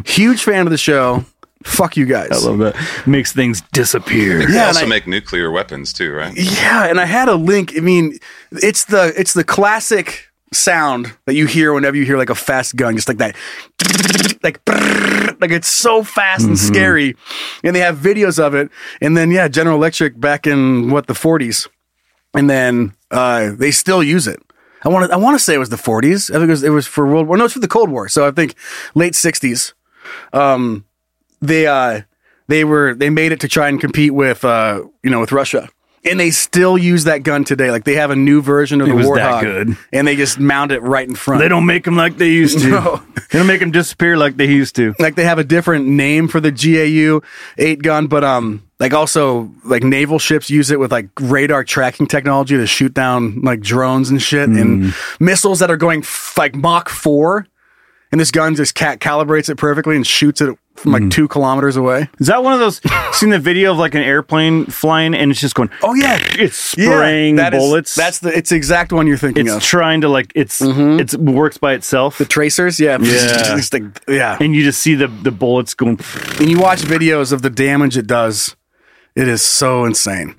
[SPEAKER 3] Huge fan of the show. Fuck you guys.
[SPEAKER 2] I love that. Makes things disappear.
[SPEAKER 4] They
[SPEAKER 3] Yeah,
[SPEAKER 4] also
[SPEAKER 3] and I-
[SPEAKER 4] make nuclear weapons too, right?
[SPEAKER 3] Yeah, and I had a link. I mean, it's the it's the classic sound that you hear whenever you hear like a fast gun, just like that, like like it's so fast and
[SPEAKER 2] Mm-hmm.
[SPEAKER 3] scary. And they have videos of it. And then yeah, General Electric back in what the 40s, and then uh, they still use it. I want to I want to say it was the 40s. I think it was it was for World War. No, it's for the Cold War. So I think late 60s. Um, they uh they were they made it to try and compete with uh you know with Russia and they still use that gun today. Like they have a new version of
[SPEAKER 2] It
[SPEAKER 3] the
[SPEAKER 2] was
[SPEAKER 3] Warthog,
[SPEAKER 2] that good.
[SPEAKER 3] and they just mount it right in front.
[SPEAKER 2] They don't make them like they used to.
[SPEAKER 3] No.
[SPEAKER 2] They don't make them disappear like they used to.
[SPEAKER 3] like they have a different name for the GAU eight gun, but um, like also like naval ships use it with like radar tracking technology to shoot down like drones and shit
[SPEAKER 2] Hmm.
[SPEAKER 3] and missiles that are going f- like Mach four, and this gun just cat calibrates it perfectly and shoots it from
[SPEAKER 2] Hmm.
[SPEAKER 3] like two kilometers away.
[SPEAKER 2] Is that one of those? seen the video of like an airplane flying and it's just going.
[SPEAKER 3] Oh yeah,
[SPEAKER 2] it's spraying
[SPEAKER 3] that is-
[SPEAKER 2] bullets.
[SPEAKER 3] that's the it's the exact one you're thinking
[SPEAKER 2] it's
[SPEAKER 3] of.
[SPEAKER 2] trying to like it's it's works by itself. The
[SPEAKER 3] tracers, yeah,
[SPEAKER 2] yeah,
[SPEAKER 3] Just like- yeah.
[SPEAKER 2] and you just see the the bullets going.
[SPEAKER 3] and you watch videos of the damage it does, it is so insane.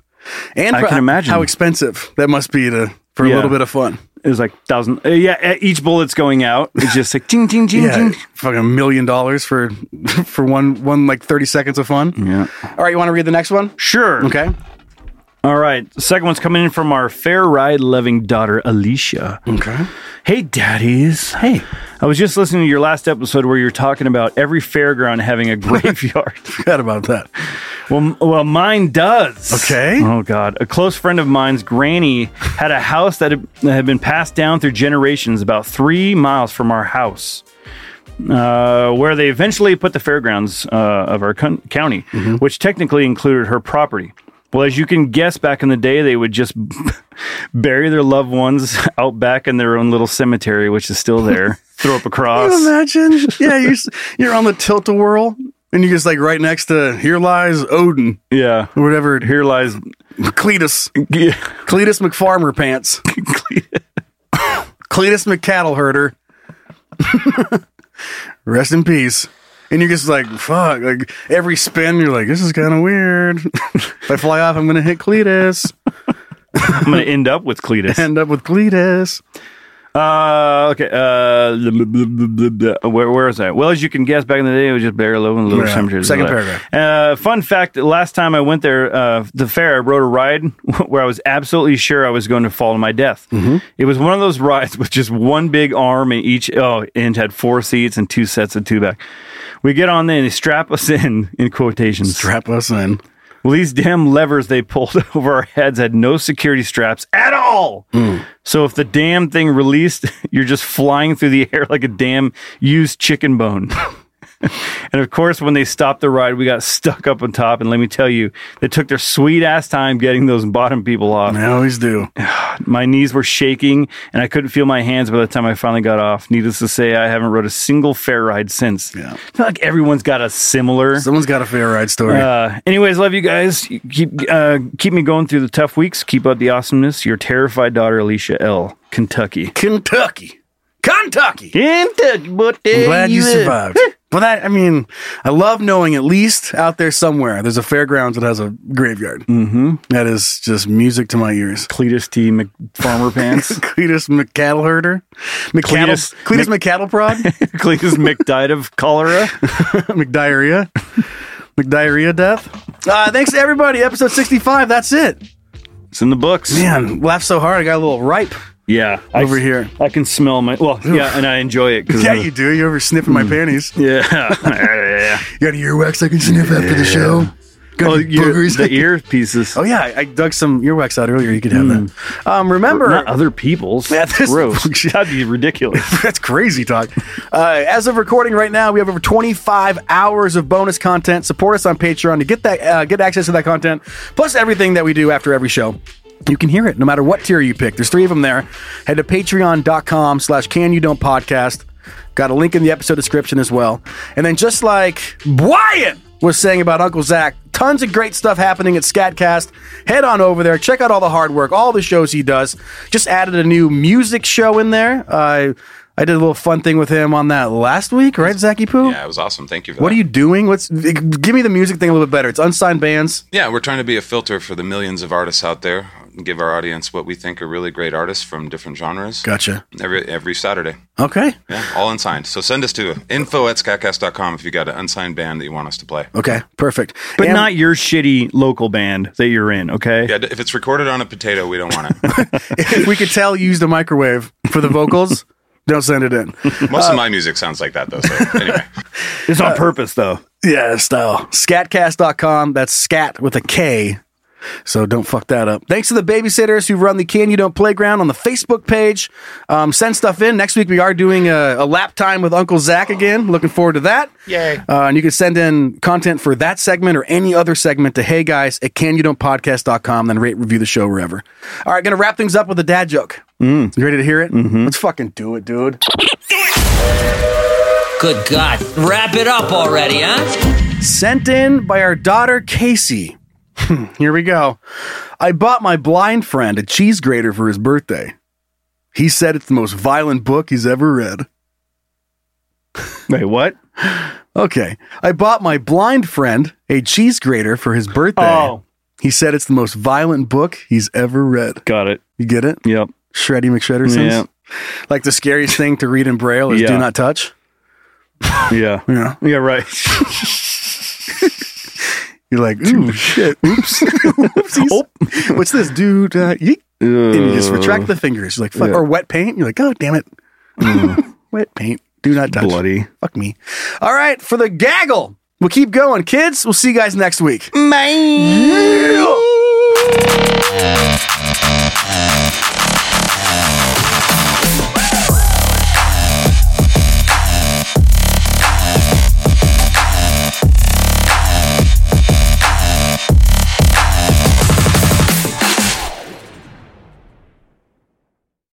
[SPEAKER 3] And
[SPEAKER 2] I
[SPEAKER 3] for-
[SPEAKER 2] can imagine.
[SPEAKER 3] how expensive that must be to for a
[SPEAKER 2] Yeah.
[SPEAKER 3] little bit of fun.
[SPEAKER 2] It was like thousand. Uh, yeah, e- each bullet's going out. It's just like ting ting ting
[SPEAKER 3] Yeah,
[SPEAKER 2] ting.
[SPEAKER 3] fucking a million dollars for for one one like thirty seconds of fun.
[SPEAKER 2] Yeah.
[SPEAKER 3] All right, you want to read the next one?
[SPEAKER 2] Sure.
[SPEAKER 3] Okay.
[SPEAKER 2] All right. The second one's coming in from our fair ride loving daughter, Alicia.
[SPEAKER 3] Okay.
[SPEAKER 2] Hey, daddies. Hey. I was just listening to your last episode where you're talking about every fairground having a graveyard.
[SPEAKER 3] Forgot about that.
[SPEAKER 2] Well, m- well, mine does.
[SPEAKER 3] Okay.
[SPEAKER 2] Oh God, a close friend of mine's granny had a house that had, that had been passed down through generations, about three miles from our house, uh, where they eventually put the fairgrounds uh, of our con- county, which technically included her property. Well, as you can guess, back in the day, they would just bury their loved ones out back in their own little cemetery, which is still there. Throw up
[SPEAKER 3] Can
[SPEAKER 2] a cross.
[SPEAKER 3] you imagine? yeah, you're s- you're on the tilt a whirl, and you're just like right next to here lies Odin
[SPEAKER 2] Yeah.
[SPEAKER 3] or whatever
[SPEAKER 2] Here lies.
[SPEAKER 3] Cletus
[SPEAKER 2] Yeah.
[SPEAKER 3] Cletus McFarmer pants. Cletus McCattle herder. Rest in peace. And you're just like, fuck. Like every spin, you're like, this is kind of weird. if I fly off, I'm gonna hit Cletus.
[SPEAKER 2] I'm going to end up with Cletus.
[SPEAKER 3] End up with Cletus.
[SPEAKER 2] Uh, okay. Uh, blah, blah, blah, blah, blah, blah. where, where is that? Well, as you can guess, back in the day, it was just bare low and little
[SPEAKER 3] Yeah,
[SPEAKER 2] cemeteries.
[SPEAKER 3] second
[SPEAKER 2] Blah.
[SPEAKER 3] paragraph.
[SPEAKER 2] Uh, fun fact: last time I went there, uh, the fair, I rode a ride where I was absolutely sure I was going to fall to my death.
[SPEAKER 3] Mm-hmm.
[SPEAKER 2] It was one of those rides with just one big arm in each. Oh, and had four seats and two sets of two back. We get on there and they strap us in in quotations.
[SPEAKER 3] Strap us in.
[SPEAKER 2] Well, these damn levers they pulled over our heads had no security straps at all. So if the damn thing released, you're just flying through the air like a damn used chicken bone. and of course, when they stopped the ride, we got stuck up on top. And let me tell you, they took their sweet ass time getting those bottom people off.
[SPEAKER 3] I always do.
[SPEAKER 2] My knees were shaking and I couldn't feel my hands by the time I finally got off. Needless to say, I haven't rode a single fair ride since. Yeah. It's not like everyone's got a similar.
[SPEAKER 3] Someone's got a fair ride story.
[SPEAKER 2] Uh, anyways, love you guys. You Keep uh, keep me going through the tough weeks. Keep up the awesomeness. Your terrified daughter, Alicia L. Kentucky.
[SPEAKER 3] Kentucky. Kentucky.
[SPEAKER 2] Kentucky, but
[SPEAKER 3] I'm glad you survived. Well, that I mean, I love knowing at least out there somewhere there's a fairgrounds that has a graveyard.
[SPEAKER 2] Mm-hmm.
[SPEAKER 3] That is just music to my ears.
[SPEAKER 2] Cletus T. McFarmer Pants.
[SPEAKER 3] Cletus McCattle herder, McCattle,
[SPEAKER 2] Cletus-
[SPEAKER 3] Cletus, McCattle prod,
[SPEAKER 2] Cletus McDied of cholera.
[SPEAKER 3] McDiarrhea, McDiarrhea death. Uh, thanks to everybody. Episode sixty-five. That's it.
[SPEAKER 2] It's in the books.
[SPEAKER 3] Man, laughed so hard I got a little ripe.
[SPEAKER 2] Yeah. I-
[SPEAKER 3] Over here.
[SPEAKER 2] I can smell my. Well, yeah, and I enjoy it. 'cause
[SPEAKER 3] Yeah,
[SPEAKER 2] of the-
[SPEAKER 3] you do. You're over sniffing my panties.
[SPEAKER 2] Yeah.
[SPEAKER 3] Hmm. You got earwax I can sniff after the show. Got
[SPEAKER 2] oh,
[SPEAKER 3] any
[SPEAKER 2] your,
[SPEAKER 3] boogers?
[SPEAKER 2] the earpieces.
[SPEAKER 3] Oh yeah, I- I dug some earwax out earlier. You could have that. Um, remember,
[SPEAKER 2] Not other people's.
[SPEAKER 3] Yeah,
[SPEAKER 2] That's
[SPEAKER 3] this-
[SPEAKER 2] gross. That'd be ridiculous.
[SPEAKER 3] That's crazy talk. Uh, as of recording right now, we have over 25 hours of bonus content. Support us on Patreon to get that uh, get access to that content, plus everything that we do after every show. You can hear it no matter what tier you pick. There's three of them there. Head to patreon.com slash can you don't podcast. Got a link in the episode description as well. And then just like Brian was saying about Uncle Zach, tons of great stuff happening at Scatcast. Head on over there, check out all the hard work, all the shows he does. Just added a new music show in there. I I did a little fun thing with him on that last week, right, Zachy Poo?
[SPEAKER 4] Yeah, it was awesome. Thank you. For
[SPEAKER 3] What
[SPEAKER 4] that.
[SPEAKER 3] are you doing? What's give me the music thing a little bit better? It's unsigned bands.
[SPEAKER 4] Yeah, we're trying to be a filter for the millions of artists out there. and Give our audience what we think are really great artists from different genres.
[SPEAKER 3] Gotcha.
[SPEAKER 4] Every every Saturday.
[SPEAKER 3] Okay.
[SPEAKER 4] Yeah, all unsigned. So send us to info at scatcast.com if you got an unsigned band that you want us to play.
[SPEAKER 3] Okay. Perfect.
[SPEAKER 2] But
[SPEAKER 3] And-
[SPEAKER 2] not your shitty local band that you're in, okay?
[SPEAKER 4] Yeah, if it's recorded on a potato, we don't want it.
[SPEAKER 3] if we could tell you used a microwave for the vocals, don't send it in.
[SPEAKER 4] Most of my music sounds like that, though. So anyway,
[SPEAKER 2] Uh, It's on purpose, though.
[SPEAKER 3] Yeah, style. Scatcast.com. That's scat with a K. So don't fuck that up. Thanks to the babysitters who run the Can You Don't Playground on the Facebook page. Um, send stuff in. Next week we are doing a, a lap time with Uncle Zach again. Looking forward to that.
[SPEAKER 15] Yay.
[SPEAKER 3] Uh, and you can send in content for that segment or any other segment to hey guys at canyoudon'tpodcast.com, then rate, review the show wherever. All right, gonna wrap things up with a dad joke. You ready to hear it? Mm-hmm. Let's fucking do it, dude.
[SPEAKER 5] Good God. Wrap it up already, huh?
[SPEAKER 3] Sent in by our daughter Casey. Hmm, Here we go. I bought my blind friend a cheese grater for his birthday. He said it's the most violent book he's ever read.
[SPEAKER 2] Wait, what?
[SPEAKER 3] Okay. I bought my blind friend a cheese grater for his birthday.
[SPEAKER 2] Oh.
[SPEAKER 3] He said it's the most violent book he's ever read.
[SPEAKER 2] Got it.
[SPEAKER 3] You get it?
[SPEAKER 2] Yep.
[SPEAKER 3] Shreddy McShreddersons.
[SPEAKER 2] Yeah.
[SPEAKER 3] Like the scariest thing to read in Braille is
[SPEAKER 2] Yeah.
[SPEAKER 3] do not touch.
[SPEAKER 2] Yeah.
[SPEAKER 3] Yeah.
[SPEAKER 2] Yeah, right.
[SPEAKER 3] You're like, ooh, shit. Oops. Oopsies. What's this, dude? Uh, yeet. and you just retract the fingers. You're like, fuck.
[SPEAKER 2] Yeah. Mm.
[SPEAKER 3] Or wet paint. You're like, oh, damn it. wet paint. Do not touch.
[SPEAKER 2] Bloody.
[SPEAKER 3] Fuck me. All right, for the gaggle. We'll keep going, kids. We'll see you guys next week.
[SPEAKER 15] Man.